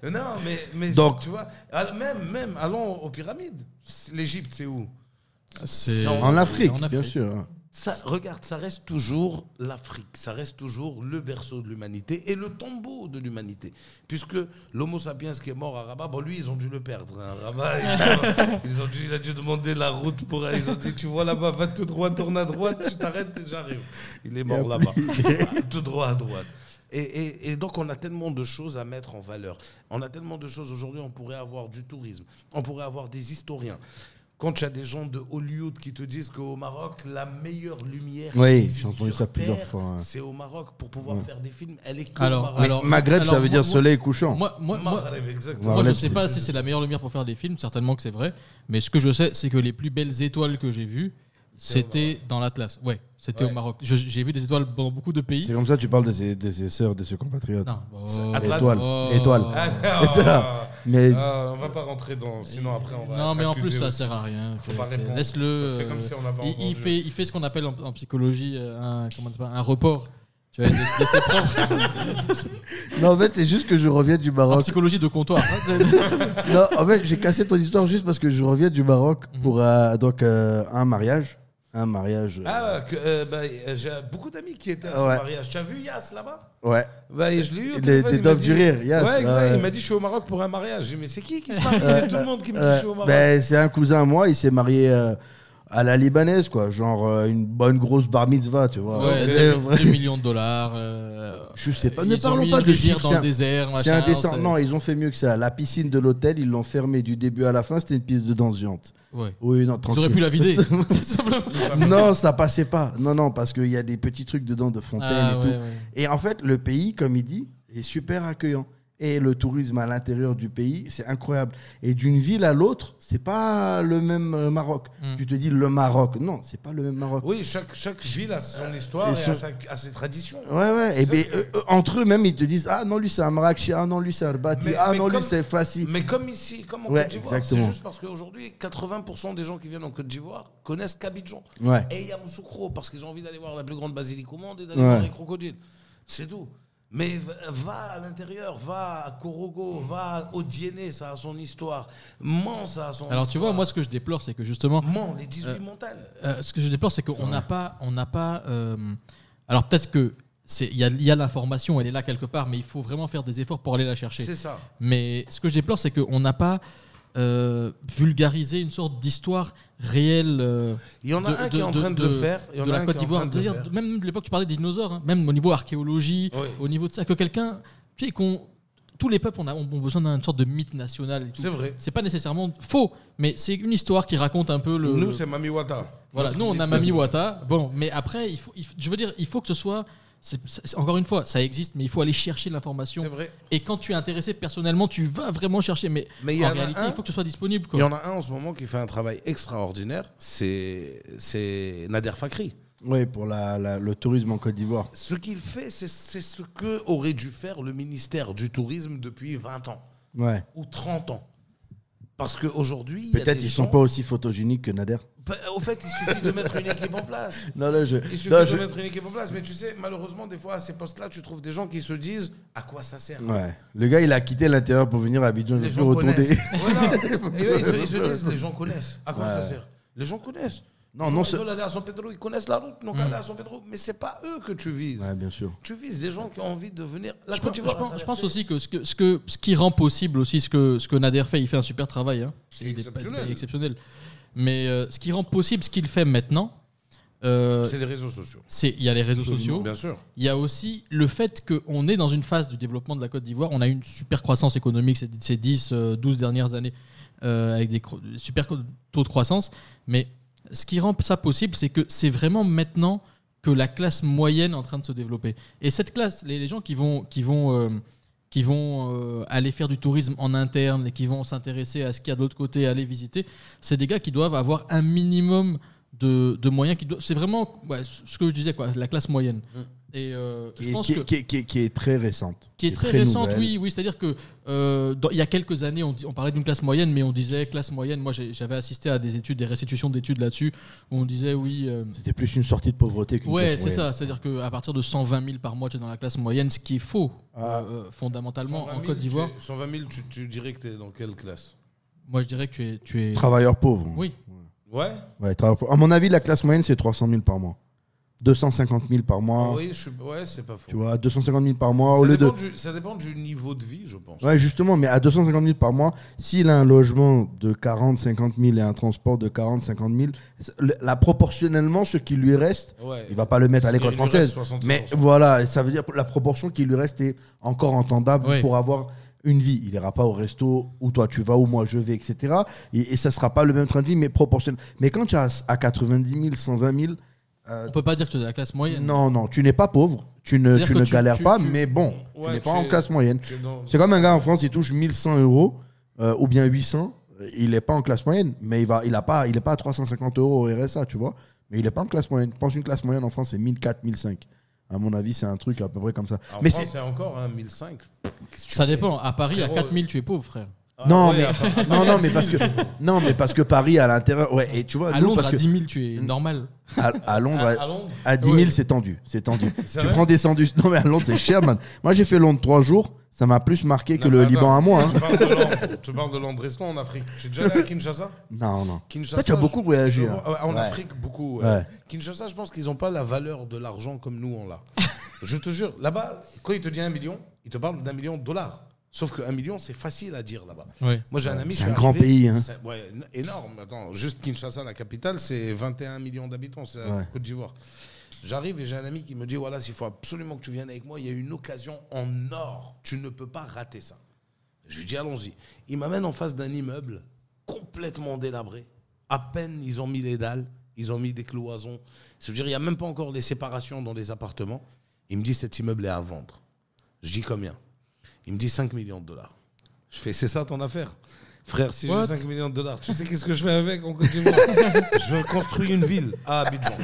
G: Non, mais, mais
A: Donc-
G: tu vois, al- même, même allons aux pyramides. L'Égypte, c'est où
B: C'est
A: En Afrique,
B: en
A: bien
B: Afrique.
A: sûr. hein.
G: ça, Regarde, ça reste toujours l'Afrique. Ça reste toujours le berceau de l'humanité et le tombeau de l'humanité. Puisque l'Homo sapiens qui est mort à Rabat, bon, lui, ils ont dû le perdre. hein. Rabat, ils ont, ils ont dû, il a dû demander la route pour. Ils ont dit Tu vois là-bas, va tout droit, tourne à droite, tu t'arrêtes et j'arrive. Il est mort
A: Il a
G: là-bas. tout droit à droite. Et, et- et donc, on a tellement de choses à mettre en valeur. On a tellement de choses. Aujourd'hui, on pourrait avoir du tourisme. On pourrait avoir des historiens. Quand tu as des gens de Hollywood qui te disent qu'au Maroc, la meilleure lumière
A: Oui,
G: qui
A: j'ai
G: existe
A: entendu
G: sur
A: ça plusieurs
G: Terre,
A: fois, hein.
G: c'est au Maroc pour pouvoir faire des films. Elle est que
B: Alors,
G: au Maroc.
B: alors-
A: Maghreb, ça veut
B: moi-
A: dire
B: moi-
A: soleil couchant.
B: Moi, moi, moi,
G: Maghreb, exactement.
B: moi, je
A: Maghreb,
B: sais
A: c'est-
B: pas si c'est la meilleure lumière pour faire des films, certainement que c'est vrai, mais ce que je sais, c'est que les plus belles étoiles que j'ai vues, c'était dans l'Atlas. Ouais, c'était
G: Ouais.
B: au Maroc. Je- J'ai vu des étoiles dans beaucoup de pays.
A: C'est comme ça que tu parles de ses, de ses sœurs, de ses compatriotes.
B: Non, oh,
G: Atlas.
A: Étoile,
B: oh.
A: étoile.
G: Ah,
A: Mais
G: ah, on va pas rentrer dans. Sinon, après, on va.
B: Non,
G: être
B: mais en
G: accusé
B: plus, ça
G: aussi.
B: sert à rien.
G: Faut pas répondre.
B: Laisse-le.
G: Ça fait
B: euh,
G: comme si on l'a pas
B: il- il,
G: entendu.
B: fait, il fait ce qu'on appelle en, en psychologie euh, un, comment on dit pas, un report. Tu vois, de, de ses propres-
A: non, en fait, c'est juste que je reviens du
B: en
A: Maroc.
B: psychologie de comptoir.
A: Non, en fait, j'ai cassé ton histoire juste parce que je reviens du Maroc
B: Mhm.
A: pour euh, donc euh, un mariage, un mariage. euh,
G: Ah, que, euh, bah, euh, j'ai beaucoup d'amis qui étaient à son
A: Ouais.
G: mariage. Tu as vu Yass là-bas
B: Ah.
A: ouais.
G: bah, et je l'ai eu. au
A: Des-
G: téléphone,
A: des
G: il m'a
A: doves
G: dit-
A: du rire, Yass,
G: Ouais, exact,
A: ouais.
G: Il m'a dit Je suis au Maroc pour un mariage. J'ai dit Mais c'est qui qui se marie Il y a tout le monde qui me dit Je
A: Euh,
G: suis au Maroc.
A: ben, c'est un cousin à moi, il s'est marié euh, à la libanaise, quoi, genre euh, une bonne grosse bar mitzvah, tu vois.
B: Ouais,
A: Des
B: deux-
A: vrais-
B: 2 millions de dollars. euh,
A: Je sais pas, ne
B: ils ont
A: parlons
B: mis
A: pas
B: une
A: de
B: rivière
A: chiffres,
B: dans
A: c'est
B: le
A: un-
B: désert.
A: C'est
B: machin,
A: indécent.
B: c'est-
A: Non, ils ont fait mieux que ça. La piscine de l'hôtel, ils l'ont fermée du début à la fin. C'était une piste de danse géante.
B: Ouais.
A: Oui, non,
B: Ils
A: tranquille.
B: auraient pu la vider. tout simplement.
A: Non, ça passait pas. Non, non, parce qu'il y a des petits trucs dedans de fontaine
B: Ah,
A: et
B: ouais,
A: tout.
B: ouais.
A: Et en fait, le pays, comme il dit, est super accueillant. Et le tourisme à l'intérieur du pays, c'est incroyable. Et d'une ville à l'autre, c'est pas le même euh, Maroc.
G: Hmm.
B: Mm.
A: Tu te dis le Maroc. Non, c'est pas le même Maroc.
G: Oui, chaque, chaque ville a son histoire
A: et
G: et,
A: son-
G: a, sa- a ses traditions.
A: Ouais, ouais. Et
G: C'est
A: ben,
G: ça que-
A: eux- eux, entre eux même, ils te disent Ah non, lui c'est un Marrakech, ah non, lui c'est Arbati,
G: Mais-
A: ah
G: mais
A: non,
G: comme-
A: lui c'est Fassi.
G: Mais comme ici, comme en
A: Ouais,
G: Côte d'Ivoire,
A: exactement.
G: c'est juste parce qu'aujourd'hui, 80% des gens qui viennent en Côte d'Ivoire connaissent qu'Abidjan
A: Ouais.
G: et Yamoussoukro parce qu'ils ont envie d'aller voir la plus grande basilique au monde et d'aller
A: Ouais.
G: voir les crocodiles. C'est tout. Mais v- va à l'intérieur, va à Korogo, va au Diéné, ça a son histoire. Mans, ça a son
B: Alors,
G: histoire.
B: tu vois, moi, ce que je déplore, c'est que justement,
G: Mans, les 18 montagnes.
B: Euh, ce que je déplore, c'est qu'on n'a pas, on n'a pas. euh, alors peut-être que c'est, il y a, il y a l'information, elle est là quelque part, mais il faut vraiment faire des efforts pour aller la chercher.
G: C'est ça.
B: Mais ce que je déplore, c'est qu'on n'a pas euh, vulgarisé une sorte d'histoire réelle. euh,
G: Il y en a
B: de-
G: un qui est en train de, le faire. il y en
B: de
G: a
B: la
G: un
B: Côte
G: qui est en
B: d'Ivoire.
G: train de le
B: D'ailleurs,
G: faire.
B: même de l'époque, tu parlais des dinosaures, hein, même au niveau archéologie,
G: Oui.
B: au niveau de ça, que quelqu'un, tu sais, qu'on, tous les peuples on a, ont besoin d'une sorte de mythe national. et tout.
G: C'est vrai.
B: C'est pas nécessairement faux, mais c'est une histoire qui raconte un peu le.
G: Nous,
B: le-
G: c'est Mami Wata.
B: voilà, nous on a Mami Wata. Bon, mais après, il faut, il faut- je veux dire, il faut que ce soit. c'est- c'est- encore une fois, ça existe, mais il faut aller chercher
G: C'est
B: l'information.
G: vrai.
B: Et quand tu es intéressé personnellement, tu vas vraiment chercher. Mais,
G: Mais il y
B: en
G: en a
B: réalité,
G: un-
B: il faut que ce soit disponible.
G: Il y
B: Quoi.
G: en a un en ce moment qui fait un travail extraordinaire, c'est c'est Nader Fakri.
A: Oui, pour la- la- le tourisme en Côte d'Ivoire.
G: Ce qu'il fait, c'est c'est ce que aurait dû faire le ministère du Tourisme depuis 20 ans
A: Ouais.
G: ou 30 ans. Parce qu'aujourd'hui,
A: Peut-être ils sont pas aussi photogéniques que Nader.
G: Bah, Au fait, il suffit de mettre une équipe en place.
A: Non, là, je.
G: Il suffit
A: non,
G: de
A: je-
G: mettre une équipe en place. Mais tu sais, malheureusement, des fois, à ces postes-là, tu trouves des gens qui se disent à quoi ça sert.
A: Ouais. Le gars, il a quitté l'intérieur pour venir à Abidjan. Il
G: Les
A: est plus
G: gens connaissent.
A: retourné.
G: Voilà. Et là, ils, se, ils se disent, les gens connaissent. À quoi ça sert Les gens connaissent.
A: Non,
G: Ils
A: non,
G: ont-
A: c'est- Mm.
G: Ils veulent aller à San Pedro, ils connaissent la route, donc aller à San Pedro. Mais c'est pas eux que tu vises.
A: Ouais, bien sûr.
G: Tu vises les gens qui ont envie de venir. La
B: Je,
G: Côte
B: pense-
G: d'Ivoire
B: je
G: a
B: pense, je pense
G: traversé-
B: aussi que ce, que ce que ce qui rend possible aussi ce que ce que Nader fait, il fait un super travail. hein.
G: C'est
B: Il est pas-
G: exceptionnel.
B: il est exceptionnel. Mais euh, ce qui rend possible ce qu'il fait maintenant, euh,
G: C'est les réseaux sociaux.
B: c'est il y a les réseaux sociaux.
G: Bien sûr.
B: Il y a aussi le fait qu'on est dans une phase du développement de la Côte d'Ivoire. On a eu une super croissance économique ces, ces 10, euh, 12 dernières années euh, avec des cro- super co- taux de croissance. Mais ce qui rend ça possible, c'est que c'est vraiment maintenant que la classe moyenne est en train de se développer. Et cette classe, les, les gens qui vont, qui vont, euh, qui vont euh, aller faire du tourisme en interne et qui vont s'intéresser à ce qu'il y a de l'autre côté, aller visiter, c'est des gars qui doivent avoir un minimum de, de moyens. qui doivent- C'est vraiment ouais, ce que je disais, quoi, la classe moyenne. Et euh, je
A: Mmh. Qui est,
B: pense
A: qui,
B: que
A: est- qui est- qui est- qui est très récente.
B: qui est très, récente,
A: nouvelle.
B: oui, oui. C'est-à-dire que euh, dans- il y a quelques années, on, dis- on parlait d'une classe moyenne, mais on disait classe moyenne. Moi, j'ai- j'avais assisté à des études, des restitutions d'études là-dessus, où on disait oui. euh,
A: C'était plus une sortie de pauvreté qu'une
B: ouais,
A: classe
B: c'est
A: moyenne.
B: ça. C'est-à-dire qu'à partir de 120 000 par mois, tu es dans la classe moyenne, ce qui est faux,
A: Ah.
B: euh, euh, fondamentalement, en Côte d'Ivoire.
G: 120 000, tu, tu dirais que t'es dans quelle classe
B: Moi, je dirais que tu es. Tu es...
A: Travailleurs pauvres.
B: Oui,
G: Ouais
A: Ouais, travailleurs pauvres. À mon avis, la classe moyenne, c'est 300 000 par mois. 250 000 par mois.
B: Ah
G: Oui, je suis- ouais, c'est pas faux.
A: Ah. Tu vois, 250 000 par mois.
G: ça,
A: au lieu de.
G: dépend du, ça dépend du niveau de vie, je pense.
A: Ouais, justement, mais à 250 000 par mois, s'il a un logement de 40, 50 000 et un transport de 40, 50 000, le- là, proportionnellement, ce qui lui reste,
G: Ouais.
A: il va pas le mettre à
G: Il
A: l'école
G: lui
A: française.
G: reste 65%.
A: Mais voilà, ça veut dire la proportion qui lui reste est encore entendable
B: Ouais.
A: pour avoir une vie. Il ira pas au resto où toi tu vas, où moi je vais, etc. Et, et ça sera pas le même train de vie, mais proportionnel. Mais quand tu as à 90 000, 120 000,
B: on peut pas dire que tu es de la classe moyenne.
A: Euh, non, non, tu n'es pas pauvre, tu ne,
B: C'est-à-dire
A: tu
B: que
A: ne
B: tu-
A: galères
B: tu-
A: pas,
B: tu-
A: mais bon, tu
G: Ouais,
A: n'es
G: tu
A: pas en
G: es-
A: classe moyenne.
G: Tu es dans-
A: C'est comme un gars en France, il touche 1100 euros euh, ou bien 800. Il n'est pas en classe moyenne, mais il va, il a pas, il est pas à 350 euros au RSA, tu vois. Mais il n'est pas en classe moyenne. Je pense qu'une classe moyenne en France, c'est 1004, 1005. À mon avis, c'est un truc à peu près comme ça.
G: En
A: mais
G: France,
A: c'est
G: c'est encore hein, un 1005. Qu'est-ce que tu
B: Ça
G: fais
B: dépend. À Paris, à
G: Frérot,
B: 4 000, tu es pauvre, frère.
G: Ah,
A: non,
G: ouais,
A: mais
G: à part-
A: non, non, mais parce que non, mais parce que Paris à l'intérieur, ouais. Et tu vois,
B: À
A: nous,
B: Londres,
A: parce
B: à
A: que
B: 10 000, tu es normal.
A: à, à Londres, à-
G: à Londres,
A: À 10 000,
G: Ouais.
A: c'est tendu. C'est tendu.
G: C'est
A: tu
G: vrai
A: prends des sandwichs. Non, mais à Londres, c'est cher, man. Moi, j'ai fait Londres trois jours. Ça m'a plus marqué que
G: Non,
A: le
G: mais
A: Liban
G: attends,
A: à moi. hein.
G: Tu parles de Londres- tu parles de Londres-Reston en Afrique. J'ai déjà allé à Kinshasa
A: Non, non.
G: Kinshasa,
A: Toi, tu as
G: je-
A: beaucoup voyagé.
G: je
A: hein.
G: vois- En
A: Ouais.
G: Afrique, beaucoup. ouais.
A: Ouais.
G: Kinshasa, je pense qu'ils n'ont pas la valeur de l'argent comme nous, on l'a. je te jure, là-bas, quand il te dit un million, il te parle d'un million de dollars. Sauf qu'un million, c'est facile à dire là-bas.
B: Ouais.
G: Moi, j'ai un ami. je
A: C'est
G: suis
A: un grand
G: arrivé,
A: pays, hein.
G: c'est- ouais, n- énorme. Attends, juste Kinshasa, la capitale, c'est 21 millions d'habitants. C'est la
A: Ouais.
G: Côte d'Ivoire. J'arrive et j'ai un ami qui me dit voilà, s'il faut absolument que tu viennes avec moi, il y a une occasion en or. Tu ne peux pas rater ça. Je lui dis allons-y. Il m'amène en face d'un immeuble complètement délabré. À peine ils ont mis les dalles, ils ont mis des cloisons. Ça veut dire il n'y a même pas encore des séparations dans les appartements. Il me dit cet immeuble est à vendre. Je dis combien Il me dit 5 millions de dollars. Je fais c'est ça ton affaire Frère, si
B: What
G: j'ai 5 millions de dollars, tu sais qu'est-ce que je fais avec en Côte d'Ivoire Je construis une ville à Abidjan.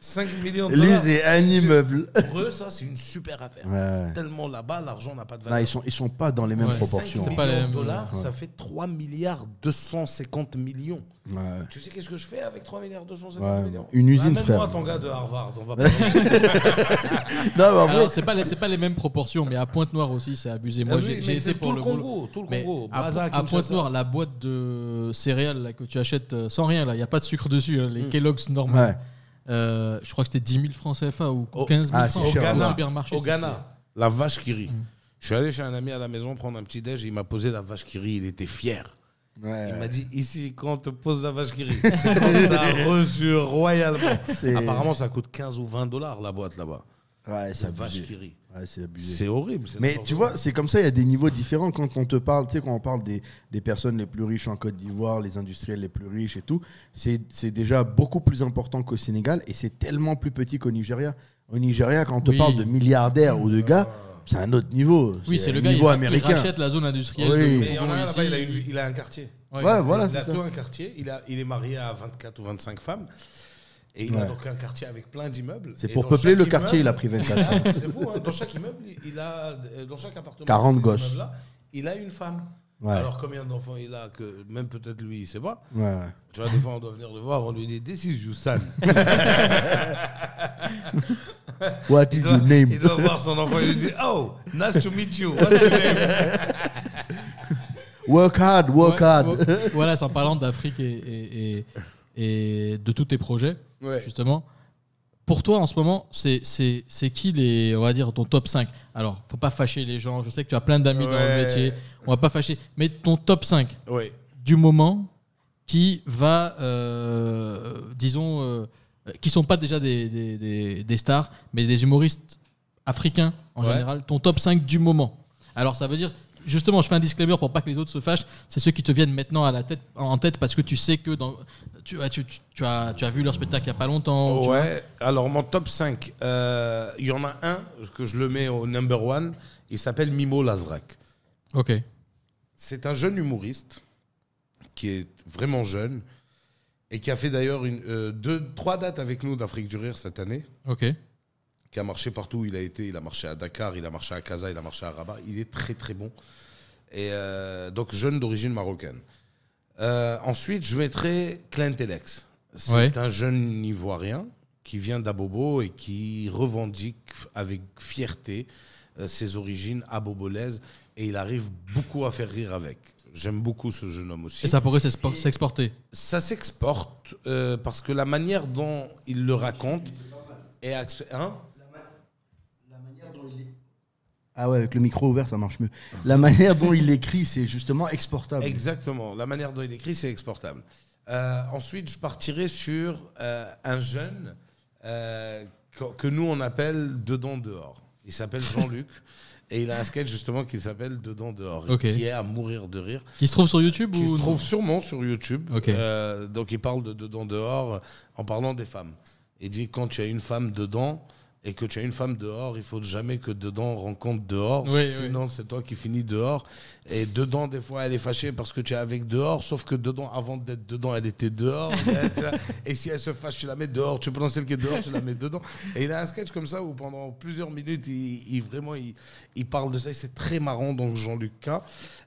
G: 5 millions de
A: Lui,
G: dollars.
A: c'est un immeuble.
G: Pour eux, ça, c'est une super affaire.
A: Ouais.
G: Tellement là-bas, l'argent n'a pas de
A: Non,
G: valeur.
A: ils sont, ils sont pas dans les mêmes
B: Ouais,
A: proportions.
B: c'est
G: 5
B: pas la
G: millions
B: même-
G: de dollars,
A: ouais.
G: ça fait 3 milliards 250 millions.
A: Ouais.
G: Tu sais qu'est-ce que je fais avec 3 milliards 250
A: Ouais,
G: millions
A: une usine,
G: Ramène-moi
A: frère.
G: ton gars de Harvard, on va parler.
A: Non, mais en vrai,
B: Alors, c'est pas, les- c'est pas les mêmes proportions, mais à Pointe-Noire aussi, c'est abusé. Moi,
G: Ah oui,
B: j'ai
G: mais
B: j'ai
G: c'est
B: été
G: tout
B: pour
G: le
B: le boulot.
G: Congo, tout le
B: Mais
G: Congo,
B: à,
G: Braza,
B: à
G: Kinshasa.
B: Pointe-Noire, la boîte de céréales là, que tu achètes euh, sans rien, il n'y a pas de sucre dessus, hein, les
G: Hmm.
B: Kellogg's normales.
A: Ouais.
B: Euh, je crois que c'était 10 000 francs CFA ou
G: Au-
B: 15 000
A: ah,
B: francs
A: c'est
B: au,
A: cher,
B: au
A: ouais.
B: supermarché.
G: Au
B: c'était-
G: Ghana, la vache qui rit.
A: Mm.
G: Je suis allé chez un ami à la maison prendre un petit déj et il m'a posé la vache qui rit. Il était fier. Il m'a dit ici, quand on te pose la vache qui rit, c'est qu'on t'a reçu royalement.
A: C'est-
G: Apparemment, ça coûte 15 ou 20 dollars la boîte là-bas.
A: Ouais, c'est
G: La vache qui
A: abusé.
G: rit.
A: Ouais, c'est abusé.
G: C'est horrible. c'est
A: Mais
G: n'importe
A: tu
G: quoi.
A: vois, c'est comme ça, il y a des niveaux différents. Quand on te parle, tu sais, quand on parle des, des personnes les plus riches en Côte d'Ivoire, les industriels les plus riches et tout, c'est c'est déjà beaucoup plus important qu'au Sénégal et c'est tellement plus petit qu'au Nigeria. Au Nigeria, quand on te
B: Oui.
A: parle de milliardaires ou de gars, c'est un autre niveau.
B: Oui, c'est
A: un
B: le gars
A: niveau
B: il,
A: américain.
B: il rachète la zone industrielle.
A: Oui.
B: de
G: Mais il y en a
B: Congo
G: un là-bas,
B: ici.
G: il, a une- il a un quartier.
B: Ouais.
A: Ouais, Ah, voilà,
G: il
A: c'est
G: a
A: ça.
G: tout un quartier. Il, a, il est marié à 24 ou 25 femmes. Et il
A: Ouais.
G: a donc un quartier avec plein d'immeubles.
A: C'est
G: Et
A: pour
G: dans
A: peupler
G: chaque
A: le quartier, il a
G: immeuble-
A: pris
G: Il
A: 24
G: a-
A: francs.
G: C'est fou, hein, dans chaque immeuble, il a, euh, dans chaque appartement,
A: 40
G: de ces
A: gosses.
G: immeubles-là, il a une femme.
A: Ouais.
G: Alors combien d'enfants il a que même peut-être lui il sait pas.
A: Ouais.
G: Tu vois des fois on doit venir le voir, on lui dit this is your son.
A: What is
G: Il doit,
A: your name
G: il doit voir son enfant, il lui dit oh nice to meet you. What's your name?
A: Work hard, work
B: Ouais,
A: hard.
B: ouais. voilà, c'est en parlant d'Afrique et, et- et- et de tous tes projets,
G: Ouais.
B: justement. Pour toi, en ce moment, c'est- c'est c'est qui les, on va dire, ton top 5 Alors, faut pas fâcher les gens. Je sais que tu as plein d'amis dans le
G: Ouais.
B: métier. On va pas fâcher. Mais ton top 5
G: Ouais.
B: du moment qui va, euh, disons, euh, qui sont pas déjà des, des- des- des stars, mais des humoristes africains en
G: Ouais.
B: général, ton top 5 du moment. Alors ça veut dire, justement, je fais un disclaimer pour pas que les autres se fâchent. C'est ceux qui te viennent maintenant à la tête, en tête parce que tu sais que dans, tu, ah, tu, tu- tu as, tu as vu leur spectacle il y a pas longtemps. Oh, tu vois.
G: Ouais, alors mon top 5, euh, il y en a un que je le mets au number one. Il s'appelle Mimo Lazrak.
B: Ok.
G: C'est un jeune humoriste qui est vraiment jeune et qui a fait d'ailleurs une, euh, deux, trois dates avec nous d'Afrique du Rire cette année,
B: Ok.
G: qui a marché partout où il a été. Il a marché à Dakar, il a marché à Casa, il a marché à Rabat. Il est très très bon. Et euh, donc jeune d'origine marocaine. Euh, ensuite, je mettrai Clintellex. C'est
B: Ouais.
G: un jeune ivoirien qui vient d'Abobo et qui revendique f- avec fierté euh, ses origines abobolaises et il arrive beaucoup à faire rire avec. J'aime beaucoup ce jeune homme aussi
B: Et ça pourrait s'expo- s'exporter.
G: ça s'exporte euh, parce que la manière dont il le raconte est axé- hein
A: Ah ouais, avec le micro ouvert, ça marche mieux. La manière dont il écrit, c'est justement exportable.
G: exactement la manière dont il écrit c'est exportable. Euh, ensuite, je partirai sur euh, un jeune euh, que, que nous on appelle dedans dehors. Il s'appelle Jean-Luc et il a un sketch justement qui s'appelle dedans dehors et
B: Ok.
G: qui est à mourir de rire.
B: Qui se trouve sur YouTube
G: qui
B: ou
G: se
B: non
G: trouve sûrement sur YouTube.
B: Ok.
G: Euh, donc il parle de dedans dehors euh, en parlant des femmes. Il dit quand tu as une femme dedans et que tu as une femme dehors, il faut jamais que dedans rencontre dehors,
B: Oui,
G: sinon c'est toi qui finis dehors. Et dedans des fois elle est fâchée parce que tu es avec dehors, sauf que dedans avant d'être dedans elle était dehors. Et là, et si elle se fâche, tu la mets dehors. Tu prends celle qui est dehors, tu la mets dedans. Et il a un sketch comme ça où pendant plusieurs minutes il, il- vraiment il, il parle de ça. Et c'est très marrant donc Jean-Luc K.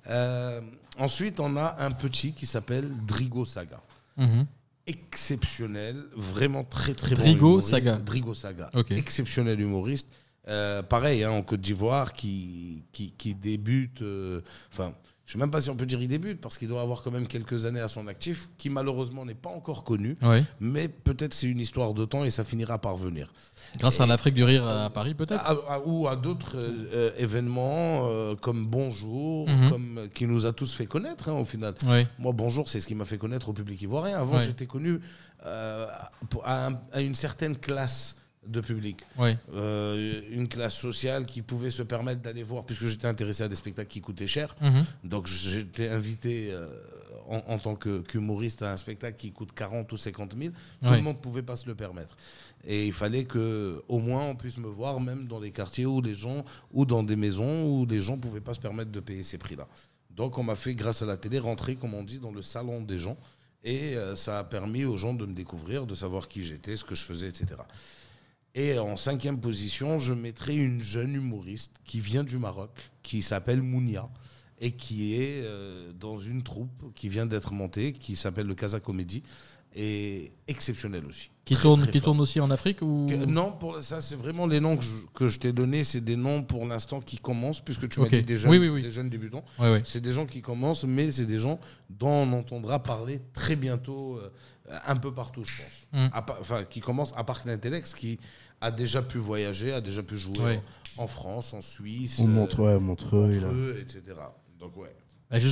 G: Euh, ensuite, on a un petit qui s'appelle Drigo Saga.
B: Mhm.
G: Exceptionnel, vraiment très très bon.
B: Drigo
G: humoriste.
B: Saga.
G: Drigo Saga.
B: Ok.
G: Exceptionnel humoriste. Euh, pareil, hein, en Côte d'Ivoire, qui, qui, qui débute. euh, Enfin, je ne sais même pas si on peut dire il débute, parce qu'il doit avoir quand même quelques années à son actif, qui malheureusement n'est pas encore connu.
B: Ouais.
G: Mais peut-être c'est une histoire de temps et ça finira par venir.
B: Grâce à l'Afrique du rire à Paris, peut-être
G: À- à- ou à d'autres euh, euh, événements euh, comme Bonjour,
B: Mhm.
G: comme, euh, qui nous a tous fait connaître hein, au final.
B: Ouais.
G: Moi, Bonjour, c'est ce qui m'a fait connaître au public ivoirien. Avant,
B: Ouais.
G: j'étais connu euh, pour- à, un- à une certaine classe de public.
B: Ouais.
G: Euh, une classe sociale qui pouvait se permettre d'aller voir, puisque j'étais intéressé à des spectacles qui coûtaient cher.
B: Mhm.
G: Donc j'étais invité euh, en, en tant que- qu'humoriste à un spectacle qui coûte 40 ou 50 000. Tout
B: Ouais.
G: le monde ne pouvait pas se le permettre. Et il fallait que au moins on puisse me voir, même dans des quartiers où les gens, ou dans des maisons où les gens ne pouvaient pas se permettre de payer ces prix-là. Donc on m'a fait, grâce à la télé, rentrer, comme on dit, dans le salon des gens. Et euh, ça a permis aux gens de me découvrir, de savoir qui j'étais, ce que je faisais, etc. Et en cinquième position, je mettrai une jeune humoriste qui vient du Maroc, qui s'appelle Mounia, et qui est euh, dans une troupe qui vient d'être montée, qui s'appelle le Casa Comédie, et exceptionnelle aussi.
B: Qui,
G: Très,
B: tourne,
G: très
B: qui
G: fort.
B: tourne aussi en Afrique ou...
G: Que- Non, pour, ça, c'est vraiment les noms que je, que je t'ai donnés, c'est des noms pour l'instant qui commencent, puisque tu
B: Ok.
G: m'as dit des jeunes,
B: Oui, oui, oui.
G: des jeunes débutants.
B: Ouais, ouais.
G: C'est des gens qui commencent, mais c'est des gens dont on entendra parler très bientôt, euh, un peu partout, je pense.
B: Mm.
G: À pa- Enfin, qui commencent à part l'intellex, qui a déjà pu voyager, a déjà pu jouer
B: Ouais.
G: en en France, en Suisse,
A: On
G: euh,
A: montre, ouais, montre. il a-
G: Montreux, etc. Donc ouais.
B: Bah, ju-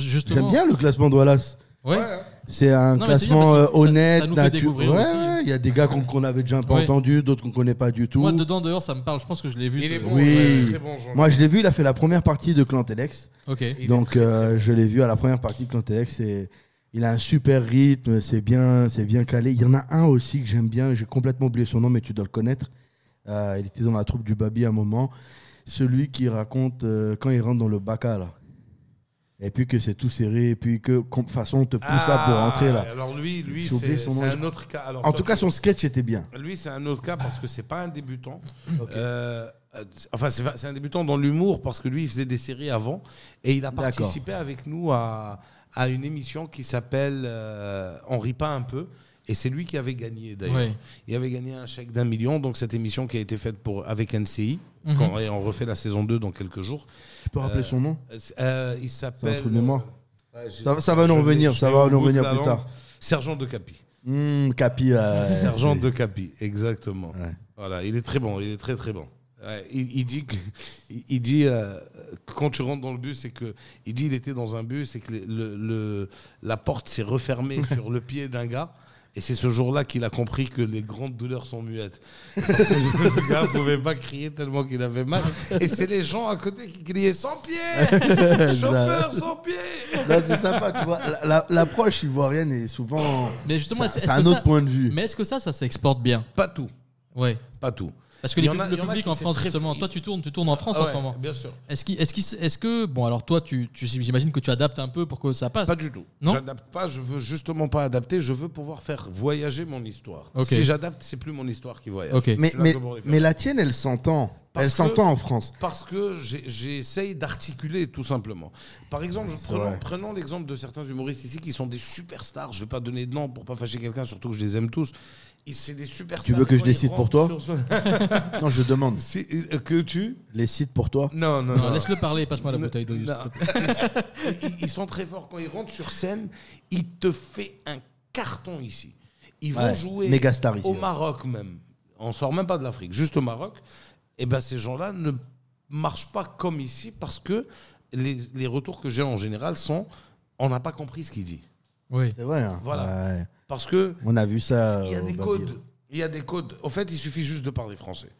A: J'aime
B: justement.
A: bien le classement de Wallace.
B: Ouais.
G: Ouais, hein.
A: C'est un
B: Non, mais c'est bien
A: classement
B: parce que
A: euh,
B: ça-
A: honnête,
B: ça nous fait
A: naturel.
B: découvrir
A: Ouais,
B: aussi.
A: ouais, il y a des gars qu'on qu'on avait déjà pas
B: Ouais.
A: entendu, d'autres qu'on connaît pas du tout.
B: Moi, dedans, dehors, ça me parle. Je pense que je l'ai vu.
G: Il
B: ce-
G: est bon,
A: Oui.
G: ouais, très bon, Jean-Luc.
A: Moi, je l'ai vu, il a fait la première partie de Clantellex.
B: Ok.
G: Il est
A: Donc,
G: très, très
A: euh, je l'ai vu à la première partie de Clantellex. Et il a un super rythme, c'est bien, c'est bien calé. Il y en a un aussi que j'aime bien, j'ai complètement oublié son nom, mais tu dois le connaître. Euh, il était dans la troupe du Babi à un moment. Celui qui raconte euh, quand il rentre dans le baka, là. Et puis que c'est tout serré, et puis que, com- de toute façon, on te pousse là pour
G: Ah,
A: rentrer, là.
G: Alors lui, lui
A: J'ai oublié
G: c'est
A: son
G: c'est
A: nom,
G: un
A: je-
G: autre cas. Alors,
A: En
G: toi,
A: tout cas,
G: tu-
A: son sketch était bien.
G: Lui, c'est un autre cas parce que c'est pas un débutant.
A: Ok.
G: Euh, euh, enfin, c'est c'est un débutant dans l'humour parce que lui, il faisait des séries avant et il a
A: D'accord.
G: participé avec nous à, à une émission qui s'appelle euh, On rit pas un peu. Et c'est lui qui avait gagné d'ailleurs.
B: Ouais.
G: Il avait gagné un chèque d'un million. Donc, cette émission qui a été faite pour, avec NCI,
B: Mhm.
G: quand et on refait la saison 2 dans quelques jours.
A: Tu peux rappeler son nom
G: Euh, il s'appelle.
A: trou de mémoire.
G: euh, ouais, j'ai-
A: Ça va- ça va nous
G: je l'ai-
A: revenir,
G: je
A: ça
G: l'ai
A: va
G: au
A: nous
G: bout de
A: revenir
G: la
A: plus
G: langue.
A: tard.
G: Sergent de Capi.
A: Hum, Capi. euh,
G: Sergent
A: c'est-
G: de Capi, exactement.
A: Ouais.
G: Voilà, il est très bon, il est très très bon. Ouais, il, il dit, que, il- il dit euh, que quand tu rentres dans le bus, c'est que il dit il était dans un bus et que le, le- le- la porte s'est refermée sur le pied d'un gars Et c'est ce jour-là qu'il a compris que les grandes douleurs sont muettes. Parce que le gars pouvait pas crier tellement qu'il avait mal. Et c'est les gens à côté qui criaient sans pied Chauffeur sans pied
A: Là, c'est sympa, tu vois. La- la- L'approche ivoirienne est souvent.
B: Mais justement,
A: Ça-
B: est-ce-
A: c'est
B: est-ce
A: un
B: que
A: autre
B: ça-
A: point de vue.
B: Mais est-ce que ça, ça s'exporte bien
G: Pas tout,
B: Ouais.
G: pas tout.
B: Parce que
G: Il y
B: les
G: en
B: pub-
G: a- il
B: le
G: y en a
B: public
G: qui
B: en
G: c'est
B: France,
G: très- Ah
B: justement, toi tu tournes, tu tournes en France en ce
G: Ouais,
B: moment.
G: Bien sûr.
B: Est-ce qu'il- est-ce qu'il- est-ce que bon alors toi tu, tu j'imagine que tu adaptes un peu pour que ça passe.
G: Pas du tout.
B: Non
G: J'adapte pas, je veux justement pas adapter, je veux pouvoir faire voyager mon histoire.
B: Ok.
G: Si j'adapte, c'est plus mon histoire qui voyage.
B: Ok.
A: Mais,
G: Tu l'as
A: mais,
G: d'abord défait.
A: mais la tienne, elle s'entend.
G: Parce
A: elle
G: que-
A: s'entend en France.
G: Parce que j'ai- j'essaye d'articuler tout simplement. Par exemple, je-
A: vrai.
G: prenons, prenons l'exemple de certains humoristes ici qui sont des superstars. Je vais pas donner de nom pour pas fâcher quelqu'un, surtout que je les aime tous. Et c'est des superstars.
A: Tu veux que je
G: Quand ils
A: décide pour
G: rentrent
A: toi
G: sur-
A: Non, je demande.
G: C'est- euh, Que tu
A: Les sites pour toi
G: Non, non,
B: Non,
G: non.
B: Euh, laisse-le parler, passe-moi la bouteille d'eau. s'il
G: Non.
B: te plaît.
G: ils, ils sont très forts. Quand ils rentrent sur scène, ils te fait un carton ici. Ils vont
A: Ouais,
G: jouer
A: méga star ici,
G: au
A: ouais.
G: Maroc même. On sort même pas de l'Afrique, juste au Maroc. Et ben ces gens-là ne marchent pas comme ici parce que les, les retours que j'ai en général sont on n'a pas compris ce qu'il dit.
B: Oui.
A: C'est vrai. hein.
G: Voilà.
A: Ouais.
G: Parce que
A: On a vu ça. euh,
G: il y a
A: au
G: des
A: Brésil.
G: codes. Il y a des codes. En fait, il suffit juste de parler français.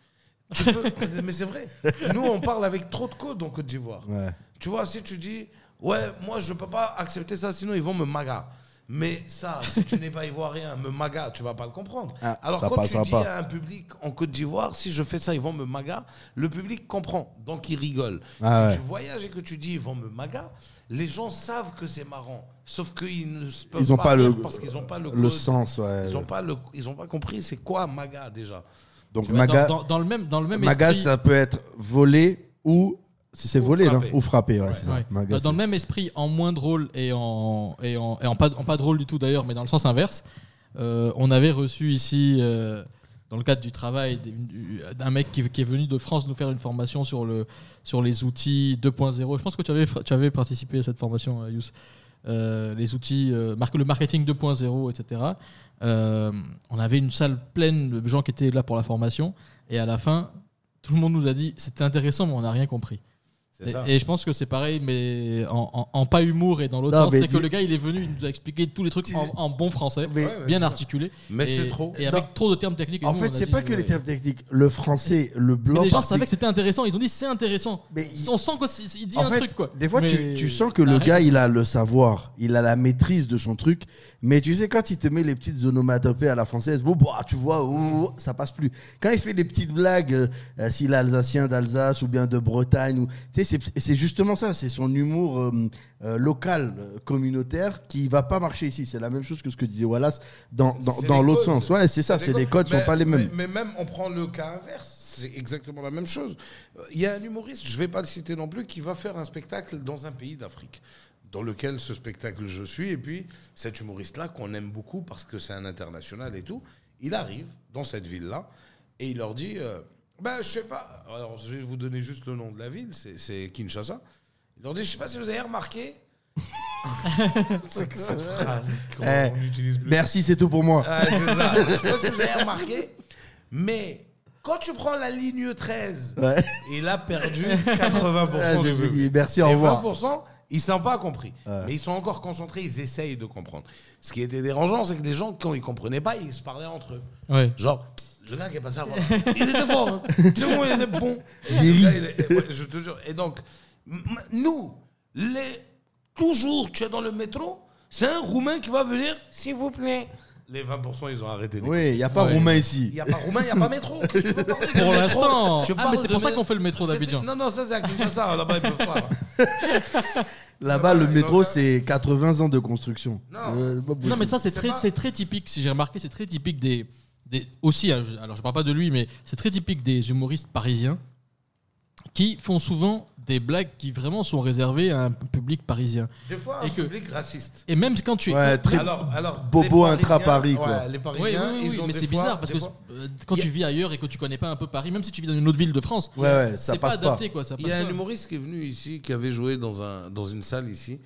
G: Tu peux- mais c'est vrai. Nous, on parle avec trop de codes en Côte d'Ivoire.
A: Ouais.
G: Tu vois, si tu dis, ouais, moi je peux pas accepter ça, sinon ils vont me maga. Mais ça, si tu n'es pas ivoirien, me maga, tu vas pas le comprendre.
A: Ah,
G: Alors
A: ça
G: quand tu
A: passera
G: dis
A: pas.
G: à un public en Côte d'Ivoire, si je fais ça, ils vont me maga, le public comprend, donc il rigole.
A: Ah ouais.
G: si tu voyages et que tu dis ils vont me maga, les gens savent que c'est marrant, sauf qu'ils ne se peuvent
A: Ils ont pas le-
G: rire parce qu'ils n'ont pas le,
A: Le euh.
G: code.
A: sens, ouais.
G: Ils n'ont pas le, ils ont pas compris c'est quoi maga déjà.
A: Donc,
B: Dans-
A: Maga,
B: dans, dans le même dans le même
A: Maga,
B: esprit.
A: ça peut être volé ou. Si c'est
G: Ou
A: volé,
G: frappé.
A: non Ou frappé, ouais, c'est ça.
B: Ouais. Bah,
A: Maga,
B: Dans- dans le
A: c'est-
B: même esprit, en moins drôle et en, et en, et en pas, en pas drôle du tout d'ailleurs, mais dans le sens inverse, euh, on avait reçu ici, euh, dans le cadre du travail, des- une- un mec qui, qui est venu de France nous faire une formation sur, le, sur les outils 2.0. Je pense que tu avais, tu avais participé à cette formation, euh, Yous. Euh, les outils, euh, mar- le marketing 2.0, etc. Euh, on avait une salle pleine de gens qui étaient là pour la formation. Et à la fin, tout le monde nous a dit c'était intéressant, mais on n'a rien compris.
G: C'est ça.
B: Et, et je pense que c'est pareil, mais en, en- en pas humour et dans l'autre
A: Non,
B: sens,
A: mais
B: c'est que
A: dis-
B: le gars il est venu, il nous a expliqué tous les trucs en, en bon français,
A: Mais-
G: Ouais, ouais,
B: bien
G: c'est ça.
B: articulé.
G: Mais
B: et-
G: c'est trop.
B: Et avec
A: Non.
B: trop de termes techniques. et
A: En
B: nous,
A: fait,
B: on a
A: c'est
B: dit,
A: pas que
B: ouais.
A: les termes techniques. Le français, le
B: Mais
A: blanc.
B: les gens
A: parti-
B: savaient que c'était intéressant, ils ont dit c'est intéressant.
A: Mais il-
B: On sent qu'il dit
A: En
B: un
A: fait,
B: truc quoi.
A: Des fois,
B: Mais- bah
A: tu, tu sens que le
B: Arrête.
A: gars, il a le savoir, il a la maîtrise de son truc, mais tu sais, quand il te met les petites onomatopées à la française, bon, bah, tu vois, oh, oh, ça passe plus. Quand il fait des petites blagues, euh, euh, s'il est alsacien d'Alsace ou bien de Bretagne, ou, tu sais, c'est- c'est justement ça, c'est son humour euh, euh, local, euh, communautaire, qui va pas marcher ici. C'est la même chose que ce que disait Wallace dans, dans,
G: C'est
A: dans
G: les
A: l'autre
G: codes.
A: sens. Ouais, c'est ça, c'est les codes
G: Mais-
A: sont pas les mêmes.
G: Mais, mais même, on prend le cas inverse, c'est exactement la même chose. Euh, Il y a un humoriste, je vais pas le citer non plus, qui va faire un spectacle dans un pays d'Afrique, dans lequel ce spectacle je suis, et puis cet humoriste-là qu'on aime beaucoup parce que c'est un international et tout, il arrive dans cette ville-là et il leur dit, euh, ben je sais pas, alors je vais vous donner juste le nom de la ville, c'est- c'est Kinshasa. Il leur dit, je sais pas si vous avez remarqué. c'est que cette phrase qu'on
A: Eh,
G: on n'utilise plus. Ah,
A: Merci, c'est tout pour moi.
G: Ouais, c'est ça. Je sais pas si vous avez remarqué, mais quand tu prends la ligne 13,
A: Ouais.
G: il a perdu 80%
A: Ouais,
G: du
A: j'ai
G: public.
A: dit, merci, au
G: Et
A: revoir.
G: 20%, ils ne sont pas compris. Mais ils sont encore concentrés, ils essayent de comprendre. Ce qui était dérangeant, c'est que les gens, quand ils ne comprenaient pas, ils se parlaient entre eux.
B: Ouais.
G: Genre, le gars qui est passé avant, il était fort. hein. Tout le monde était bon. Le gars, il est- ouais, je te jure. Et donc, m- m- nous, les, toujours, tu es dans le métro, c'est un Roumain qui va venir, s'il vous plaît. Les 20%, ils ont arrêté. d'écouter.
A: Oui, il n'y a pas
B: Ouais.
A: roumain
G: Il
A: ici.
G: n'y a pas Roumain, il n'y a pas métro. Qu'est-ce que tu veux parler de
B: Pour
G: métro
B: l'instant.
G: Tu
B: Ah, mais
G: parles
B: c'est
G: de
B: pour ça
G: mé-
B: qu'on fait le métro
G: C'était-
B: d'Abidjan.
G: Non, non, ça c'est à Kinshasa. Là-bas, ils peuvent pas. hein.
A: Là-bas, le
G: Ils ont
A: métro,
G: fait-
A: c'est 80 ans de construction.
G: Non.
A: Euh, pas
B: euh, Non, mais
A: possible.
B: ça, c'est
G: C'est
B: très,
G: pas-
B: c'est très typique, si j'ai remarqué, c'est très typique des. des aussi, hein, je- alors je parle pas de lui, mais c'est très typique des humoristes parisiens qui font souvent des blagues qui vraiment sont réservées à un public parisien.
G: Des fois, un
B: Et que-
G: public raciste.
B: Et même quand tu es.
A: Ouais, très-
G: Alors, alors,
A: Bobo
G: les Parisiens-
A: intra-Paris, quoi.
G: ouais, les
B: Oui, oui,
G: Parisiens,
B: oui,
G: ils
B: oui,
G: ont
B: mais
G: des
B: c'est
G: fois-
B: bizarre parce
G: des
B: que
G: fois-
B: euh, quand
G: Il y a-
B: tu vis ailleurs et que tu connais pas un peu Paris, même si tu vis dans une autre ville de France,
A: Ouais, ouais, ça
B: c'est pas
A: passe pas.
B: adapté quoi. Ça
G: Il y a
B: passe
G: un
B: pas.
G: humoriste qui est venu ici, qui avait joué dans, un, dans une salle ici.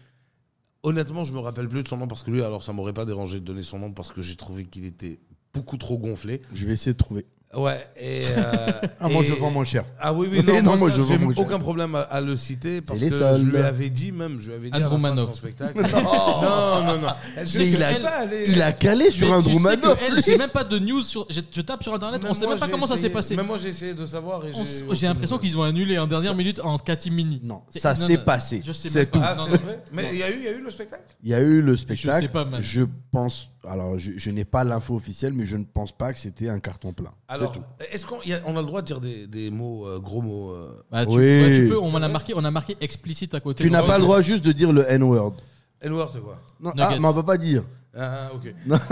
G: Honnêtement, je me rappelle plus de son nom parce que lui, alors ça m'aurait pas dérangé de donner son nom parce que j'ai trouvé qu'il était beaucoup trop gonflé.
A: Je vais essayer de trouver.
G: Ouais, et. euh,
A: Ah, moi,
G: et-
A: je vends moins cher.
G: Ah oui, oui,
A: Oui,
G: non,
A: non, moi,
G: moi, ça,
A: je
G: j'ai
A: vends, moi, je-
G: aucun problème à, à le citer parce
A: les
G: que
A: seuls.
G: je lui avais dit même, je lui avais dit
B: Anne
G: à la fin de
B: Romanoff.
G: son spectacle. non, non, non, Elle se
A: Mais il
G: laisse
A: a-
G: pas aller.
A: Oh, Il a calé sur
B: Mais
A: un
B: tu sais
A: Drumanov.
B: que elle,
A: lui.
B: j'ai même pas de news sur. Je, je tape sur internet,
G: Même
B: on sait
G: moi,
B: même pas
G: j'ai
B: comment ça s'est
G: essayé-
B: passé.
G: Même moi, j'ai essayé de savoir et
B: On s-
G: j'ai.
B: J'ai l'impression qu'ils ont annulé en dernière
A: Ça-
B: minute en catimini.
A: Non,
B: C'est-
A: ça
B: non,
A: s'est
B: non,
A: passé,
B: je sais
A: c'est
B: même pas.
A: tout.
G: Ah,
B: Non,
G: c'est
B: non.
G: vrai Mais il y, a eu- il y a eu le spectacle
A: Il y a eu le
B: sais
A: spectacle.
B: pas, man.
A: Je pense. Alors, je, je n'ai pas l'info officielle, mais je ne pense pas que c'était un carton plein.
G: Alors,
A: c'est tout.
G: est-ce qu'on y a, on a le droit de dire des, des mots, euh, gros mots euh,
B: Bah, tu,
A: Oui.
B: ouais, tu peux, on, a marqué, on a marqué explicite à côté.
A: Tu n'as
B: Ouais,
A: pas le
B: je-
A: droit juste de dire le N-word.
G: N-word, c'est quoi
A: Non,
B: Nuggets.
A: ah, mais on peut pas dire.
G: Ah, ah, ok. Alors,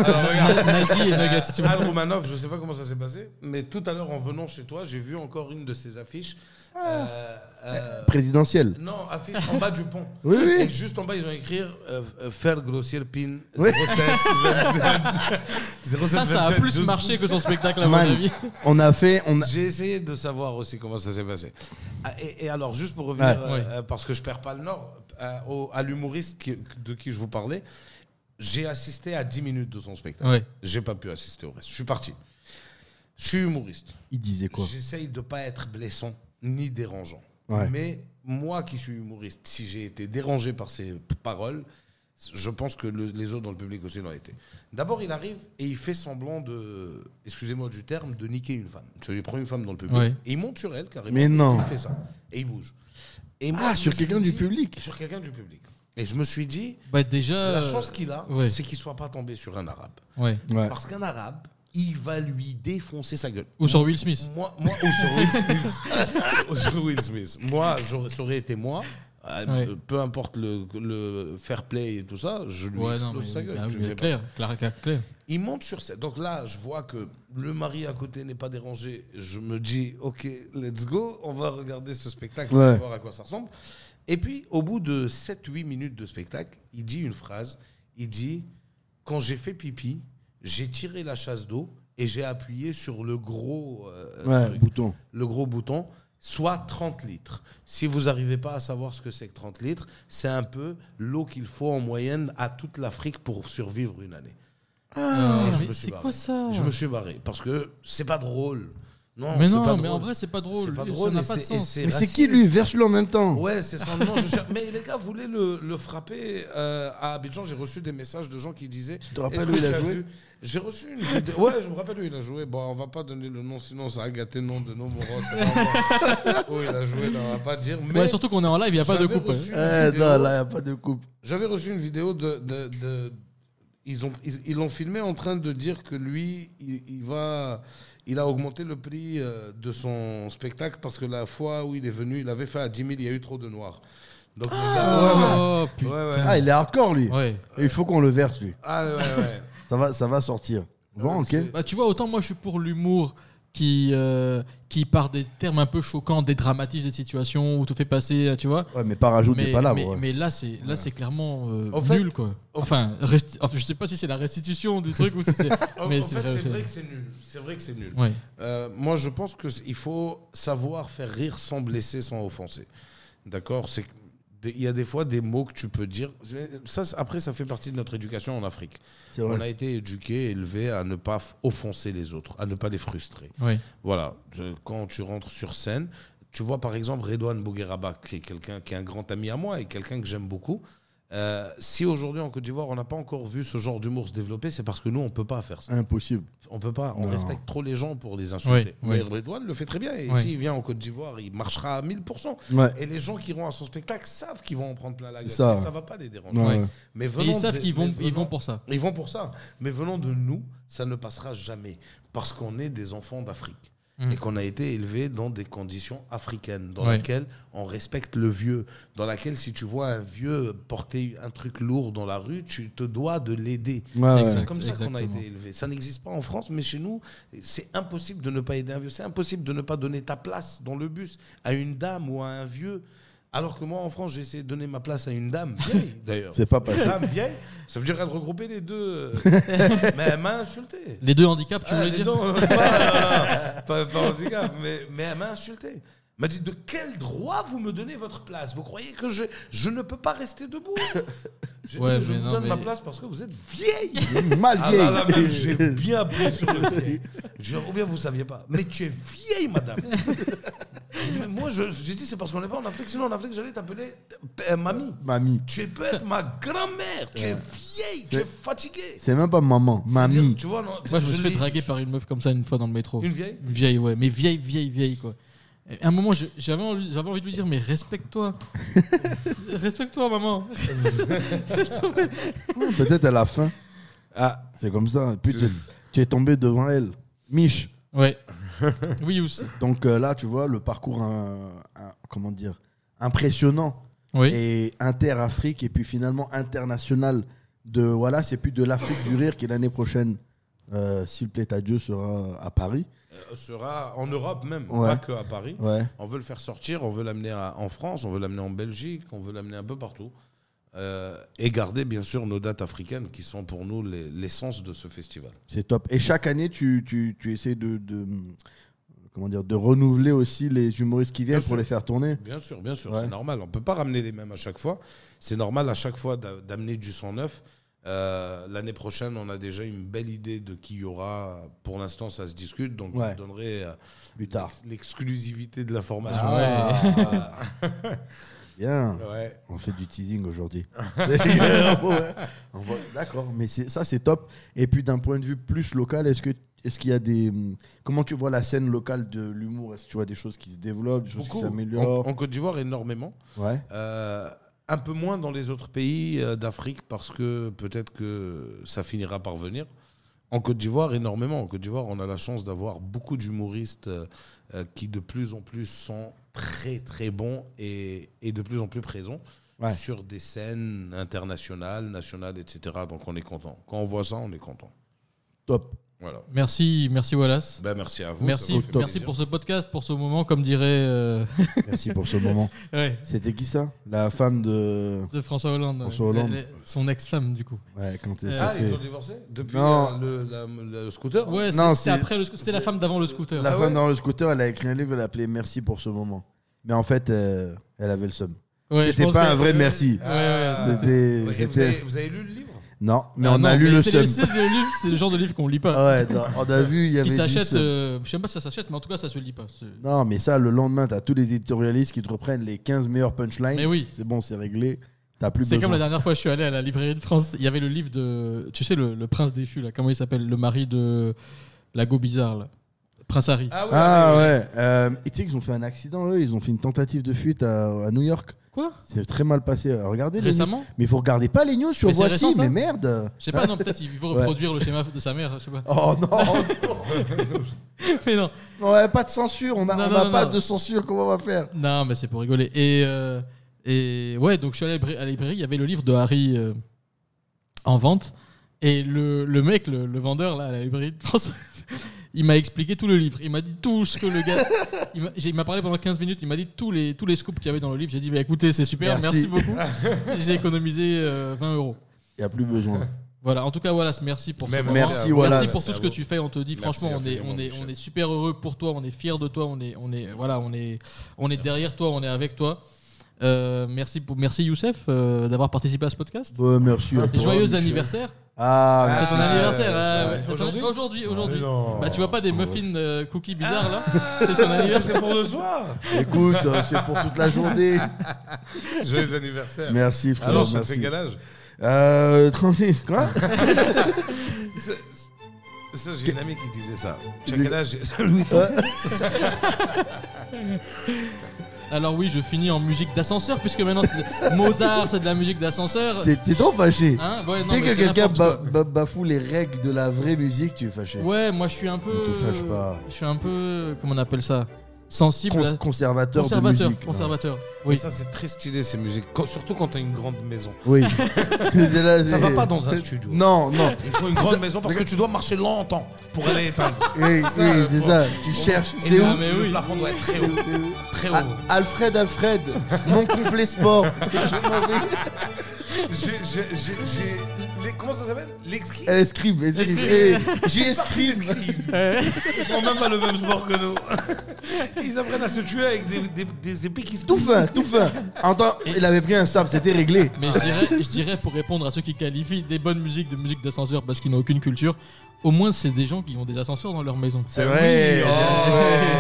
G: regarde.
B: Nazi et
G: Euh,
B: Nuggets. tu vois.
G: Al Romanov, je sais pas comment ça s'est passé, mais tout à l'heure en venant chez toi, j'ai vu encore une de ces affiches. Euh, euh,
A: Présidentiel.
G: non, affiche en bas du pont.
A: Oui, oui.
G: Et juste en bas, ils ont écrit euh, euh, faire grossir pin.
A: Oui.
G: 07,
B: Ça, ça a
G: 07,
B: plus
G: 12.
B: marché que son spectacle, à mon
A: Man,
B: avis.
A: on a fait. On a-
G: J'ai essayé de savoir aussi comment ça s'est passé. Ah, Et, et alors, juste pour
A: Ouais.
G: revenir, euh,
B: Oui.
G: euh, parce que je perds pas le nord, euh, au- à l'humoriste qui- de qui je vous parlais, j'ai assisté à 10 minutes de son spectacle.
B: Ouais.
G: J'ai pas pu assister au reste. Je suis parti. Je suis humoriste.
A: Il disait quoi
G: J'essaye de pas être blessant ni dérangeant.
A: Ouais.
G: Mais moi qui suis humoriste, si j'ai été dérangé par ces p- paroles, je pense que le- les autres dans le public aussi l'ont été. D'abord, il arrive et il fait semblant de, excusez-moi du terme, de niquer une femme. Parce qu'il prend une femme dans le public
B: Ouais.
G: et il monte sur elle carrément.
A: Mais non.
G: Il fait ça. Et il bouge. Et moi,
A: Ah,
G: je
A: sur
G: me suis
A: quelqu'un du
G: dit-
A: public.
G: Sur quelqu'un du public. Et je me suis dit,
B: Bah, déjà.
G: la
B: euh,
G: chance qu'il a,
B: ouais.
G: c'est qu'il soit pas tombé sur un arabe.
B: ouais.
A: Ouais.
G: Parce qu'un arabe, il va lui défoncer sa gueule.
B: Ou sur Will Smith.
G: Moi, moi ou sur Will Smith. Ou sur Will Smith. Moi, j'aurais- ça aurait été moi. Euh,
B: Ouais.
G: Peu importe le, le fair play et tout ça, je lui
B: Ouais, non,
G: explose
B: mais.
G: sa gueule.
B: bah,
G: Je
B: oui,
G: fais pas
B: clair, clair, clair, clair.
G: ça. Il monte sur scène. Donc là, je vois que le mari à côté n'est pas dérangé. Je me dis, OK, let's go. On va regarder ce spectacle. On va
A: Ouais.
G: voir à quoi ça ressemble. Et puis, au bout de 7-8 minutes de spectacle, il dit une phrase. Il dit, quand j'ai fait pipi, j'ai tiré la chasse d'eau et j'ai appuyé sur le gros euh,
A: Ouais,
G: truc
A: bouton.
G: le gros bouton, soit 30 litres. Si vous n'arrivez pas à savoir ce que c'est que 30 litres, c'est un peu l'eau qu'il faut en moyenne à toute l'Afrique pour survivre une année.
B: Ah,
G: Et je
B: mais
G: me suis
B: c'est
G: barré.
B: quoi ça
G: Je me suis barré parce que c'est pas drôle. Non,
B: Mais
G: c'est
B: non,
G: pas
B: mais
G: drôle.
B: en vrai, c'est pas drôle.
G: C'est pas
B: Ça
G: drôle.
B: n'a
G: et
B: pas de
G: c'est- et
B: sens.
A: Mais c'est qui lui
G: raciste.
A: Verse-le en même temps.
G: Ouais, c'est son nom. je cher- Mais les gars voulaient le, le frapper euh, à Abidjan. J'ai reçu des messages de gens qui disaient. Tu
A: te rappelles où il a joué
G: J'ai reçu une vidéo. Ouais, je me rappelle où il a joué. Bon, on va pas donner le nom, sinon ça a gâté le nom de nos morons. c'est pas bon. où il a joué, là, on va pas dire. Mais
B: Ouais, surtout qu'on est en live, il n'y a pas de
G: j'avais
B: coupe.
G: reçu
B: hein.
G: une
A: Eh,
G: vidéo-
A: non, là, y a pas de coupe.
G: J'avais reçu une vidéo de. de- de- ils ont ils ils l'ont filmé en train de dire que lui il, il va il a augmenté le prix euh, de son spectacle parce que la fois où il est venu il avait fait à 10 000 il y a eu trop de noirs donc le gars- ouais, ouais.
B: Oh putain.
A: Ah, il est hardcore, lui.
B: Ouais.
A: Il faut qu'on le verse, lui.
G: Ah, ouais, ouais.
A: Ça va, ça va sortir. Bon, ok.
B: Bah, tu vois, autant moi je suis pour l'humour qui, euh, qui, par des termes un peu choquants, dédramatise des situations ou te fait passer, tu vois.
A: Ouais, mais Ah, pas rajoute
B: Mais,
A: des palabres.
B: mais,
A: ouais.
B: mais là, c'est là, c'est clairement euh,
G: En fait-
B: nul, quoi.
G: en-
B: Enfin, resti- enfin, je sais pas si c'est la restitution du truc ou si c'est.
G: En,
B: mais
G: en fait, c'est vrai
B: vrai.
G: que c'est nul. C'est vrai que c'est nul.
B: Ouais.
G: Euh, moi, je pense que c- il faut savoir faire rire sans blesser, sans offenser. D'accord C'est que des- il y a des fois des mots que tu peux dire. Ça, c'est- après, ça fait partie de notre éducation en Afrique.
A: C'est
G: On
A: vrai.
G: a été éduqués, élevés à ne pas f- offenser les autres, à ne pas les frustrer.
B: Ouais.
G: Voilà, Je- quand tu rentres sur scène, tu vois par exemple Redouane Bougueraba, qui est quelqu'un qui est un grand ami à moi et quelqu'un que j'aime beaucoup. Euh, si aujourd'hui en Côte d'Ivoire on n'a pas encore vu ce genre d'humour se développer, c'est parce que nous on peut pas faire ça.
A: Impossible.
G: On peut pas, on
A: Non.
G: respecte trop les gens pour les insulter.
B: Oui,
G: Mais
B: oui.
G: Redouane le fait très bien et
B: Oui.
G: s'il vient en Côte d'Ivoire, il marchera à 1000%.
A: Ouais.
G: Et les gens qui iront à son spectacle savent qu'ils vont en prendre plein la gueule.
A: Ça.
G: Ça, ça va pas les déranger.
A: Ouais,
B: Ouais.
A: ouais.
G: Mais
B: Et
G: venant
B: ils savent
G: de-
B: qu'ils
G: mais
B: vont, ils
G: venant-
B: vont pour ça.
G: ils vont pour ça. Mais venant de nous, ça ne passera jamais. Parce qu'on est des enfants d'Afrique.
B: Mm.
G: Et qu'on a été élevés dans des conditions africaines, dans
B: Ouais.
G: lesquelles on respecte le vieux, dans laquelle si tu vois un vieux porter un truc lourd dans la rue, tu te dois de l'aider.
A: Ouais,
G: C'est
B: Exact,
G: comme ça qu'on a
B: exactement.
G: été élevé. Ça n'existe pas en France, mais chez nous, c'est impossible de ne pas aider un vieux. C'est impossible de ne pas donner ta place dans le bus à une dame ou à un vieux. Alors que moi, en France, j'ai essayé de donner ma place à une dame vieille, d'ailleurs.
A: C'est pas passé.
G: Une dame vieille, ça veut dire qu'elle regroupait les deux. euh, mais elle m'a insulté.
B: Les deux handicaps, tu
G: Ah,
B: voulais
G: les
B: dire
G: dents, euh, pas, euh, pas- pas handicap, mais, mais elle m'a insulté. m'a dit de quel droit vous me donnez votre place Vous croyez que je, je ne peux pas rester debout J'ai dit,
B: Ouais,
G: Je
B: mais
G: vous
B: non,
G: donne ma
B: mais-
G: place parce que vous êtes vieille.
A: Mal
G: Ah
A: vieille.
G: là là, mais j'ai bien pris sur le vieil. Je dis, ou bien vous saviez pas. Mais tu es vieille, madame. J'ai dit, mais moi, je- j'ai dit, c'est parce qu'on n'est pas en Afrique. Sinon, en Afrique, j'allais t'appeler t- euh, mamie.
A: Mamie.
G: Tu peux être ma grand-mère. Tu es vieille. Tu es fatiguée.
A: C'est même pas maman, mamie.
G: C'est-à-dire, Tu vois, non,
B: Moi, je me suis fait
G: l'ai-
B: draguer par une meuf comme ça une fois dans le métro.
G: Une vieille
B: Une vieille, ouais, mais vieille, vieille, vieille, quoi. Et à un moment, je- j'avais envie, j'avais envie de lui dire, mais respecte-toi. respecte-toi, maman. C'est sauvé.
A: Peut-être à la fin.
G: Ah,
A: C'est comme ça. Puis tu, tu es tombé devant elle. Mich.
B: ouais. Oui, aussi.
A: Donc euh, là, tu vois, le parcours, un- un- comment dire, impressionnant
B: Oui.
A: et inter-Afrique et puis finalement international. De, voilà, c'est plus de l'Afrique du rire qui l'année prochaine, euh, s'il plaît à Dieu, sera à Paris.
G: Euh, sera en Europe même,
A: Ouais.
G: pas que à Paris.
A: Ouais.
G: On veut le faire sortir, on veut l'amener à- en France, on veut l'amener en Belgique, on veut l'amener un peu partout. Euh, et garder bien sûr nos dates africaines qui sont pour nous les- l'essence de ce festival.
A: C'est top. Et chaque année, tu, tu, tu essaies de, de, comment dire, de renouveler aussi les humoristes qui viennent
G: Bien
A: pour
G: sûr.
A: les faire tourner.
G: Bien sûr, bien sûr,
A: Ouais.
G: c'est normal. On ne peut pas ramener les mêmes à chaque fois. C'est normal à chaque fois d'a- d'amener du sang neuf. Euh, L'année prochaine, on a déjà une belle idée de qui il y aura. Pour l'instant, ça se discute, donc
A: Ouais.
G: je donnerai euh,
A: Plus tard. Ah.
G: l'exclusivité de l'information.
A: Bien.
G: Ouais.
A: On fait du teasing aujourd'hui. Ouais. On voit- D'accord, mais c'est- ça c'est top. Et puis d'un point de vue plus local, est-ce que est-ce qu'il y a des hum, comment tu vois la scène locale de l'humour Est-ce que tu vois des choses qui se développent, des choses
G: Beaucoup.
A: qui
G: En,
A: s'améliorent
G: en Côte d'Ivoire, énormément.
A: Ouais.
G: Euh, un peu moins dans les autres pays euh, d'Afrique parce que peut-être que ça finira par venir. En Côte d'Ivoire, énormément. En Côte d'Ivoire, on a la chance d'avoir beaucoup d'humoristes euh, euh, qui de plus en plus sont très très bons et, et de plus en plus présents
A: Ouais.
G: sur des scènes internationales, nationales, etc. Donc on est content. Quand on voit ça, on est content.
A: Top.
G: Voilà.
B: Merci, merci
A: Bah,
B: Wallace.
G: Ben, merci à vous. ça
B: merci,
G: m'a fait
B: merci
G: plaisir.
B: pour ce podcast, pour ce moment, comme dirait euh,
A: Merci pour ce moment.
B: ouais,
A: C'était qui ça La femme de
B: de François Hollande.
A: François Hollande.
B: La- la- son ex-femme, du coup.
A: ouais, quand elle s'est
G: Ah,
A: fait-
G: ils ont divorcé Depuis
A: Non.
G: euh, le, la- le scooter
B: Ouais,
A: Non,
B: c'est- c'était
A: c'est-
B: après le sc- c'était la femme d'avant le scooter.
A: La
G: Ah
A: femme
G: ouais
A: dans le scooter, elle a écrit un livre, elle a appelé Merci pour ce moment. Mais en fait, euh, elle avait le seum.
B: Ouais, je
A: C'était
B: pense
A: pas
B: que-
A: un vrai merci.
B: Ouais, Ah. ouais, c'était-
A: C'était-
G: Ouais, et vous,
A: c'était-
G: avez, vous avez lu le livre
A: Non, mais
B: Ah
A: on a
B: non,
A: lu
B: mais
A: le
B: c'est le-
A: seum. Ah
B: C'est le livre- c'est le genre de livre qu'on lit pas.
A: Ouais, non, on a vu, il y avait
B: qui
A: du
B: s'achète,
A: seum.
B: euh, je sais pas si ça s'achète, mais en tout cas ça se lit pas. C'est-
A: Non, mais ça, le lendemain, t'as tous les éditorialistes qui te reprennent les 15 meilleurs punchlines.
B: Mais oui.
A: C'est bon, c'est réglé. T'as plus
B: C'est
A: besoin.
B: comme la dernière fois, je suis allé à la librairie de France. Il y avait le livre de, tu sais, le, le prince déchu là, comment il s'appelle, le mari de la go bizarre là, Prince Harry.
G: Ah, ouais,
A: Ah
G: ouais, ouais.
A: ouais. Euh, et tu sais qu'ils ont fait un accident, eux. Ils ont fait une tentative de fuite à, à New York.
B: Quoi
A: C'est très mal passé. Alors, regardez les news.
B: Récemment
A: Mais vous regardez pas les news sur
B: Mais c'est
A: Voici,
B: récent, ça
A: mais merde.
B: Je sais pas, non, peut-être il veut reproduire le schéma de sa mère, je sais pas.
A: Oh non,
B: Mais non,
A: on n'a pas de censure, on n'a
B: Non,
A: on
B: non,
A: a
B: non,
A: pas
B: non.
A: de censure, comment on va faire
B: non, mais c'est pour rigoler. Et, euh, et ouais, donc je suis allé à la libra- à la librairie, il y avait le livre de Harry euh, en vente. Et le, le mec, le, le vendeur là, à la librairie de France, il m'a expliqué tout le livre. Il m'a dit tout ce que le gars. Il m'a- j'ai- il m'a parlé pendant 15 minutes, il m'a dit tous les, tous les scoops qu'il y avait dans le livre. J'ai dit, bah, écoutez, c'est super,
A: Merci.
B: merci, beaucoup. j'ai économisé euh, 20 euros.
A: Il n'y a plus besoin.
B: Voilà, en tout cas, Wallace, merci pour
G: Mais
B: ce moment.
A: merci,
B: merci
A: Wallace.
B: pour tout ce que tu fais. On te dit
G: Merci
B: franchement, on est,
G: infiniment,
B: on est,
G: Michel.
B: on est super heureux pour toi. On est fier de toi. On est, on est, voilà, on est, on est derrière toi. On est avec toi. Euh, merci, pour, merci Youssef euh, d'avoir participé à ce podcast.
A: Bon, Oh, merci. à
B: Et
A: toi,
B: joyeux
A: Michel.
B: anniversaire.
A: Ah,
G: Ah,
A: merci.
B: c'est ton
G: ouais,
B: anniversaire.
G: ouais,
B: ah,
G: ouais.
B: ouais. C'est ton- Aujourd'hui,
G: Aujourd'hui
B: aujourd'hui.
A: Ah
G: Mais non.
B: Bah, tu vois pas des muffins euh, cookies bizarres là C'est son anniversaire.
G: C'était pour le soir.
A: Écoute, euh, c'est pour toute la journée.
G: Joyeux anniversaire.
B: Ah
G: Ah
A: Merci, frère.
G: Alors, ça te fait
A: merci.
G: quel âge
A: Euh, 36, quoi
G: Ça, ça, j'ai une amie qui disait ça. Tu as quel âge Louis
B: Alors oui, je finis en musique d'ascenseur puisque maintenant c'est- Mozart, c'est de la musique d'ascenseur.
A: T'es t'es trop fâché.
B: Hein ouais, Ah, non,
A: Dès
B: mais
A: que
B: c'est
A: quelqu'un
B: n'importe quoi.
A: ba- ba- bafoue les règles de la vraie musique, tu es fâché.
B: Ouais, moi je suis un peu.
A: Ne te fâche pas.
B: Je suis un peu. Comment on appelle ça Sensible.
A: Cons-
B: à-
A: conservateur, de
B: conservateur.
A: musique.
B: conservateur.
G: Oui.
B: Oui.
G: Ça, c'est très stylé, ces musiques. Quand- surtout quand t'as une grande maison.
A: Ouais. Oui. C'est- là,
G: Ça va
A: c'est-
G: pas dans un studio.
A: Non, non.
G: Il faut une grande maison parce que tu dois marcher longtemps pour aller éteindre.
A: Oui, oui,
G: ça,
A: c'est
G: faut-
A: ça. Tu cherches.
B: Et
A: C'est
B: non,
A: où
B: mais
G: Le
B: oui.
G: plafond doit être très haut. Très haut.
A: Ah, Alfred, Alfred, non complet sport.
G: J'ai- j'ai- j'ai- j'ai- les- Comment ça s'appelle L'escrime
A: Escribe, escribe. Eh, J'y escribe.
G: Ils font même pas le même sport que nous. Ils apprennent à se tuer avec des, des, des épées qui se
A: Tout
G: touchent.
A: fin, tout fin. En temps, il avait pris un sable, c'était réglé.
B: Mais je dirais, je dirais, pour répondre à ceux qui qualifient des bonnes musiques de musique d'ascenseur parce qu'ils n'ont aucune culture, au moins c'est des gens qui ont des ascenseurs dans leur maison.
A: C'est vrai.
B: Oh.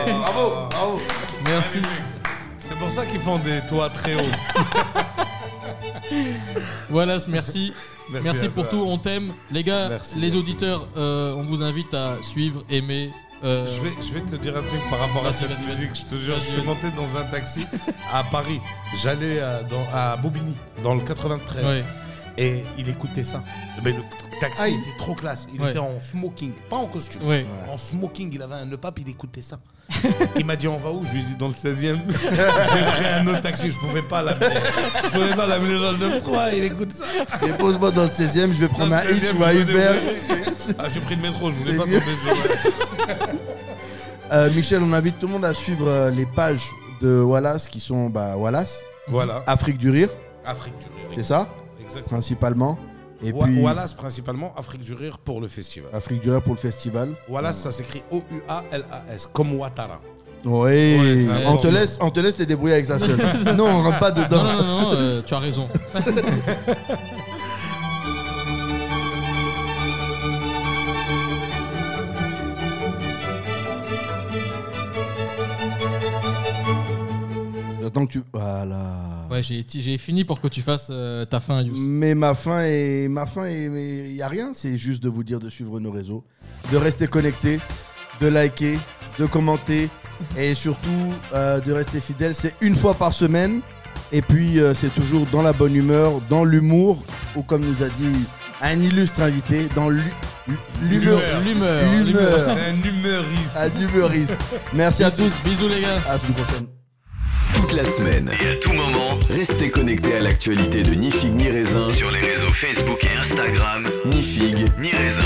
A: Ouais. Bravo, bravo.
B: Merci.
G: C'est pour ça qu'ils font des toits très hauts.
B: Voilà, merci. Merci,
G: à
B: pour
G: toi.
B: tout, on t'aime. Les gars,
G: Merci.
B: les auditeurs, euh, on vous invite à suivre, aimer. euh,
G: Je vais, je vais te dire un truc par rapport à
B: Vas-y,
G: cette
B: vas-y, vas-y.
G: musique. Je te jure,
B: Vas-y,
G: je suis
B: vas-y.
G: monté dans un taxi à Paris. J'allais à, dans- à Bobigny, dans le 93.
B: Ouais.
G: Et il écoutait ça. Mais le taxi
A: Ah, il-
G: était trop classe. Il
B: Ouais.
G: était en smoking, pas en costume.
B: Ouais.
G: En smoking, il avait un nœud pape, il écoutait ça. il m'a dit on va où Je lui ai dit dans le 16 e J'ai pris un autre taxi, je pouvais pas l'amener. Je pouvais pas l'amener dans le 9-3, il écoute ça.
A: Dépose-moi dans le 16 e je vais prendre
G: Dans
A: un
G: le 16e,
A: hitch
G: je
A: ou un
G: me
A: Uber.
G: débrouille. Ah, j'ai pris le métro, je voulais
A: C'est
G: pas
A: mieux.
G: tomber sur.
A: Euh, Michel, on invite tout le monde à suivre euh, les pages de Wallace qui sont bah, Wallace,
G: Voilà,
A: Afrique du Rire,
G: Ah, Afrique du
A: c'est
G: Rire.
A: ça,
G: Exactement.
A: principalement. Et
G: Wa-
A: puis
G: Wallace, principalement, Afrique du Rire pour le festival.
A: Afrique du Rire pour le festival.
G: Wallace, ça s'écrit O-U-A-L-A-S, comme Ouattara.
A: Oui,
G: Ouais, ça
A: on,
G: avance.
A: te laisse, on te laisse te débrouiller avec ça seul. non, on rentre pas
B: Non,
A: dedans.
B: non, non, non, euh, tu as raison.
A: J'attends que tu. Voilà.
B: Ouais, j'ai j'ai fini pour que tu fasses euh, ta fin, Yous.
A: Mais ma fin est. Ma fin est. Il n'y a rien. C'est juste de vous dire de suivre nos réseaux, de rester connecté, de liker, de commenter et surtout euh, de rester fidèle. C'est une fois par semaine. Et puis euh, c'est toujours dans la bonne humeur, dans l'humour, ou comme nous a dit un illustre invité, dans l'hu- l'humeur.
B: L'humeur.
A: L'humeur.
G: C'est un humoriste.
A: À l'humoriste. Merci à tous.
B: Bisous, les gars.
A: À la semaine prochaine.
F: Toute la semaine et à tout moment, restez connectés à l'actualité de Ni Figue Ni Raisin sur les réseaux Facebook et Instagram Ni Figue Ni Raisin.